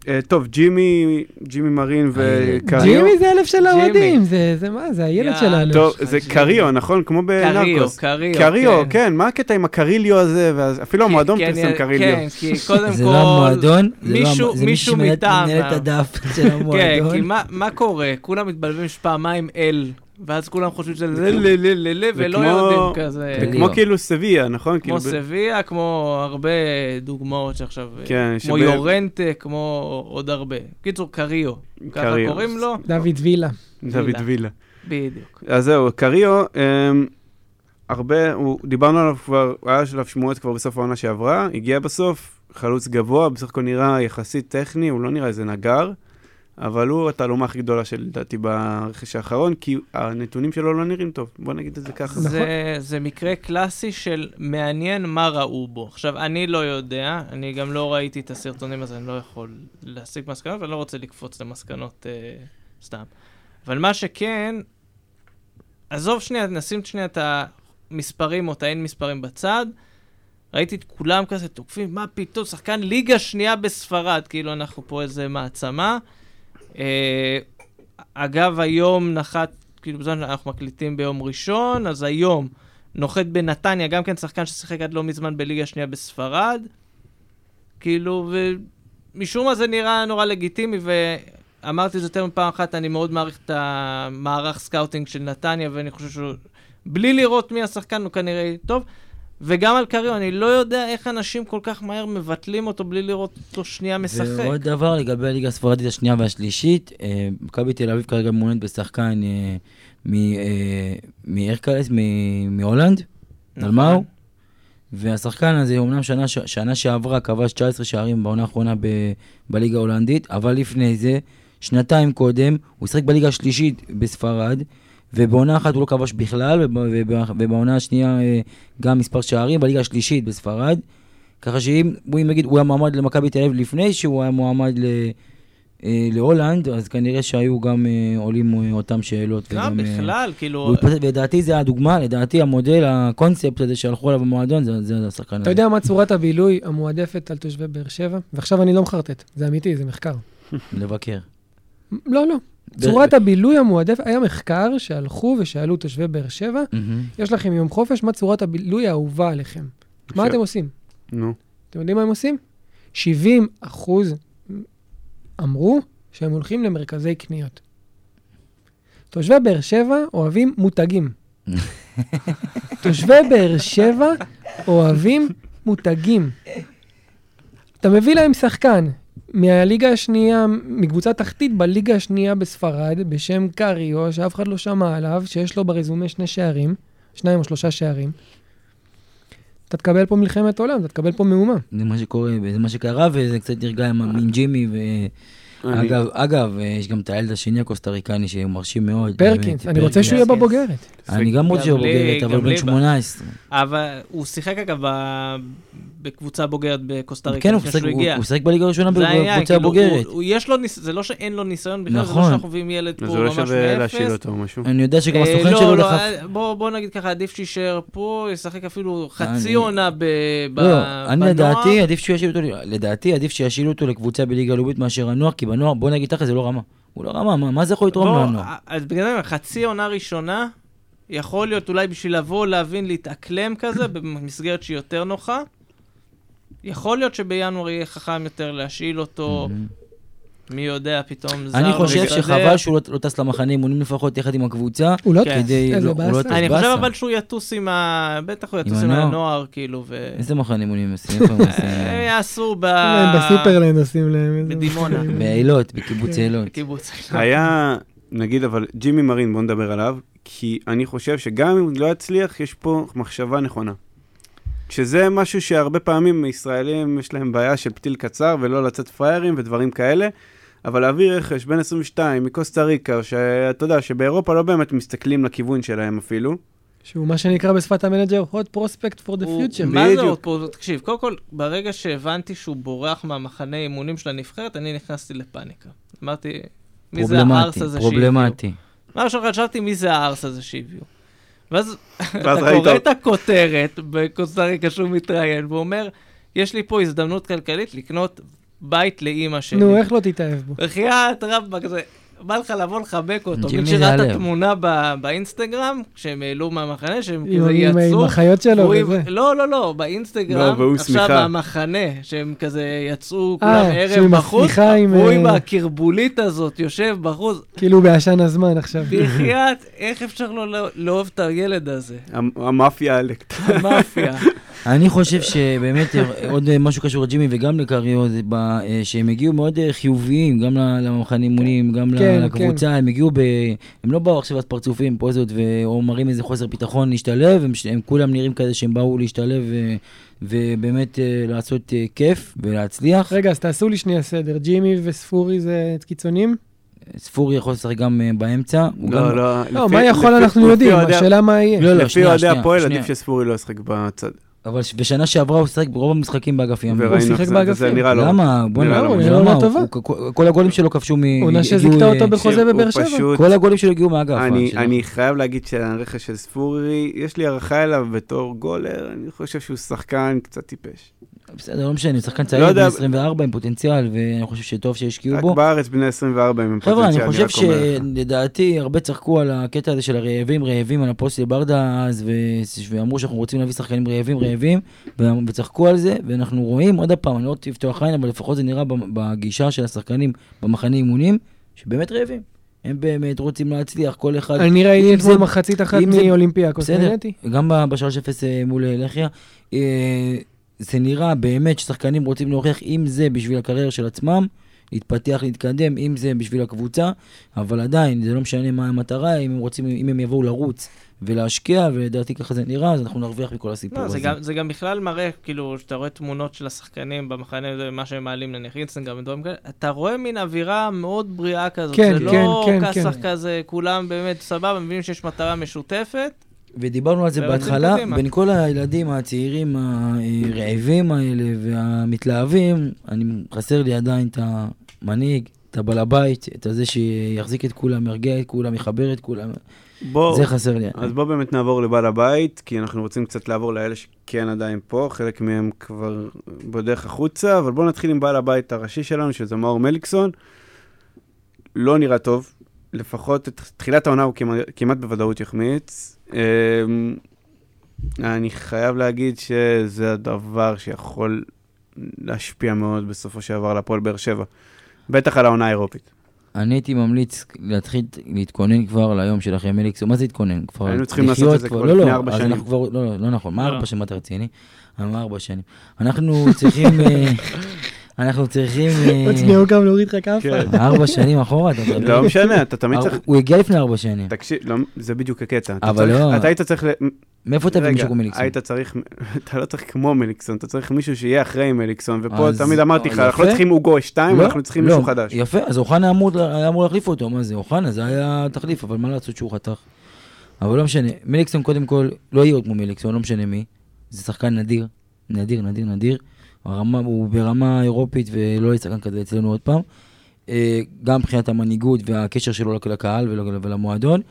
[SPEAKER 1] אה, טוב, ג'ימי, ג'ימי מרין וקריו.
[SPEAKER 2] ג'ימי זה אלף של
[SPEAKER 3] ג'ימי.
[SPEAKER 2] האוהדים, זה זה מה, זה לא אה, הילד
[SPEAKER 3] יא,
[SPEAKER 2] שלנו.
[SPEAKER 1] טוב,
[SPEAKER 3] שלך,
[SPEAKER 1] זה
[SPEAKER 3] ג'ימי.
[SPEAKER 1] קריו, נכון? כמו
[SPEAKER 3] קריו,
[SPEAKER 1] בנרקוס.
[SPEAKER 3] קריו.
[SPEAKER 1] קריו,
[SPEAKER 3] כן.
[SPEAKER 1] כן, מה הקטע עם הקריליו הזה? ואז- אפילו
[SPEAKER 3] כן,
[SPEAKER 1] המועדון
[SPEAKER 3] כן,
[SPEAKER 1] פרסם
[SPEAKER 3] כן,
[SPEAKER 1] לא קריליו.
[SPEAKER 3] כן, כי קודם כל...
[SPEAKER 4] זה לא המועדון, זה לא
[SPEAKER 3] מישהו-
[SPEAKER 4] המ- זה
[SPEAKER 3] מישהו
[SPEAKER 4] מי
[SPEAKER 3] מטעם
[SPEAKER 4] שמנהל את
[SPEAKER 3] ה-
[SPEAKER 4] הדף של
[SPEAKER 3] כן, כי
[SPEAKER 4] המועדון.
[SPEAKER 3] מה- מה קורה? כולם מתבלבלים שפעמיים אל, ואז כולם חושבים שזה ל- ל- ל- ל- ל-
[SPEAKER 1] זה
[SPEAKER 3] ולא
[SPEAKER 1] כמו-
[SPEAKER 3] יודעים כזה.
[SPEAKER 1] זה
[SPEAKER 4] קריו.
[SPEAKER 1] כמו כאילו סביה, נכון?
[SPEAKER 3] כמו
[SPEAKER 1] כאילו ב-
[SPEAKER 3] סביה, כמו הרבה דוגמאות שעכשיו...
[SPEAKER 1] כן,
[SPEAKER 3] כמו
[SPEAKER 1] שב-
[SPEAKER 3] יורנטה, כמו עוד הרבה. בקיצור, קריו. ככה
[SPEAKER 1] קריו.
[SPEAKER 3] קוראים לו?
[SPEAKER 2] דוד וילה.
[SPEAKER 1] דוד
[SPEAKER 3] וילה.
[SPEAKER 1] וילה.
[SPEAKER 3] בדיוק.
[SPEAKER 1] אז זהו, קריו, אמ, הרבה, הוא- דיברנו עליו כבר, היה שלב שמועות כבר בסוף העונה שעברה, הגיע בסוף, חלוץ גבוה, בסך הכל נראה יחסית טכני, הוא לא נראה איזה נגר, אבל הוא התעלומה הכי גדולה שלדעתי ברכש האחרון, כי הנתונים שלו לא נראים טוב, בוא נגיד את זה ככה.
[SPEAKER 3] זה, זה מקרה קלאסי של מעניין מה ראו בו. עכשיו, אני לא יודע, אני גם לא ראיתי את הסרטונים, אז אני לא יכול להסיק מסקנות, ואני לא רוצה לקפוץ למסקנות אה, סתם. אבל מה שכן, עזוב שנייה, נשים שנייה את המספרים או את האין מספרים בצד. ראיתי את כולם כזה תוקפים, מה פתאום, שחקן ליגה שנייה בספרד, כאילו אנחנו פה איזה מעצמה. אה, אגב, היום נחת, כאילו בזמן אנחנו מקליטים ביום ראשון, אז היום נוחת בנתניה, גם כן שחקן ששיחק עד לא מזמן בליגה שנייה בספרד. כאילו, ומשום מה זה נראה נורא לגיטימי, ואמרתי את זה יותר מפעם אחת, אני מאוד מעריך את המערך סקאוטינג של נתניה, ואני חושב שהוא... בלי לראות מי השחקן, הוא כנראה טוב. וגם על קריו, אני לא יודע איך אנשים כל כך מהר מבטלים אותו בלי לראות אותו שנייה משחק.
[SPEAKER 4] ועוד דבר לגבי הליגה הספרדית השנייה והשלישית, אה, מכבי תל אביב כרגע מעוניינת בשחקן אה, מ- אה, מארקלס, מ- מהולנד,
[SPEAKER 3] נכון.
[SPEAKER 4] דלמאו, והשחקן הזה, אמנם שנה, ש- שנה שעברה כבש 19 שערים בעונה האחרונה ב, בליגה ההולנדית, אבל לפני זה, שנתיים קודם, הוא שיחק בליגה השלישית בספרד, ובעונה אחת הוא לא כבש בכלל, וב, וב, ובעונה השנייה אה, גם מספר שערים, בליגה השלישית בספרד. ככה שאם, הוא, אם נגיד, הוא היה מועמד למכבי תל אביב לפני שהוא היה מועמד ל, אה, להולנד, אז כנראה שהיו גם אה, עולים אה, אותם שאלות.
[SPEAKER 3] גם
[SPEAKER 4] וגם, אה,
[SPEAKER 3] בכלל, כאילו...
[SPEAKER 4] הוא התפוצץ, ולדעתי זה הדוגמה, לדעתי המודל, הקונספט הזה שהלכו עליו במועדון, זה, זה השחקן הזה.
[SPEAKER 2] אתה יודע מה צורת הבילוי המועדפת על תושבי באר שבע? ועכשיו אני לא מחרטט, זה אמיתי, זה מחקר.
[SPEAKER 4] לבקר.
[SPEAKER 2] לא, לא. צורת הבילוי המועדפת, היה מחקר שהלכו ושאלו תושבי באר שבע,
[SPEAKER 4] מהמם.
[SPEAKER 2] יש לכם יום חופש, מה צורת הבילוי האהובה עליכם? מה
[SPEAKER 1] עכשיו-
[SPEAKER 2] אתם עושים?
[SPEAKER 1] נו,
[SPEAKER 2] אתם יודעים מה הם עושים? 70 אחוז אמרו שהם הולכים למרכזי קניות. תושבי באר שבע אוהבים מותגים. תושבי באר שבע אוהבים מותגים. אתה מביא להם שחקן מהליגה השנייה, מקבוצה תחתית בליגה השנייה בספרד, בשם קריו, שאף אחד לא שמע עליו, שיש לו ברזומה שני שערים, שניים או שלושה שערים. אתה תקבל פה מלחמת עולם, אתה תקבל פה מהומה.
[SPEAKER 4] זה מה שקורה, וזה מה שקרה, וזה קצת נרגע עם עם ג'ימי, ו...
[SPEAKER 1] אני-
[SPEAKER 4] אגב, אגב, אה, יש גם את הילד השני הקוסטריקני שהוא מרשים מאוד. באמת,
[SPEAKER 2] פרקינס, אני רוצה שהוא יהיה
[SPEAKER 3] פרקינס.
[SPEAKER 2] בבוגרת.
[SPEAKER 4] אני גם רוצה שהוא
[SPEAKER 3] גם לי-
[SPEAKER 4] בוגרת, אבל
[SPEAKER 3] גם
[SPEAKER 4] בן
[SPEAKER 3] לי בא.
[SPEAKER 4] 18.
[SPEAKER 3] אבל הוא שיחק אגב ב- בקבוצה בוגרת בקוסטה ריקה
[SPEAKER 4] כן, הוא
[SPEAKER 3] לפני
[SPEAKER 4] שיחק-
[SPEAKER 3] שהוא
[SPEAKER 4] הוא
[SPEAKER 3] הגיע.
[SPEAKER 4] הוא שיחק בליגה הראשונה
[SPEAKER 3] זה העניין,
[SPEAKER 4] בקבוצה
[SPEAKER 3] כאילו,
[SPEAKER 4] הבוגרת.
[SPEAKER 3] הוא- הוא- יש לו ניס- זה לא שאין לו ניסיון בכלל, זה לא
[SPEAKER 4] נכון.
[SPEAKER 3] שאנחנו מביאים ילד פה
[SPEAKER 1] אז
[SPEAKER 3] ממש
[SPEAKER 1] אולי
[SPEAKER 3] מאפס.
[SPEAKER 1] שווה להשאיל אותו או משהו.
[SPEAKER 4] אני יודע שגם
[SPEAKER 3] אה,
[SPEAKER 4] הסוכן
[SPEAKER 3] לא,
[SPEAKER 4] שלו
[SPEAKER 3] לא,
[SPEAKER 4] דחף...
[SPEAKER 3] אה, בוא בוא נגיד ככה, עדיף שיישאר פה, ישחק אפילו חצי
[SPEAKER 4] אה, אני-
[SPEAKER 3] עונה ב- ב-
[SPEAKER 4] לא,
[SPEAKER 3] בנוער.
[SPEAKER 4] אני לדעתי עדיף שישאילו אותו, לדעתי עדיף שישאילו אותו לקבוצה בליגה לאומית מאשר הנוער, כי בנוער, בוא נגיד ככה, זה לא רמה. הוא לא רמה, מה- מה זה יכול לתרום
[SPEAKER 3] בוא,
[SPEAKER 4] לנוער?
[SPEAKER 3] אז בגלל זה, אני אומר, חצי עונה ראשונה, יכול להיות אולי בשביל לבוא, להבין, להתאקלם כזה, במסגרת שהיא יותר נוחה. יכול להיות שבינואר יהיה חכם יותר להשאיל אותו, מי יודע, פתאום זר.
[SPEAKER 4] Mm-hmm. אני חושב
[SPEAKER 3] מסתדר.
[SPEAKER 4] שחבל שהוא לא- לא טס למחנה אימונים לפחות יחד עם הקבוצה.
[SPEAKER 2] הוא לא
[SPEAKER 3] כן.
[SPEAKER 2] טס,
[SPEAKER 4] כדי-
[SPEAKER 2] איזה
[SPEAKER 4] לא, הוא לא
[SPEAKER 2] באסה.
[SPEAKER 4] טס.
[SPEAKER 3] אני חושב
[SPEAKER 4] באסה.
[SPEAKER 3] אבל שהוא יטוס עם ה... בטח הוא
[SPEAKER 4] עם
[SPEAKER 3] יטוס עם
[SPEAKER 4] הנוער.
[SPEAKER 3] הנוער, כאילו, ו...
[SPEAKER 4] איזה מחנה אימונים עושים? איפה הם עושים?
[SPEAKER 3] הם יעשו ב...
[SPEAKER 2] להם בסופרלנד עושים להם איזה...
[SPEAKER 3] אה, בדימונה.
[SPEAKER 4] באילות, בקיבוץ אילות.
[SPEAKER 3] כן, בקיבוץ.
[SPEAKER 2] כן.
[SPEAKER 1] היה, נגיד, אבל ג'ימי מרין, בוא נדבר עליו, כי אני חושב שגם אם לא יצליח, יש פה מחשבה נכונה. שזה משהו שהרבה פעמים ישראלים יש להם בעיה של פתיל קצר ולא לצאת פראיירים ודברים כאלה, אבל להביא רכש בין 22 מקוסטה ריקה, שאתה יודע, שבאירופה לא באמת מסתכלים לכיוון שלהם אפילו.
[SPEAKER 2] שהוא מה שנקרא בשפת המנג'ר, hot prospect for the
[SPEAKER 3] הוא-
[SPEAKER 2] future.
[SPEAKER 3] מה זה
[SPEAKER 1] בדיוק.
[SPEAKER 3] עוד פה? תקשיב, קודם כל, ברגע שהבנתי שהוא בורח מהמחנה אימונים של הנבחרת, אני נכנסתי לפאניקה. אמרתי, מי זה הארס הזה שהביאו.
[SPEAKER 4] פרובלמטי.
[SPEAKER 3] מה ראשון חשבתי, מי זה הארס הזה שהביאו. ואז
[SPEAKER 1] ואז
[SPEAKER 3] אתה
[SPEAKER 1] ראית
[SPEAKER 3] קורא
[SPEAKER 1] אותו.
[SPEAKER 3] את הכותרת בקוסטה ריקה שהוא מתראיין, ואומר, יש לי פה הזדמנות כלכלית לקנות בית לאימא שלי.
[SPEAKER 2] נו, איך לא תתאהב בו?
[SPEAKER 3] בחייאת רבאק, זה... בא לך לבוא לחבק אותו.
[SPEAKER 4] ג'ימי
[SPEAKER 3] מי
[SPEAKER 4] זה
[SPEAKER 3] שראה את
[SPEAKER 4] הלב.
[SPEAKER 3] התמונה ב- באינסטגרם, כשהם העלו מהמחנה, שהם
[SPEAKER 2] עם-
[SPEAKER 3] כזה
[SPEAKER 2] עם- עם
[SPEAKER 3] יצאו.
[SPEAKER 2] החיות שלו
[SPEAKER 3] הוא עם-
[SPEAKER 2] וזה.
[SPEAKER 3] לא, לא, לא,
[SPEAKER 1] לא, והוא
[SPEAKER 3] באינסטגרם, עכשיו
[SPEAKER 1] שמיכה.
[SPEAKER 3] במחנה, שהם כזה יצאו
[SPEAKER 2] אה,
[SPEAKER 3] כולם
[SPEAKER 2] שהוא עם
[SPEAKER 3] ערב בחוץ,
[SPEAKER 2] השמיכה עם,
[SPEAKER 3] הוא
[SPEAKER 2] אה,
[SPEAKER 3] עם הקרבולית הזאת, יושב בחוץ,
[SPEAKER 2] כאילו בעשן הזמן עכשיו.
[SPEAKER 3] בחייאת, איך אפשר לא לא- לאהוב את הילד הזה?
[SPEAKER 1] המ- המאפיה אלקט.
[SPEAKER 3] המאפיה.
[SPEAKER 4] אני חושב שבאמת אה, עוד אה, משהו קשור לג'ימי וגם לקריו, זה ב- אה, שהם הגיעו מאוד אה, חיוביים, גם ל- למחנה אימונים, גם ל-
[SPEAKER 2] כן,
[SPEAKER 4] לקבוצה, הם הגיעו ב... הם לא באו עכשיו אז פרצופים, פוזות, ו- או מראים איזה חוסר ביטחון להשתלב, הם ש- הם כולם נראים כזה שהם באו להשתלב אה, ובאמת אה, לעשות אה, כיף ולהצליח.
[SPEAKER 2] רגע, אז תעשו לי שנייה סדר. ג'ימי וספורי זה קיצונים?
[SPEAKER 4] ספורי יכול לשחק גם אה, באמצע. הוא גם-
[SPEAKER 1] לא, לא.
[SPEAKER 2] לא,
[SPEAKER 1] לפי-
[SPEAKER 2] מה יכול
[SPEAKER 1] לפי-
[SPEAKER 2] אנחנו
[SPEAKER 1] לפי
[SPEAKER 2] יודעים,
[SPEAKER 1] אוהדי-
[SPEAKER 2] השאלה מה יהיה.
[SPEAKER 4] לא,
[SPEAKER 1] לפי
[SPEAKER 4] שנייה,
[SPEAKER 1] אוהדי
[SPEAKER 4] שנייה,
[SPEAKER 1] הפועל
[SPEAKER 4] שנייה.
[SPEAKER 1] עדיף שספורי לא ישחק בצד.
[SPEAKER 4] אבל ש- בשנה שעברה הוא שיחק ברוב המשחקים באגפים.
[SPEAKER 1] וראינו
[SPEAKER 2] שיחק
[SPEAKER 1] איך זה-
[SPEAKER 2] באגפים.
[SPEAKER 1] זה נראה לא.
[SPEAKER 4] למה?
[SPEAKER 1] נראה
[SPEAKER 4] בוא'נה,
[SPEAKER 1] לו
[SPEAKER 4] הוא-
[SPEAKER 1] מוזר.
[SPEAKER 4] למה?
[SPEAKER 2] לא טובה.
[SPEAKER 4] הוא- כל- כל הגולים שלו כבשו מ...
[SPEAKER 2] עונה
[SPEAKER 4] הגיעו,
[SPEAKER 2] שזיכתה
[SPEAKER 4] אה,
[SPEAKER 2] אותו בחוזה
[SPEAKER 1] הוא
[SPEAKER 2] בבאר שבע.
[SPEAKER 1] פשוט-
[SPEAKER 4] כל הגולים שלו הגיעו מהאגף.
[SPEAKER 1] אני,
[SPEAKER 4] השאלה.
[SPEAKER 1] אני חייב להגיד שהרכש של ספורי, יש לי הערכה אליו בתור גולר, אני חושב שהוא שחקן קצת טיפש.
[SPEAKER 4] בסדר, לא משנה, הוא שחקן
[SPEAKER 1] לא
[SPEAKER 4] צעיר,
[SPEAKER 1] יודע,
[SPEAKER 4] בן
[SPEAKER 1] אבל-
[SPEAKER 4] 24 עם פוטנציאל, ואני חושב שטוב שהשקיעו
[SPEAKER 1] רק
[SPEAKER 4] בו.
[SPEAKER 1] בארץ בני 24 הם עם פוטנציאל,
[SPEAKER 4] חבר'ה, אני חושב
[SPEAKER 1] רק אומר לך.
[SPEAKER 4] שלדעתי הרבה צחקו על הקטע הזה של הרעבים, רעבים, על הפוסט של ברדה אז, ו- ואמרו שאנחנו רוצים להביא שחקנים רעבים, רעבים, ו- וצחקו על זה, ואנחנו רואים, עוד פעם, אני לא רוצה לפתוח עין, אבל לפחות זה נראה ב- בגישה של השחקנים במחנה אימונים, שבאמת רעבים. הם באמת רוצים להצליח, כל אחד...
[SPEAKER 2] אני ראיתי
[SPEAKER 4] אם
[SPEAKER 2] את זה מחצית אחת
[SPEAKER 4] אם זה-
[SPEAKER 2] מאולימפיאקוס,
[SPEAKER 4] בסדר,
[SPEAKER 2] נהניתי.
[SPEAKER 4] גם ב- בשלוש אפס אה, מול אה, לחיה. אה, זה נראה באמת ששחקנים רוצים להוכיח אם זה בשביל הקריירה של עצמם, להתפתח, להתקדם, אם זה בשביל הקבוצה, אבל עדיין, זה לא משנה מה המטרה, אם הם רוצים, אם הם יבואו לרוץ ולהשקיע, ולדעתי ככה זה נראה, אז אנחנו נרוויח מכל הסיפור
[SPEAKER 3] לא,
[SPEAKER 4] הזה.
[SPEAKER 3] זה גם- זה גם בכלל מראה, כאילו, שאתה רואה תמונות של השחקנים במחנה, זה מה שהם מעלים נניח אינסטגרם ודברים כאלה, אתה רואה מין אווירה מאוד בריאה כזאת.
[SPEAKER 2] כן,
[SPEAKER 3] זה
[SPEAKER 2] כן,
[SPEAKER 3] לא
[SPEAKER 2] כן,
[SPEAKER 3] כסח
[SPEAKER 2] כן.
[SPEAKER 3] כזה, כולם באמת סבבה, מבינים שיש מטרה משותפת.
[SPEAKER 4] ודיברנו על זה
[SPEAKER 3] ורצים
[SPEAKER 4] בהתחלה,
[SPEAKER 3] קדימה.
[SPEAKER 4] בין כל הילדים הצעירים הרעבים האלה והמתלהבים, אני חסר לי עדיין את המנהיג, את הבעל הבית, את הזה שיחזיק את כולם, ירגיע את כולם, יחבר את כולם,
[SPEAKER 1] בוא,
[SPEAKER 4] זה חסר לי.
[SPEAKER 1] אז בוא באמת נעבור לבעל הבית, כי אנחנו רוצים קצת לעבור לאלה שכן עדיין פה, חלק מהם כבר בדרך החוצה, אבל בואו נתחיל עם בעל הבית הראשי שלנו, שזה מאור מליקסון. לא נראה טוב, לפחות את תחילת העונה הוא כמעט, כמעט בוודאות יחמיץ. אמ, אני חייב להגיד שזה הדבר שיכול להשפיע מאוד בסופו של דבר על הפועל באר שבע. בטח על העונה האירופית.
[SPEAKER 4] אני הייתי ממליץ להתחיל להתכונן כבר ליום של אחרי מליקסון. מה זה להתכונן? כבר
[SPEAKER 1] היינו צריכים לעשות
[SPEAKER 4] לחיות
[SPEAKER 1] את זה כבר
[SPEAKER 4] לא,
[SPEAKER 1] לפני
[SPEAKER 4] לא,
[SPEAKER 1] ארבע
[SPEAKER 4] אז
[SPEAKER 1] שנים.
[SPEAKER 4] אנחנו כבר, לא, לא, לא נכון. מה
[SPEAKER 3] לא.
[SPEAKER 4] ארבע שנים? מה אתה רציני? אה, מה ארבע שנים? אנחנו צריכים... אה, אנחנו צריכים... אה,
[SPEAKER 2] עוד שנייה הוא גם להוריד לך כאפה.
[SPEAKER 1] כן.
[SPEAKER 4] ארבע שנים אחורה, אתה מדבר?
[SPEAKER 1] לא משנה, אתה תמיד צריך...
[SPEAKER 4] אר- אה, הוא הגיע לפני ארבע שנים.
[SPEAKER 1] תקשיב, לא, זה בדיוק הקטע. אתה
[SPEAKER 4] אבל
[SPEAKER 1] צריך-
[SPEAKER 4] לא-
[SPEAKER 1] אתה היית צריך... ל-
[SPEAKER 4] מאיפה אתה מביא לא מישהו כמו מליקסון?
[SPEAKER 1] היית צריך, אתה לא צריך כמו מליקסון, אתה צריך מישהו שיהיה אחרי מליקסון, ופה
[SPEAKER 4] אז-
[SPEAKER 1] תמיד אמרתי לך,
[SPEAKER 4] יפה.
[SPEAKER 1] אנחנו לא צריכים אוגו 2,
[SPEAKER 4] לא,
[SPEAKER 1] אנחנו צריכים
[SPEAKER 4] לא,
[SPEAKER 1] מישהו חדש.
[SPEAKER 4] יפה, אז אוחנה אמור- היה אמור להחליף אותו, מה זה אוחנה? זה היה תחליף, אבל מה לעשות שהוא חתך? אבל לא משנה, מליקסון קודם כל, לא יהיה עוד כמו מליקסון, לא משנה מי. זה שחקן נדיר, נדיר, נדיר, נדיר. הרמה, הוא ברמה אירופית ולא יהיה שחקן כזה אצלנו עוד פעם. אה, גם מבחינת המנהיגות והקשר שלו לק- לקהל ול- ולמועדון.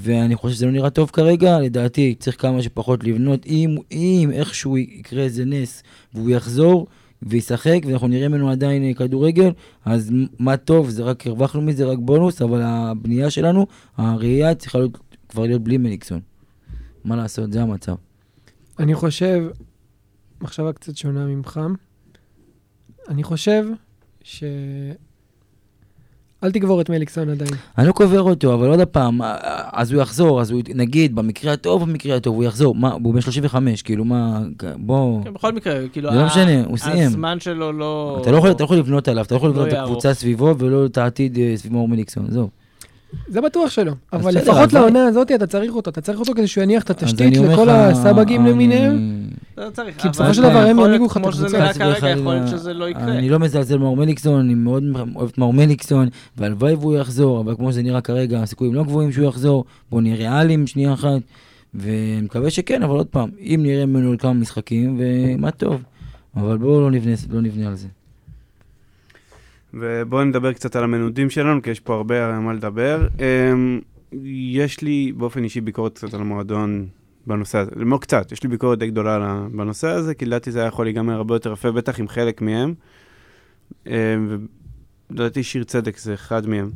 [SPEAKER 4] ואני חושב שזה לא נראה טוב כרגע, לדעתי צריך כמה שפחות לבנות, אם, אם איכשהו יקרה איזה נס והוא יחזור וישחק ואנחנו נראה ממנו עדיין אה, כדורגל, אז מ- מה טוב, זה רק הרווחנו מזה, רק בונוס, אבל הבנייה שלנו, הראייה צריכה להיות, כבר להיות בלי מליקסון. מה לעשות, זה המצב.
[SPEAKER 2] אני חושב, מחשבה קצת שונה ממך, אני חושב ש... אל תגבור את מליקסון עדיין.
[SPEAKER 4] אני לא קובר אותו, אבל עוד פעם, אה, אה, אז הוא יחזור, אז הוא, ית- נגיד, במקרה הטוב, במקרה הטוב, הוא יחזור, מה, הוא בן 35, כאילו, מה, בוא...
[SPEAKER 3] כן, בכל מקרה, כאילו,
[SPEAKER 4] זה לא
[SPEAKER 3] ה-
[SPEAKER 4] משנה, הוא סיים.
[SPEAKER 3] הזמן שלו לא...
[SPEAKER 4] אתה לא יכול, אתה לא יכול לבנות עליו, אתה לא יכול
[SPEAKER 3] לא
[SPEAKER 4] לבנות את
[SPEAKER 3] יהיה
[SPEAKER 4] הקבוצה סביבו ולא את העתיד אה, סביב מאור מליקסון, זהו.
[SPEAKER 2] זה בטוח שלא, אבל
[SPEAKER 4] בסדר,
[SPEAKER 2] לפחות
[SPEAKER 4] אבל-
[SPEAKER 2] לעונה הזאת אתה צריך אותו, אתה צריך אותו כדי שהוא יניח את
[SPEAKER 4] אז אני
[SPEAKER 2] התשתית
[SPEAKER 4] אומר
[SPEAKER 2] לכל
[SPEAKER 4] לך,
[SPEAKER 2] הסבגים
[SPEAKER 4] אני-
[SPEAKER 2] למיניהם.
[SPEAKER 3] לא צריך,
[SPEAKER 2] כי
[SPEAKER 3] אבל
[SPEAKER 2] בסופו
[SPEAKER 4] של
[SPEAKER 3] יכול
[SPEAKER 4] דבר הם
[SPEAKER 3] להיות,
[SPEAKER 2] ינהיגו לך את
[SPEAKER 3] כמו שזה
[SPEAKER 2] הקבוצה.
[SPEAKER 3] נראה
[SPEAKER 4] חס
[SPEAKER 3] לא כרגע,
[SPEAKER 4] וחלילה,
[SPEAKER 3] יכול להיות שזה לא יקרה.
[SPEAKER 4] אני לא מזלזל במאור מליקסון, אני מאוד אוהב את מאור מליקסון, והלוואי והוא יחזור, אבל כמו שזה נראה כרגע, הסיכויים לא גבוהים שהוא יחזור, בואו נהיה ריאליים שנייה אחת, ומקווה שכן, אבל עוד פעם, אם נראה ממנו עוד כמה משחקים, ומה טוב. אבל בואו לא נבנה, לא נבנה על זה.
[SPEAKER 1] ובואו נדבר קצת על המנודים שלנו, כי יש פה הרבה על מה לדבר. אמ, יש לי באופן אישי ביקורת קצת על המועדון בנושא הזה, לא קצת, יש לי ביקורת די גדולה על ה- בנושא הזה, כי לדעתי זה היה יכול להיגמר הרבה יותר יפה, בטח עם חלק מהם. אמ, ולדעתי שיר צדק זה אחד מהם.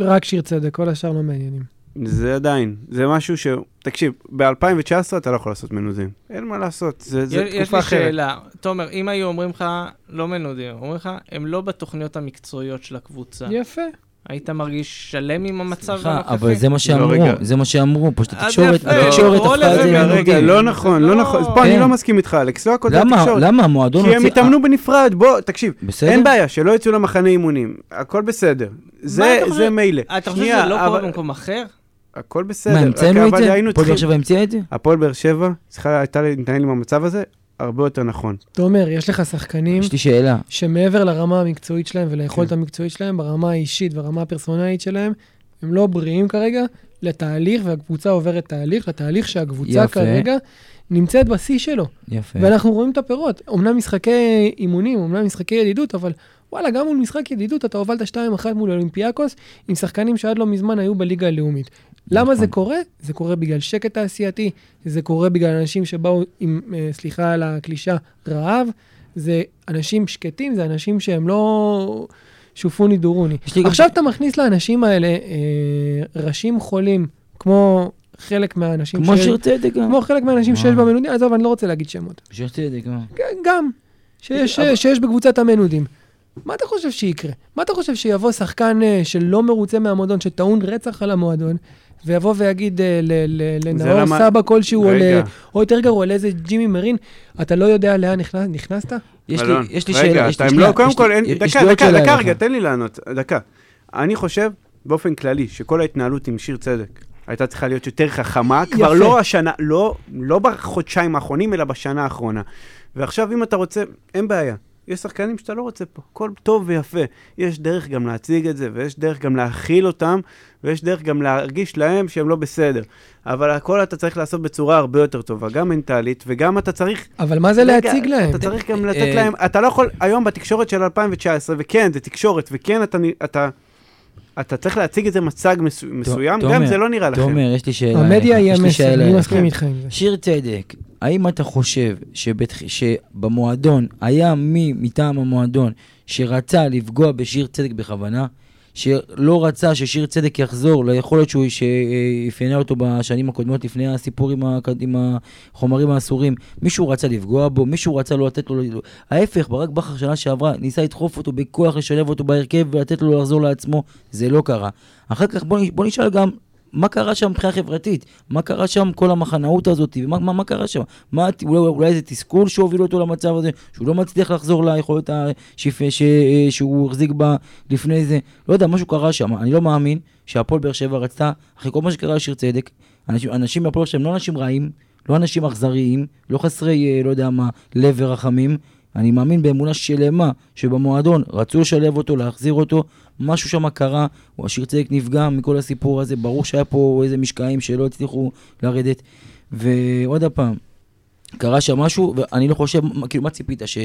[SPEAKER 2] רק שיר צדק, כל השאר לא מעניינים.
[SPEAKER 1] זה עדיין, זה משהו ש... תקשיב, ב-2019 אתה לא יכול לעשות מנודים. אין מה לעשות, זה, זה
[SPEAKER 3] יש
[SPEAKER 1] תקופה
[SPEAKER 3] לי
[SPEAKER 1] אחרת.
[SPEAKER 3] שאלה, תומר, אם היו אומרים לך, לא מנודים, אומרים לך, הם לא בתוכניות המקצועיות של הקבוצה,
[SPEAKER 2] יפה.
[SPEAKER 3] היית מרגיש שלם עם המצב
[SPEAKER 4] סליחה,
[SPEAKER 3] הנוכחי?
[SPEAKER 4] אבל זה מה שאמרו,
[SPEAKER 1] לא, רגע.
[SPEAKER 4] זה מה שאמרו, פשוט
[SPEAKER 3] אז
[SPEAKER 4] התקשורת,
[SPEAKER 3] יפה, לא,
[SPEAKER 4] התקשורת
[SPEAKER 3] כל
[SPEAKER 4] הפכה את
[SPEAKER 3] הזמן,
[SPEAKER 4] זה
[SPEAKER 1] רגע, רגע,
[SPEAKER 4] למנודים.
[SPEAKER 1] לא נכון,
[SPEAKER 3] לא.
[SPEAKER 1] לא נכון. פה אני
[SPEAKER 4] כן.
[SPEAKER 1] לא מסכים איתך, אלכס, לא הכל זה
[SPEAKER 4] למה,
[SPEAKER 1] התקשורת.
[SPEAKER 4] למה המועדון
[SPEAKER 1] כי הם
[SPEAKER 4] הוציא- אה,
[SPEAKER 1] התאמנו בנפרד, בוא, תקשיב,
[SPEAKER 4] בסדר?
[SPEAKER 1] אין בעיה, שלא יצאו למחנה אימונים, הכל בסדר. זה
[SPEAKER 3] אתה חושב?
[SPEAKER 1] זה מילא.
[SPEAKER 3] אתה חושב
[SPEAKER 1] שנייה,
[SPEAKER 3] שזה לא קורה
[SPEAKER 1] אבל-
[SPEAKER 3] במקום אחר?
[SPEAKER 1] הכל בסדר.
[SPEAKER 4] מה,
[SPEAKER 1] רק
[SPEAKER 4] המצאנו את
[SPEAKER 1] אבל
[SPEAKER 4] זה?
[SPEAKER 1] היינו
[SPEAKER 4] פועל באר
[SPEAKER 1] צריכים-
[SPEAKER 4] שבע המציאה את זה?
[SPEAKER 1] הפועל באר שבע צריכה הייתה להתנהל עם המצב הזה הרבה יותר נכון.
[SPEAKER 2] תומר, יש לך שחקנים
[SPEAKER 4] יש לי שאלה.
[SPEAKER 2] שמעבר לרמה המקצועית שלהם וליכולת
[SPEAKER 1] כן.
[SPEAKER 2] המקצועית שלהם, ברמה האישית והרמה הפרסונלית שלהם, הם לא בריאים כרגע לתהליך, והקבוצה עוברת תהליך, לתהליך שהקבוצה
[SPEAKER 4] יפה.
[SPEAKER 2] כרגע נמצאת בשיא שלו.
[SPEAKER 4] יפה.
[SPEAKER 2] ואנחנו רואים את הפירות. אמנם משחקי אימונים, אמנם משחקי ידידות, אבל וואלה, גם מול משחק ידידות אתה הובלת 2-1 מול אולימפיאקוס, עם שחקנים שעד לא מזמן היו בליגה הלאומית. למה
[SPEAKER 4] נכון.
[SPEAKER 2] זה קורה? זה קורה בגלל שקט תעשייתי, זה קורה בגלל אנשים שבאו עם, אה, סליחה על הקלישה, רעב, זה אנשים שקטים, זה אנשים שהם לא שופוני דורוני.
[SPEAKER 4] יש לי גם-
[SPEAKER 2] עכשיו אתה מכניס לאנשים האלה אה, ראשים חולים, כמו חלק מהאנשים
[SPEAKER 4] כמו אה.
[SPEAKER 2] ש-
[SPEAKER 4] שיר צדק גם.
[SPEAKER 2] כמו חלק מהאנשים שיש
[SPEAKER 4] וואו.
[SPEAKER 2] במנודים, עזוב, אני לא רוצה להגיד שמות.
[SPEAKER 4] שיר צדק גם.
[SPEAKER 2] כן, גם, שיש, אה,
[SPEAKER 4] אבל-
[SPEAKER 2] שיש בקבוצת המנודים. מה אתה חושב שיקרה? מה אתה חושב שיבוא שחקן אה, שלא מרוצה מהמועדון, שטעון רצח על המועדון, ויבוא ויגיד אה, ל- ל- לנאור
[SPEAKER 1] למה-
[SPEAKER 2] סבא כלשהו, או,
[SPEAKER 1] רגע.
[SPEAKER 2] ל- או יותר גרוע, לאיזה ג'ימי מרין, אתה לא יודע לאן נכנס, נכנסת?
[SPEAKER 4] יש לי-
[SPEAKER 1] אלון,
[SPEAKER 4] יש לי
[SPEAKER 1] רגע,
[SPEAKER 4] שאלה. יש
[SPEAKER 1] אתה
[SPEAKER 4] לי
[SPEAKER 1] עם
[SPEAKER 4] שנייה,
[SPEAKER 1] לא, קודם
[SPEAKER 4] יש לי-
[SPEAKER 1] כל, אין-
[SPEAKER 4] יש לי
[SPEAKER 1] דקה,
[SPEAKER 4] עוד
[SPEAKER 1] דקה,
[SPEAKER 4] שאלה
[SPEAKER 1] דקה,
[SPEAKER 4] אליך.
[SPEAKER 1] רגע, תן לי לענות, דקה. אני חושב, באופן כללי, שכל ההתנהלות עם שיר צדק הייתה צריכה להיות יותר חכמה, כבר לא השנה, לא, לא בחודשיים האחרונים, אלא בשנה האחרונה. ועכשיו, אם אתה רוצה, אין בעיה. יש שחקנים שאתה לא רוצה פה, הכל טוב ויפה. יש דרך גם להציג את זה, ויש דרך גם להכיל אותם, ויש דרך גם להרגיש להם שהם לא בסדר. אבל הכל אתה צריך לעשות בצורה הרבה יותר טובה, גם מנטלית, וגם אתה צריך
[SPEAKER 2] אבל מה זה
[SPEAKER 1] רגע,
[SPEAKER 2] להציג להם?
[SPEAKER 1] אתה צריך גם
[SPEAKER 4] אה,
[SPEAKER 1] לתת
[SPEAKER 4] אה,
[SPEAKER 1] להם, אתה לא יכול, היום בתקשורת של 2019, וכן, זה תקשורת, וכן, אתה נ- אתה... אתה צריך להציג איזה מצג מסו- מסוים, גם
[SPEAKER 4] תומר,
[SPEAKER 1] זה לא נראה לכם.
[SPEAKER 4] תומר, יש לי שאלה.
[SPEAKER 2] המדיה
[SPEAKER 4] אליך,
[SPEAKER 2] היא
[SPEAKER 4] אה, יש לי
[SPEAKER 2] המסר,
[SPEAKER 4] שאלה
[SPEAKER 2] אני
[SPEAKER 4] אליך.
[SPEAKER 2] מסכים איתך עם זה.
[SPEAKER 4] שיר צדק, האם אתה חושב שבתח... שבמועדון היה מי מטעם המועדון שרצה לפגוע בשיר צדק בכוונה? שלא רצה ששיר צדק יחזור ליכולת שהוא שאפיינה אותו בשנים הקודמות לפני הסיפור עם, הקד... עם החומרים האסורים. מישהו רצה לפגוע בו, מישהו רצה לא לתת לו... ההפך, ברק בכר שנה שעברה ניסה לדחוף אותו בכוח, לשלב אותו בהרכב ולתת לו לחזור לעצמו, זה לא קרה. אחר כך בוא, נש- בוא נשאל גם מה קרה שם מבחינה חברתית? מה קרה שם כל המחנאות הזאת? ומה, מה, מה קרה שם? מה, הת- אולי, אולי זה תסכול שהוביל אותו למצב הזה? שהוא לא מצליח לחזור ליכולת השפ... ש... אה, שהוא החזיק בה לפני זה? לא יודע, משהו קרה שם. אני לא מאמין שהפועל באר שבע רצתה, אחרי כל מה שקרה לשיר צדק, אנשים, אנשים מהפועל באר שבע הם לא אנשים רעים, לא אנשים אכזריים, לא חסרי, אה, לא יודע מה, לב ורחמים. אני מאמין באמונה שלמה שבמועדון רצו לשלב אותו, להחזיר אותו, משהו שם קרה, או השיר צדק נפגע מכל הסיפור הזה, ברור שהיה פה איזה משקעים שלא הצליחו לרדת. ועוד פעם, קרה שם משהו, ואני לא חושב, מה- כאילו, מה ציפית? ש-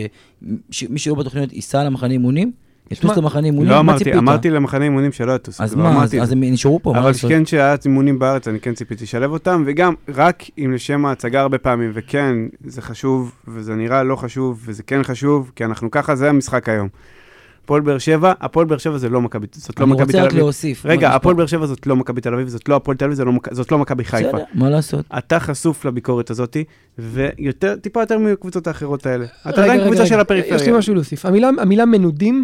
[SPEAKER 4] שמי שלא בתוכניות ייסע למחנה אימונים? יטוס
[SPEAKER 2] שמע,
[SPEAKER 4] למחנה אימונים?
[SPEAKER 1] לא
[SPEAKER 4] מה
[SPEAKER 1] אמרתי,
[SPEAKER 4] ציפית?
[SPEAKER 1] אמרתי למחנה אימונים שלא יטוס.
[SPEAKER 4] אז
[SPEAKER 1] לא
[SPEAKER 4] מה, אז
[SPEAKER 1] אמרתי את
[SPEAKER 4] אז
[SPEAKER 1] זה.
[SPEAKER 4] הם נשארו פה, מה
[SPEAKER 1] אבל
[SPEAKER 4] לעשות?
[SPEAKER 1] כן שהיה אימונים בארץ, אני כן ציפיתי לשלב אותם, וגם רק אם לשם ההצגה הרבה פעמים, וכן, זה חשוב, וזה נראה לא חשוב, וזה כן חשוב, כי אנחנו ככה, זה המשחק היום. הפועל באר שבע, הפועל באר שבע זה לא מכבי, זאת לא
[SPEAKER 4] אני
[SPEAKER 1] מכבי תל
[SPEAKER 4] רוצה רק
[SPEAKER 1] אביב.
[SPEAKER 4] להוסיף.
[SPEAKER 1] רגע,
[SPEAKER 4] מה,
[SPEAKER 1] הפועל באר שבע זאת לא מכבי תל אביב, זאת לא הפועל תל אביב, זה לא מכ- זאת לא מכבי חיפה.
[SPEAKER 4] בסדר, מה לעשות?
[SPEAKER 1] אתה חשוף לביקורת הזאת, ויותר, טיפה יותר מהקבוצות האחרות האלה. אתה
[SPEAKER 2] רגע,
[SPEAKER 1] עדיין
[SPEAKER 2] רגע,
[SPEAKER 1] קבוצה
[SPEAKER 2] רגע.
[SPEAKER 1] של
[SPEAKER 2] יש לי
[SPEAKER 1] הפריפריה.
[SPEAKER 2] משהו להוסיף. המילה, המילה מנודים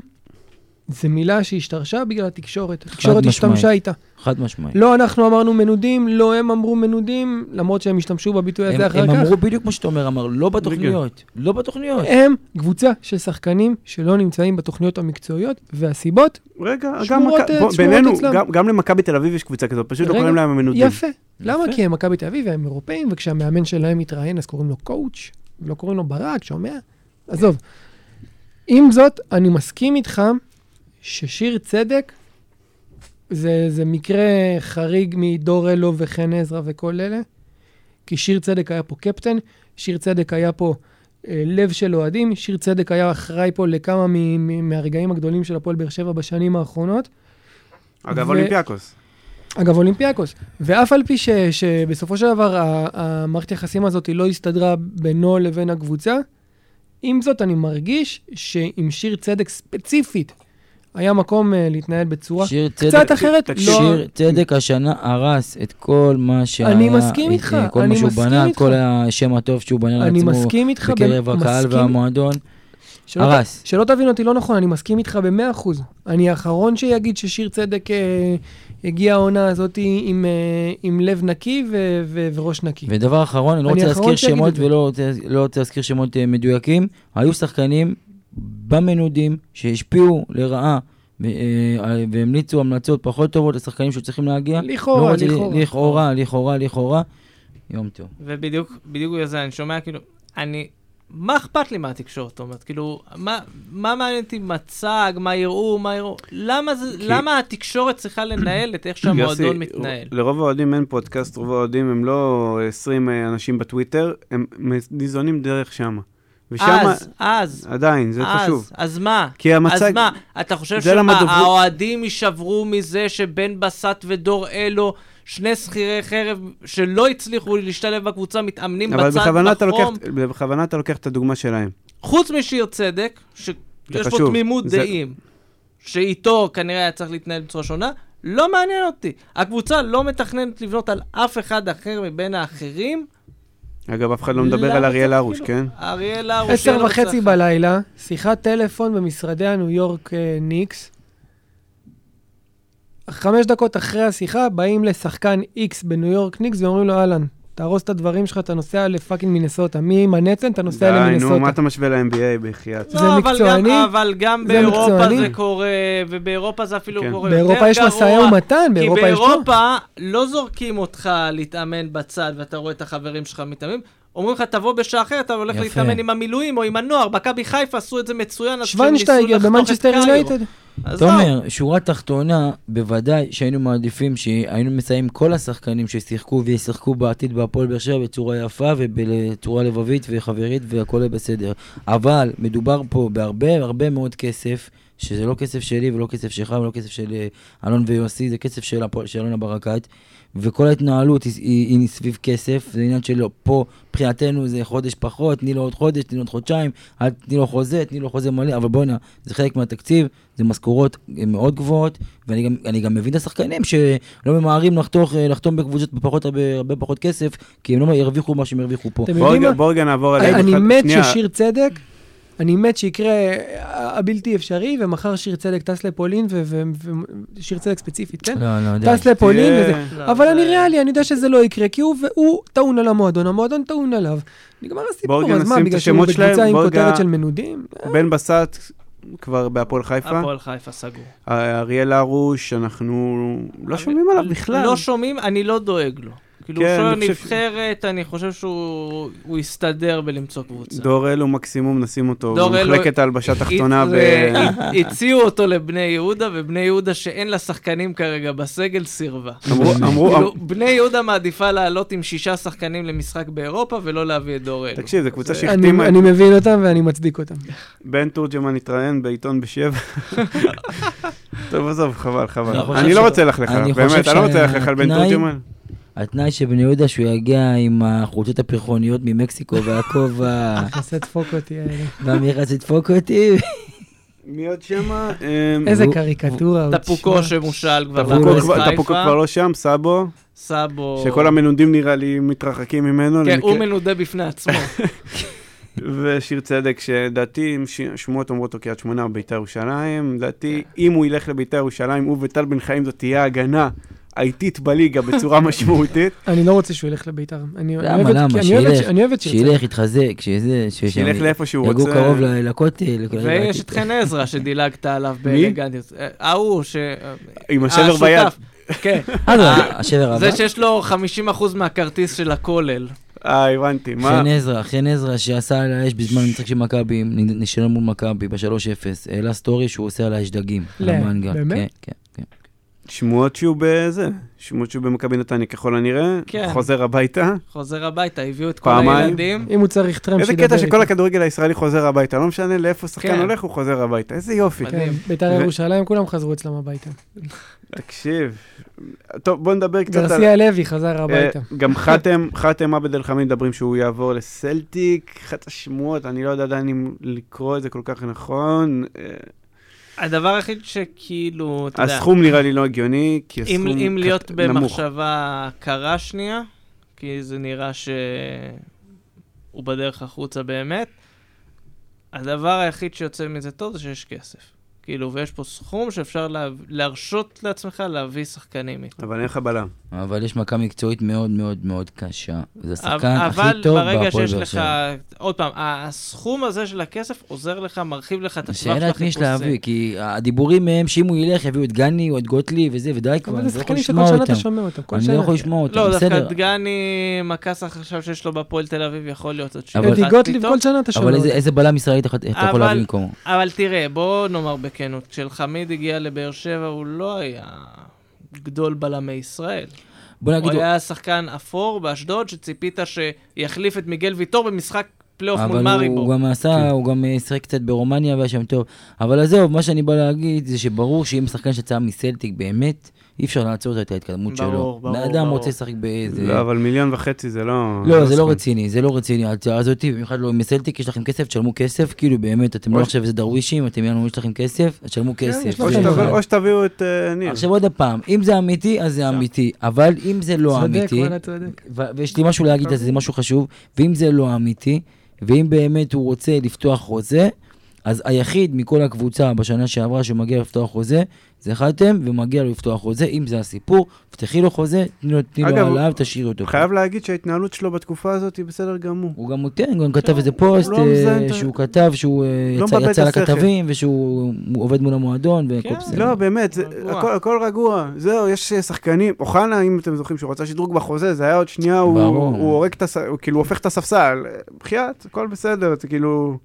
[SPEAKER 2] זה מילה שהשתרשה בגלל התקשורת. התקשורת
[SPEAKER 4] משמעית.
[SPEAKER 2] השתמשה איתה.
[SPEAKER 4] חד משמעית.
[SPEAKER 2] לא אנחנו אמרנו מנודים, לא הם אמרו מנודים, למרות שהם השתמשו בביטוי
[SPEAKER 4] הם
[SPEAKER 2] הזה אחר
[SPEAKER 4] הם
[SPEAKER 2] כך. אה,
[SPEAKER 4] אמרו בדיוק כמו שאתה אומר, אמר, לא בתוכניות. לא בתוכניות.
[SPEAKER 2] הם קבוצה של שחקנים שלא נמצאים בתוכניות המקצועיות, והסיבות,
[SPEAKER 1] רגע, גם
[SPEAKER 2] שמורות,
[SPEAKER 1] מכ-
[SPEAKER 2] אה,
[SPEAKER 1] בוא,
[SPEAKER 2] שמורות
[SPEAKER 1] בינינו,
[SPEAKER 2] אצלם.
[SPEAKER 1] גם- גם למכבי תל אביב יש קבוצה כזאת, פשוט לא
[SPEAKER 2] רגע,
[SPEAKER 1] קוראים להם המנודים.
[SPEAKER 2] יפה. למה?
[SPEAKER 4] יפה.
[SPEAKER 2] כי הם מכבי תל אביב והם אירופאים, וכשהמאמן שלהם מתראיין אז קוראים לו קואוץ', לא קוראים לו ברק, שומע? עזוב. עם זאת, אני מסכים איתך ששיר צדק זה, זה מקרה חריג מדור אלו וחן עזרא וכל אלה, כי שיר צדק היה פה קפטן, שיר צדק היה פה אה, לב של אוהדים. שיר צדק היה אחראי פה לכמה מ- מ- מהרגעים הגדולים של הפועל באר שבע בשנים האחרונות.
[SPEAKER 1] אגב,
[SPEAKER 2] ו-
[SPEAKER 1] אולימפיאקוס.
[SPEAKER 2] אגב, אולימפיאקוס. ואף על פי ש, שבסופו של דבר ה- המערכת היחסים הזאת לא הסתדרה בינו לבין הקבוצה, עם זאת אני מרגיש שעם שיר צדק ספציפית היה מקום אה, להתנהל בצורה
[SPEAKER 4] שיר
[SPEAKER 2] קצת
[SPEAKER 4] צדק,
[SPEAKER 2] אחרת.
[SPEAKER 1] תקשיב,
[SPEAKER 2] לא,
[SPEAKER 4] שיר צדק השנה הרס את כל מה שהיה.
[SPEAKER 2] אני מסכים
[SPEAKER 4] את- אה,
[SPEAKER 2] איתך,
[SPEAKER 4] כל
[SPEAKER 2] אני
[SPEAKER 4] מה שהוא
[SPEAKER 2] מסכים
[SPEAKER 4] בנה,
[SPEAKER 2] איתך.
[SPEAKER 4] כל השם הטוב שהוא בנה
[SPEAKER 2] אני
[SPEAKER 4] לעצמו.
[SPEAKER 2] מסכים איתך,
[SPEAKER 4] בקרב
[SPEAKER 2] ב-
[SPEAKER 4] הקהל
[SPEAKER 2] מסכים-
[SPEAKER 4] והמועדון,
[SPEAKER 2] שלא ת-
[SPEAKER 4] הרס.
[SPEAKER 2] שלא תבין אותי לא נכון, אני מסכים איתך ב-100%. אני האחרון שיגיד ששיר צדק אה, הגיע העונה הזאת עם, אה, עם לב נקי ו- ו- וראש נקי.
[SPEAKER 4] ודבר אחרון, אני לא
[SPEAKER 2] אני
[SPEAKER 4] רוצה
[SPEAKER 2] האחרון
[SPEAKER 4] להזכיר
[SPEAKER 2] שיגיד
[SPEAKER 4] שמות
[SPEAKER 2] את זה.
[SPEAKER 4] ולא רוצה- לא רוצה להזכיר שמות אה, מדויקים, היו שחקנים במנודים שהשפיעו לרעה ו- אה, על- והמליצו המלצות פחות טובות לשחקנים שצריכים להגיע.
[SPEAKER 2] לכאורה,
[SPEAKER 4] לא רוצה-
[SPEAKER 2] לכאורה.
[SPEAKER 4] לכאורה, לכאורה, לכאורה. יום טוב.
[SPEAKER 3] ובדיוק, בדיוק בגלל זה אני שומע, כאילו, אני, מה אכפת לי מה התקשורת אומרת? כאילו, מה, מה מעניין אותי מצג, מה יראו, מה יראו? למה, זה,
[SPEAKER 1] כי-
[SPEAKER 3] למה התקשורת צריכה לנהל את איך
[SPEAKER 1] יוסי,
[SPEAKER 3] שהמועדון מתנהל?
[SPEAKER 1] לרוב האוהדים אין פודקאסט, רוב האוהדים הם לא 20 אנשים בטוויטר, הם ניזונים דרך שם. ושם
[SPEAKER 3] אז, אז,
[SPEAKER 1] עדיין, זה
[SPEAKER 3] אז,
[SPEAKER 1] חשוב.
[SPEAKER 3] אז מה?
[SPEAKER 1] כי
[SPEAKER 3] אז
[SPEAKER 1] המצג...
[SPEAKER 3] מה, אתה חושב
[SPEAKER 1] זה למה
[SPEAKER 3] שמה,
[SPEAKER 1] דוברות-
[SPEAKER 3] האוהדים יישברו מזה שבן בסט ודור אלו, שני שכירי חרב שלא הצליחו להשתלב בקבוצה, מתאמנים
[SPEAKER 1] אבל
[SPEAKER 3] בצד
[SPEAKER 1] בכוונה אתה לוקח-
[SPEAKER 3] בחום,
[SPEAKER 1] בכוונה אתה לוקח את הדוגמה שלהם.
[SPEAKER 3] חוץ משיר צדק, שיש פה
[SPEAKER 1] חשוב.
[SPEAKER 3] תמימות
[SPEAKER 1] זה-
[SPEAKER 3] דעים, שאיתו כנראה היה צריך להתנהל בצורה שונה, לא מעניין אותי. הקבוצה לא מתכננת לבנות על אף אחד אחר מבין האחרים.
[SPEAKER 1] אגב, אף אחד לא מדבר
[SPEAKER 3] למה
[SPEAKER 1] על אריאל
[SPEAKER 3] צריך,
[SPEAKER 1] הרוש,
[SPEAKER 3] כאילו,
[SPEAKER 1] כן?
[SPEAKER 3] אריאל הרוש. אין
[SPEAKER 2] עשר
[SPEAKER 3] לו
[SPEAKER 2] וחצי
[SPEAKER 3] הצלחה.
[SPEAKER 2] בלילה, שיחת טלפון במשרדי הניו יורק אה, ניקס. חמש דקות אחרי השיחה באים לשחקן איקס בניו יורק ניקס ואומרים לו, אהלן, תהרוס את הדברים שלך, אתה נוסע לפאקינג מינסוטה. ממנהטן אתה נוסע
[SPEAKER 1] די, נו, מה
[SPEAKER 2] למינסוטה.
[SPEAKER 1] אתה משווה ל-NBA בחייאת?
[SPEAKER 2] זה
[SPEAKER 3] לא, אבל
[SPEAKER 2] מקצועני?
[SPEAKER 3] גם- אבל גם
[SPEAKER 2] זה
[SPEAKER 3] באירופה
[SPEAKER 2] מקצועני?
[SPEAKER 3] זה קורה, ובאירופה זה אפילו
[SPEAKER 1] כן.
[SPEAKER 3] קורה יותר גרוע.
[SPEAKER 2] באירופה יש משאי ומתן,
[SPEAKER 3] כי
[SPEAKER 2] באירופה יש... לא.
[SPEAKER 3] באירופה לא זורקים אותך להתאמן בצד, ואתה רואה את החברים שלך מתאמנים. אומרים לך, תבוא בשעה אחרת, אבל הולך
[SPEAKER 4] יפה.
[SPEAKER 3] להתאמן עם המילואים או עם הנוער. מכבי חיפה עשו את זה מצוין, אז כשהם ניסו
[SPEAKER 2] שוונשטייגר
[SPEAKER 3] לחתוך את
[SPEAKER 2] במנצ'סטר
[SPEAKER 3] קאירו.
[SPEAKER 2] יונייטד.
[SPEAKER 3] אז לא.
[SPEAKER 4] תומר, שורה תחתונה, בוודאי שהיינו מעדיפים שהיינו מסיים כל השחקנים ששיחקו וישחקו בעתיד בהפועל באר שבע בצורה יפה ובצורה לבבית וחברית והכל יהיה בסדר. אבל מדובר פה בהרבה הרבה מאוד כסף, שזה לא כסף שלי ולא כסף שלך ולא כסף של אה, אלון ויוסי, זה כסף של, הפועל- של אלונה ברקת. וכל ההתנהלות היא, היא, היא סביב כסף, זה עניין שלו. פה, מבחינתנו זה חודש פחות, תני לו עוד חודש, תני לו עוד חודשיים, אל תני לו חוזה, תני לו חוזה מלא, אבל בוא'נה, זה חלק מהתקציב, זה משכורות אה, מאוד גבוהות, ואני גם, אני גם מבין את השחקנים שלא ממהרים לחתוך, אה, לחתום בקבוצות בפחות, הרבה, הרבה פחות כסף, כי הם לא ירוויחו מה שהם ירוויחו פה.
[SPEAKER 2] אתם
[SPEAKER 1] בואו
[SPEAKER 2] יודעים
[SPEAKER 1] רגע-
[SPEAKER 2] מה?
[SPEAKER 1] בואו רגע נעבור עליהם.
[SPEAKER 2] לא- אה, אני
[SPEAKER 1] אחד-
[SPEAKER 2] מת
[SPEAKER 1] שנייה,
[SPEAKER 2] ששיר צדק, אני מת שיקרה אה, הבלתי אפשרי, ומחר שיר צדק טס לפולין, ושיר צדק ספציפית, כן?
[SPEAKER 4] לא, לא, די.
[SPEAKER 2] טס לפולין
[SPEAKER 1] תהיה-
[SPEAKER 2] וזה.
[SPEAKER 3] לא,
[SPEAKER 2] אבל
[SPEAKER 3] זה-
[SPEAKER 2] אני ריאלי, אני יודע שזה לא יקרה, כי הוא- הוא טעון על המועדון, המועדון טעון עליו. נגמר
[SPEAKER 1] בואו רגע
[SPEAKER 2] הסיפור, אז מה,
[SPEAKER 1] נשים את
[SPEAKER 2] בגלל שהוא
[SPEAKER 1] השמות שלהם,
[SPEAKER 2] בקבוצה עם
[SPEAKER 1] בואו רגע-
[SPEAKER 2] כותרת של מנודים?
[SPEAKER 1] בן בסט כבר בהפועל חיפה.
[SPEAKER 3] הפועל חיפה סגור.
[SPEAKER 1] אריאל הרוש, אנחנו לא שומעים עליו בכלל.
[SPEAKER 3] לא שומעים, אני לא דואג לו. כאילו, הוא
[SPEAKER 1] כן,
[SPEAKER 3] שוער
[SPEAKER 1] אני חושב ש-
[SPEAKER 3] נבחרת, אני חושב שהוא הוא יסתדר בלמצוא קבוצה.
[SPEAKER 1] דורל הוא מקסימום, נשים אותו
[SPEAKER 3] דור אלו-
[SPEAKER 1] במחלקת ההלבשה
[SPEAKER 3] אה,
[SPEAKER 1] התחתונה.
[SPEAKER 3] הת-
[SPEAKER 1] ב-
[SPEAKER 3] הת- הציעו אותו לבני יהודה, ובני יהודה שאין לה שחקנים כרגע בסגל סירבה.
[SPEAKER 1] אמרו, אמ- אמרו,
[SPEAKER 3] כאילו, בני יהודה מעדיפה לעלות עם שישה שחקנים למשחק באירופה ולא להביא את דור אלו.
[SPEAKER 1] תקשיב, זו קבוצה
[SPEAKER 2] אני
[SPEAKER 1] שהחתימה,
[SPEAKER 2] אה, אני מבין אותם ואני מצדיק אותם.
[SPEAKER 1] בן תורג'מן התראיין בעיתון בשבע. טוב, עזוב, חבל,
[SPEAKER 4] אני
[SPEAKER 1] חבל.
[SPEAKER 4] חושב
[SPEAKER 1] אני לא
[SPEAKER 4] ש-
[SPEAKER 1] רוצה ללכלך
[SPEAKER 4] אני
[SPEAKER 1] עליו,
[SPEAKER 4] חושב
[SPEAKER 1] באמת, אני לא רוצה ללכלך על בן
[SPEAKER 4] שהתנאי-
[SPEAKER 1] תורג'מן.
[SPEAKER 4] התנאי שבני יהודה שהוא יגיע עם החולצות הפרחוניות ממקסיקו והכובע,
[SPEAKER 2] תעשה צחוק אותי, אלה.
[SPEAKER 4] והמירה זה דפוק אותי.
[SPEAKER 1] מי עוד שמה?
[SPEAKER 2] איזה
[SPEAKER 4] הוא-
[SPEAKER 2] קריקטורה. אוקיי, הוא
[SPEAKER 3] טפוקו
[SPEAKER 2] תשמע.
[SPEAKER 3] שמושל כבר
[SPEAKER 4] טפוקו
[SPEAKER 3] להפועל
[SPEAKER 4] כבר-
[SPEAKER 1] טפוקו
[SPEAKER 3] חיפה,
[SPEAKER 1] כבר לא שם, סאבו,
[SPEAKER 3] סאבו.
[SPEAKER 1] שכל המנודים נראה לי מתרחקים ממנו.
[SPEAKER 3] כן, הוא
[SPEAKER 1] למקרה-
[SPEAKER 3] מנודה בפני עצמו.
[SPEAKER 1] ושיר צדק, שלדעתי, אם ש- שמועות אומרות לו קריית שמונה או ביתר ירושלים, לדעתי,
[SPEAKER 3] כן.
[SPEAKER 1] אם הוא ילך לביתר ירושלים, הוא וטל בן חיים זאת תהיה הגנה האיטית בליגה בצורה משמעותית.
[SPEAKER 2] אני לא רוצה שהוא ילך לביתר. אני אני
[SPEAKER 4] למה,
[SPEAKER 2] אוהב את-
[SPEAKER 4] למה?
[SPEAKER 2] אני אוהב את-
[SPEAKER 4] שילך,
[SPEAKER 2] אני אוהב את שיר צדק.
[SPEAKER 4] שילך, יתחזק, שזה... ש-
[SPEAKER 1] שילך
[SPEAKER 4] ש-
[SPEAKER 1] לאיפה שהוא
[SPEAKER 4] יגור
[SPEAKER 1] רוצה.
[SPEAKER 4] קרוב ל- לכותל.
[SPEAKER 3] ויש את חן עזרא שדילגת עליו באלגנטיות. אה, ההוא ש...
[SPEAKER 1] עם השבר
[SPEAKER 3] השותף.
[SPEAKER 1] ביד.
[SPEAKER 3] כן.
[SPEAKER 4] אה, לא, השבר הבא.
[SPEAKER 3] זה שיש לו 50% מהכרטיס של הכולל.
[SPEAKER 1] אה, הבנתי. מה?
[SPEAKER 4] חן עזרא, חן עזרא שעשה על האש בזמן המשחק של מכבי, נ- נשאר מול מכבי ב-3-0, העלה סטורי שהוא עושה על האש דגים, על
[SPEAKER 2] לא,
[SPEAKER 4] המנגל.
[SPEAKER 2] באמת?
[SPEAKER 4] כן, כן, כן.
[SPEAKER 1] שמועות שהוא בזה, שמועות שהוא במכבי נתניה ככל הנראה,
[SPEAKER 3] כן.
[SPEAKER 1] חוזר הביתה.
[SPEAKER 3] חוזר הביתה, הביאו את כל
[SPEAKER 1] פעמיים.
[SPEAKER 3] הילדים.
[SPEAKER 2] אם הוא צריך טרמפ,
[SPEAKER 1] איזה
[SPEAKER 2] שידבר
[SPEAKER 1] קטע שכל
[SPEAKER 2] איתי.
[SPEAKER 1] הכדורגל הישראלי חוזר הביתה, לא משנה לאיפה שחקן
[SPEAKER 3] כן.
[SPEAKER 1] הולך, הוא חוזר הביתה. איזה יופי.
[SPEAKER 2] כן,
[SPEAKER 3] מדהים.
[SPEAKER 2] בית"ר
[SPEAKER 1] ו-
[SPEAKER 2] ירושלים, כולם חזרו אצלם הביתה.
[SPEAKER 1] תקשיב. טוב, בוא נדבר קצת על...
[SPEAKER 2] גרסיה לוי חזר הביתה.
[SPEAKER 1] אה, גם חתם, חתם עבד אל חמיד מדברים שהוא יעבור לסלטיק, אחת השמועות, אני לא יודע עדיין אם לקרוא את זה כל כך נכון. אה,
[SPEAKER 3] הדבר היחיד שכאילו, אתה יודע,
[SPEAKER 1] הסכום נראה לי לא הגיוני, כי
[SPEAKER 3] אם,
[SPEAKER 1] הסכום
[SPEAKER 3] אם
[SPEAKER 1] ק-
[SPEAKER 3] להיות
[SPEAKER 1] נמוך.
[SPEAKER 3] במחשבה קרה שנייה, כי זה נראה שהוא בדרך החוצה באמת, הדבר היחיד שיוצא מזה טוב זה שיש כסף. כאילו, ויש פה סכום שאפשר לה, להרשות לעצמך להביא שחקנים איתו.
[SPEAKER 1] אבל אין לך בלם.
[SPEAKER 4] אבל יש מכה מקצועית מאוד מאוד מאוד קשה. זה השחקן
[SPEAKER 3] אבל
[SPEAKER 4] הכי טוב
[SPEAKER 3] ברגע
[SPEAKER 4] בהפועל
[SPEAKER 3] שיש
[SPEAKER 4] באר
[SPEAKER 3] לך,
[SPEAKER 4] שבע.
[SPEAKER 3] עוד פעם, הסכום הזה של הכסף עוזר לך, מרחיב לך את הטווח של
[SPEAKER 4] שאלה את מי יש
[SPEAKER 3] החיפושים.
[SPEAKER 4] להביא, כי הדיבורים מהם שאם הוא ילך יביאו את גני או את גוטליב וזה, ודי כבר,
[SPEAKER 2] אבל
[SPEAKER 4] אני
[SPEAKER 2] זה
[SPEAKER 4] לא יכול
[SPEAKER 2] שחקנים שכל
[SPEAKER 4] לשמוע
[SPEAKER 2] שנה אתה
[SPEAKER 4] אותם.
[SPEAKER 2] שומע אותם, כל
[SPEAKER 4] אני
[SPEAKER 2] שנה.
[SPEAKER 4] לא יכול לשמוע אותם,
[SPEAKER 3] לא, דווקא
[SPEAKER 4] בסדר.
[SPEAKER 3] דגני, מכס עכשיו שיש לו בהפועל תל אביב, יכול להיות עוד
[SPEAKER 4] אבל-
[SPEAKER 2] אדי
[SPEAKER 3] אחד
[SPEAKER 2] גוטליב,
[SPEAKER 3] פתאום.
[SPEAKER 2] כל שנה אתה שומע
[SPEAKER 4] אבל איזה-
[SPEAKER 2] אותם.
[SPEAKER 4] איזה בלם ישראלי אתה יכול- אתה יכול
[SPEAKER 3] אבל-
[SPEAKER 4] להביא במקומו?
[SPEAKER 3] אבל תראה, בוא נאמר בכנות, כשאלחמיד הגיע לבאר שבע הוא לא היה גדול בלמי ישראל.
[SPEAKER 4] בוא
[SPEAKER 3] הוא
[SPEAKER 4] נגיד,
[SPEAKER 3] היה שחקן אפור באשדוד, שציפית שיחליף את מיגל ויטור במשחק פלייאוף מול
[SPEAKER 4] אבל הוא- הוא
[SPEAKER 3] מאריבור.
[SPEAKER 4] גם
[SPEAKER 1] כן.
[SPEAKER 4] עשה, הוא גם אה, שיחק קצת ברומניה והיה שם טוב. אבל עזוב, מה שאני בא להגיד זה שברור שאם שחקן שיצא מסלטיק באמת, אי אפשר לעצור את ההתקדמות שלו.
[SPEAKER 3] ברור, ברור,
[SPEAKER 4] בן אדם
[SPEAKER 3] ברור.
[SPEAKER 4] רוצה לשחק באיזה...
[SPEAKER 1] לא, אבל מיליון וחצי זה לא...
[SPEAKER 4] לא, זה לא
[SPEAKER 1] סכום.
[SPEAKER 4] רציני, זה לא רציני, ההצעה הזאתי, במיוחד לא עם סלטיק, יש לכם כסף, תשלמו כסף, כאילו באמת, אתם לא
[SPEAKER 1] אוי.
[SPEAKER 4] עכשיו איזה דרווישים, אתם יאללה, יש לכם כסף, תשלמו
[SPEAKER 2] יש
[SPEAKER 4] כסף.
[SPEAKER 1] או
[SPEAKER 2] לכם כסף.
[SPEAKER 4] זה
[SPEAKER 1] שתביאו-
[SPEAKER 4] אחד.
[SPEAKER 1] או שתביאו את אה, ניר.
[SPEAKER 4] עכשיו עוד פעם, אם זה אמיתי, אז זה אמיתי, אבל אם זה לא
[SPEAKER 2] צודק,
[SPEAKER 4] אמיתי,
[SPEAKER 2] וואלה, צודק.
[SPEAKER 4] ו- ויש לי משהו להגיד על זה, זה משהו חשוב, ואם זה לא אמיתי, ואם באמת הוא רוצה לפתוח חוזה, אז היחיד מכל הקבוצה בשנה שעברה שמגיע לפתוח חוזה, זה חתם, ומגיע לו לפתוח חוזה, אם זה הסיפור, פתחי לו חוזה, תני לו- תני
[SPEAKER 1] אגב,
[SPEAKER 4] לו העלאה ותשאירי אותו. פה.
[SPEAKER 1] חייב להגיד שההתנהלות שלו בתקופה הזאת היא בסדר גמור.
[SPEAKER 4] הוא גם כן, הוא גם כתב איזה פוסט,
[SPEAKER 1] לא
[SPEAKER 4] אה,
[SPEAKER 1] מזיין את ה-
[SPEAKER 4] שהוא כתב שהוא אה,
[SPEAKER 1] לא
[SPEAKER 4] יצא-
[SPEAKER 1] מבלבל
[SPEAKER 4] יצא
[SPEAKER 1] את השכל.
[SPEAKER 4] לכתבים, ושהוא הוא עובד מול המועדון, והכל
[SPEAKER 3] כן.
[SPEAKER 4] בסדר.
[SPEAKER 1] לא, באמת, זה-
[SPEAKER 3] רגוע.
[SPEAKER 1] הכל- הכל רגוע. זהו, יש אה, שחקנים. אוחנה, אם אתם זוכרים, שהוא רצה שדרוג בחוזה, זה היה עוד שנייה, הוא
[SPEAKER 4] ברור.
[SPEAKER 1] הוא הורג את הס... הוא כאילו הופך את הספסל. אה, בחייאת, הכל בסדר, זה כאילו...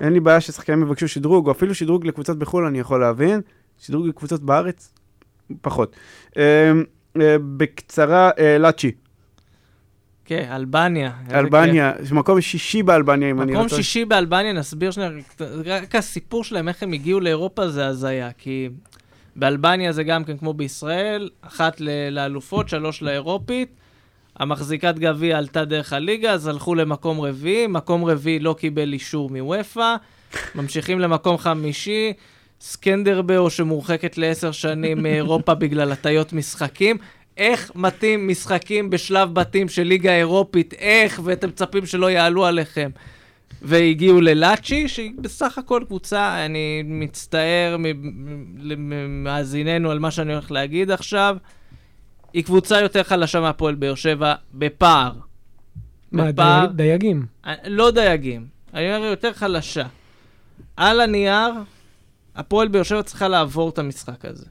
[SPEAKER 1] אין לי בעיה ששחקנים יבקשו שדרוג, או אפילו שדרוג לקבוצת בחו"ל, אני יכול להבין. שדרוג לקבוצות בארץ, פחות. אה, אה, בקצרה, אה, לאצ'י,
[SPEAKER 3] כן, אלבניה. איזה
[SPEAKER 1] אלבניה, מקום שישי באלבניה, אם
[SPEAKER 3] כיף.
[SPEAKER 1] אני לא
[SPEAKER 3] מקום
[SPEAKER 1] רוצה...
[SPEAKER 3] שישי באלבניה, נסביר שנייה, רק הסיפור שלהם, איך הם הגיעו לאירופה, זה הזיה, כי באלבניה זה גם כן כמו בישראל, אחת ל- לאלופות, שלוש לאירופית. המחזיקת גביע עלתה דרך הליגה, אז הלכו למקום רביעי, מקום רביעי לא קיבל אישור מוופא, ממשיכים למקום חמישי, סקנדרבאו שמורחקת לעשר שנים מאירופה בגלל הטיות משחקים. איך מתאים משחקים בשלב בתים של ליגה אירופית, איך, ואתם מצפים שלא יעלו עליכם. והגיעו ללאצ'י, שהיא בסך הכל קבוצה, אני מצטער מ- למאזיננו על מה שאני הולך להגיד עכשיו, היא קבוצה יותר חלשה מהפועל באר שבע בפער.
[SPEAKER 2] מה,
[SPEAKER 3] בפער.
[SPEAKER 2] די- דייגים?
[SPEAKER 3] אני- לא דייגים, אני אומר יותר חלשה. על הנייר, הפועל באר שבע צריכה לעבור את המשחק הזה.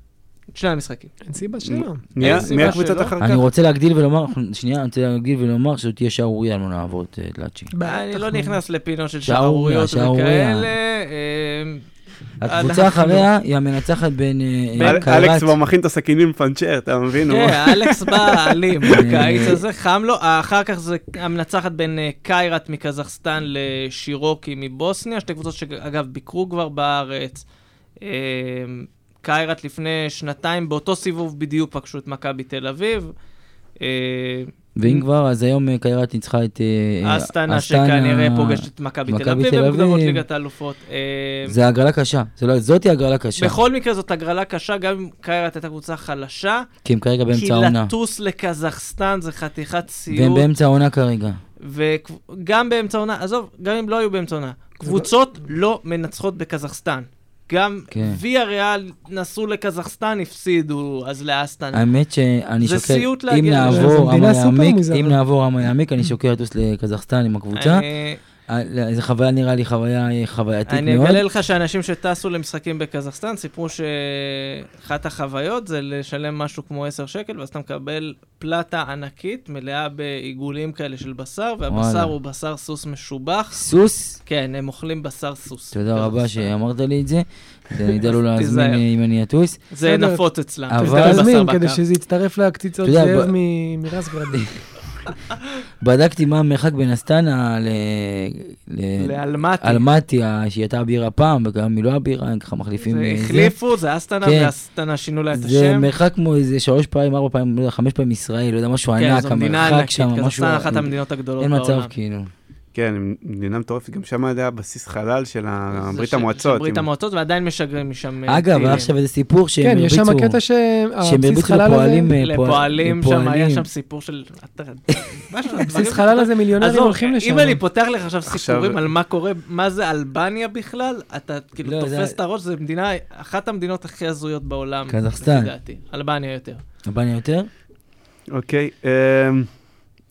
[SPEAKER 3] את שני המשחקים.
[SPEAKER 2] אין סיבה שלא.
[SPEAKER 1] מי ה-
[SPEAKER 3] אין סיבה
[SPEAKER 1] מי הקבוצות
[SPEAKER 3] שלא.
[SPEAKER 1] אחר כך?
[SPEAKER 4] אני רוצה להגדיל ולומר, אנחנו- שנייה, אני רוצה להגדיל ולומר שזאת תהיה שערורייה לא נעבור את אה, לאצ'י.
[SPEAKER 3] אני לא
[SPEAKER 2] בטח,
[SPEAKER 3] נכנס לפינות של
[SPEAKER 4] שערוריה,
[SPEAKER 3] שערוריות
[SPEAKER 4] שערוריה.
[SPEAKER 3] וכאלה. אה,
[SPEAKER 4] הקבוצה
[SPEAKER 3] אנחנו-
[SPEAKER 4] אחריה היא המנצחת בין אה,
[SPEAKER 3] בין-
[SPEAKER 4] אה,
[SPEAKER 1] אל- אלכס
[SPEAKER 4] קיירת.
[SPEAKER 1] כבר מכין את הסכינים לפנצ'ר, אתה מבין? הוא-
[SPEAKER 3] כן, אלכס בא אלים,
[SPEAKER 4] אה,
[SPEAKER 3] בקיץ הזה חם לו. אה, אחר כך זה המנצחת בין אה, קיירת מקזחסטן לשירוקי מבוסניה, שתי קבוצות שאגב ביקרו כבר בארץ. אה, קיירת לפני שנתיים, באותו סיבוב בדיוק פגשו את מכבי תל אביב. אה,
[SPEAKER 4] ואם כבר, אז היום אה, קיירת ניצחה את... אה, אה,
[SPEAKER 3] אסטנה
[SPEAKER 4] אסטנה.
[SPEAKER 3] שכנראה פוגשת את מכבי תל
[SPEAKER 4] מכבי
[SPEAKER 3] אביב
[SPEAKER 4] תל
[SPEAKER 3] במוקדמות
[SPEAKER 4] אביב.
[SPEAKER 3] ליגת האלופות. אה,
[SPEAKER 4] זה הגרלה קשה, זה לא- זאת היא הגרלה קשה,
[SPEAKER 3] בכל מקרה זאת הגרלה קשה, גם אם קיירת הייתה קבוצה חלשה,
[SPEAKER 4] כי הם כרגע
[SPEAKER 3] כי
[SPEAKER 4] באמצע העונה.
[SPEAKER 3] לטוס לקזחסטן זה חתיכת סיוט.
[SPEAKER 4] והם באמצע העונה כרגע.
[SPEAKER 3] וגם באמצע עונה, עזוב, גם אם לא היו באמצע עונה, קבוצות לא מנצחות בקזחסטן. גם
[SPEAKER 4] כן.
[SPEAKER 3] ויה ריאל נסעו לקזחסטן, הפסידו אז לאסטן.
[SPEAKER 4] האמת שאני
[SPEAKER 3] זה
[SPEAKER 4] שוקל,
[SPEAKER 3] סיוט
[SPEAKER 4] אם
[SPEAKER 3] להגיע לזה.
[SPEAKER 4] נעבור
[SPEAKER 2] זו מדינה
[SPEAKER 4] רמה
[SPEAKER 2] סופר
[SPEAKER 4] יעמיק,
[SPEAKER 2] מוזרה.
[SPEAKER 4] אם נעבור רמה יעמיק, אני שוקל לטוס לקזחסטן עם הקבוצה.
[SPEAKER 3] אני-
[SPEAKER 4] אה, לא, זו חוויה, נראה לי, חוויה אה, חווייתית
[SPEAKER 3] אני
[SPEAKER 4] מאוד.
[SPEAKER 3] אגלה לך שאנשים שטסו למשחקים בקזחסטן סיפרו שאחת החוויות זה לשלם משהו כמו 10 שקל, ואז אתה מקבל פלטה ענקית מלאה בעיגולים כאלה של בשר, והבשר
[SPEAKER 4] וואלה.
[SPEAKER 3] הוא בשר סוס משובח.
[SPEAKER 4] סוס,
[SPEAKER 3] כן, הם אוכלים בשר סוס.
[SPEAKER 4] תודה רבה
[SPEAKER 3] בקזחסטן.
[SPEAKER 4] שאמרת לי את זה. זה אני אדע לא
[SPEAKER 3] תיזהר.
[SPEAKER 4] להזמין אה, אם אני אטוס.
[SPEAKER 3] זה
[SPEAKER 2] בסדר.
[SPEAKER 3] נפוץ אצלם.
[SPEAKER 4] אבל-
[SPEAKER 3] זה בשר
[SPEAKER 2] תזמין,
[SPEAKER 3] בקר.
[SPEAKER 2] כדי שזה יצטרף לקציצות
[SPEAKER 4] אתה יודע,
[SPEAKER 2] זאב
[SPEAKER 4] ב- כן,
[SPEAKER 2] מ- מרס גרדים.
[SPEAKER 4] בדקתי מה המרחק בין אסטנה ל- ל-
[SPEAKER 3] לאלמטי.
[SPEAKER 4] אלמטי, ה- שהיא הייתה הבירה פעם, וגם היא לא הבירה, הם ככה מחליפים...
[SPEAKER 3] זה
[SPEAKER 4] אה,
[SPEAKER 3] החליפו, זה אסטנה,
[SPEAKER 4] כן.
[SPEAKER 3] ואסטנה שינו לה את
[SPEAKER 4] זה
[SPEAKER 3] השם.
[SPEAKER 4] מרחק כמו איזה שלוש פעמים, ארבע פעמים, לא יודע, חמש פעמים ישראל, לא יודע, משהו
[SPEAKER 3] כן,
[SPEAKER 4] ענק,
[SPEAKER 3] זו מדינה ענקית,
[SPEAKER 4] המרחק שם, משהו...
[SPEAKER 3] קזחסטן אחת
[SPEAKER 4] אין-
[SPEAKER 3] המדינות הגדולות
[SPEAKER 4] אין
[SPEAKER 3] בעולם.
[SPEAKER 4] מצב, כאילו.
[SPEAKER 1] כן, מדינה מטורפת, גם שם היה בסיס חלל של ה-
[SPEAKER 3] זה
[SPEAKER 1] אה, ברית
[SPEAKER 3] של- של
[SPEAKER 1] המועצות.
[SPEAKER 3] ברית
[SPEAKER 1] עם-
[SPEAKER 3] המועצות, ועדיין משגרים משם אה,
[SPEAKER 4] אגב,
[SPEAKER 3] טילים.
[SPEAKER 4] היה עכשיו איזה סיפור שהם
[SPEAKER 2] כן, יש
[SPEAKER 4] הרביצו...
[SPEAKER 2] שם קטע
[SPEAKER 4] שהם
[SPEAKER 2] שהבסיס
[SPEAKER 4] הרביצו
[SPEAKER 2] חלל הזה,
[SPEAKER 4] לפועלים... אה, פועל-
[SPEAKER 3] לפועלים שם, היה
[SPEAKER 4] לפועלים.
[SPEAKER 3] שם סיפור של... אתה- משהו, דברים-
[SPEAKER 2] הבסיס חלל הזה מיליונרים
[SPEAKER 3] עזוב,
[SPEAKER 2] הולכים לשם.
[SPEAKER 3] אם אני פותח לך עכשיו סיפורים
[SPEAKER 1] עכשיו-
[SPEAKER 3] על מה קורה, מה זה אלבניה בכלל, אתה כאילו
[SPEAKER 4] לא,
[SPEAKER 3] תופס
[SPEAKER 4] זה-
[SPEAKER 3] את הראש, זו מדינה, אחת המדינות הכי הזויות בעולם.
[SPEAKER 4] קזחסטן.
[SPEAKER 3] לפי דעתי. אלבניה יותר.
[SPEAKER 4] הבניה יותר?
[SPEAKER 1] אוקיי, אמ,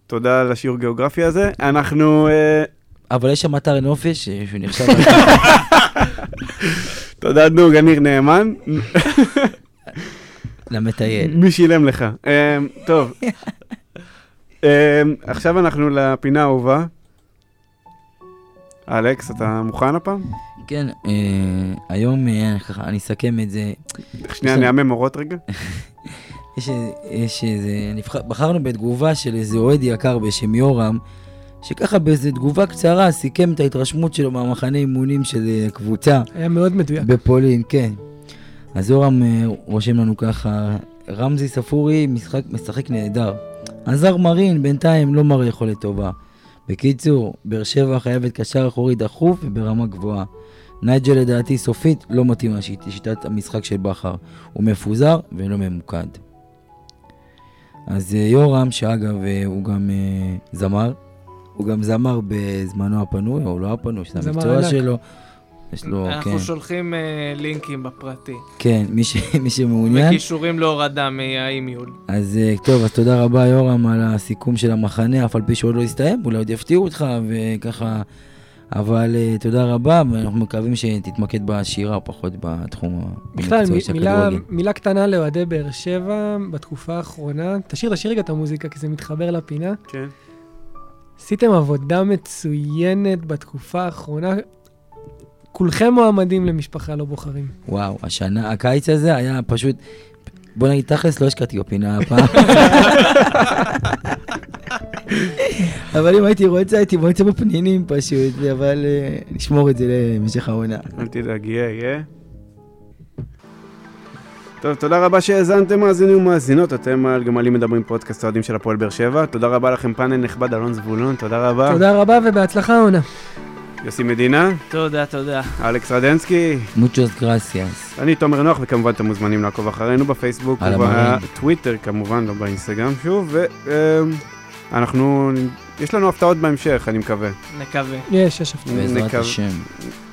[SPEAKER 1] תודה על השיעור גיאוגרפיה הזה. אנחנו... אה,
[SPEAKER 4] אבל יש שם אתר נופש אה, שהוא נחשב...
[SPEAKER 1] תודה, דנוג, אמיר נאמן.
[SPEAKER 3] כן.
[SPEAKER 4] למטייל.
[SPEAKER 1] מי שילם לך? אמ, טוב. אמ, עכשיו אנחנו לפינה האהובה. אלכס, אתה מוכן הפעם?
[SPEAKER 4] כן, אה, היום אה, ככה, אני אסכם את זה.
[SPEAKER 1] שנייה,
[SPEAKER 4] בסדר.
[SPEAKER 1] נעמם אורות רגע.
[SPEAKER 4] יש, יש איזה... נבח... בחרנו בתגובה של איזה אוהד יקר בשם יורם, שככה באיזו תגובה קצרה סיכם את ההתרשמות שלו מהמחנה אימונים של אה, קבוצה
[SPEAKER 2] היה מאוד מדויק.
[SPEAKER 4] בפולין, כן. אז יורם אה, רושם לנו ככה, רמזי ספורי משחק, משחק נהדר. עזר מרין בינתיים לא מראה יכולת טובה. בקיצור, באר שבע חייבת קשר אחורי דחוף וברמה גבוהה. נייג'ל לדעתי סופית לא מתאים לשיט- לשיטת המשחק של בכר. הוא מפוזר ולא ממוקד. אז אה, יורם, שאגב אה, הוא גם אה, זמר, הוא גם זמר בזמנו הפנוי, או לא הפנוי, שזה
[SPEAKER 2] זמר
[SPEAKER 4] המקצוע
[SPEAKER 2] ענק.
[SPEAKER 4] שלו. יש לו, כן.
[SPEAKER 3] אנחנו שולחים אה, לינקים בפרטי.
[SPEAKER 4] כן, מי, ש... מי שמעוניין.
[SPEAKER 3] וקישורים להורדה מהאימיול.
[SPEAKER 4] אז אה, טוב, אז תודה רבה יורם על הסיכום של המחנה, אף על פי שעוד לא הסתיים, אולי עוד יפתיעו אותך וככה... אבל אה, תודה רבה, ואנחנו מקווים שתתמקד בשירה, פחות בתחום
[SPEAKER 2] בכלל,
[SPEAKER 4] המקצועי
[SPEAKER 2] מ-
[SPEAKER 4] של
[SPEAKER 2] מילה-
[SPEAKER 4] הכדורגל.
[SPEAKER 2] מילה קטנה לאוהדי באר שבע בתקופה האחרונה. תשאיר, תשאיר רגע את המוזיקה, כי זה מתחבר לפינה.
[SPEAKER 1] כן.
[SPEAKER 2] עשיתם עבודה מצוינת בתקופה האחרונה. כולכם מועמדים למשפחה לא בוחרים.
[SPEAKER 4] וואו, השנה, הקיץ הזה היה פשוט... בוא נגיד, תכלס לא השקעתי בפינה הפעם. אבל אם הייתי רוצה, הייתי מועצה בפנינים פשוט, אבל אה, נשמור את זה למשך העונה.
[SPEAKER 1] אל תדאג, יהיה, יהיה. טוב, תודה רבה שהאזנתם, מאזינים ומאזינות. אתם על גמלים מדברים פודקאסט האוהדים של הפועל באר שבע. תודה רבה לכם, פאנל נכבד, אלון זבולון, תודה רבה.
[SPEAKER 2] תודה רבה ובהצלחה העונה.
[SPEAKER 1] יוסי מדינה,
[SPEAKER 3] תודה, תודה.
[SPEAKER 1] אלכס רדנסקי,
[SPEAKER 4] מוצ'וס גרסיאס.
[SPEAKER 1] אני תומר נוח, וכמובן אתם מוזמנים לעקוב אחרינו בפייסבוק
[SPEAKER 4] על המראה.
[SPEAKER 1] ובטוויטר, כמובן, לא באינסטגרם שוב, ואנחנו, יש לנו הפתעות בהמשך, אני מקווה.
[SPEAKER 3] נקווה.
[SPEAKER 2] יש, יש הפתעה.
[SPEAKER 4] בעזרת
[SPEAKER 1] נקו-
[SPEAKER 4] השם.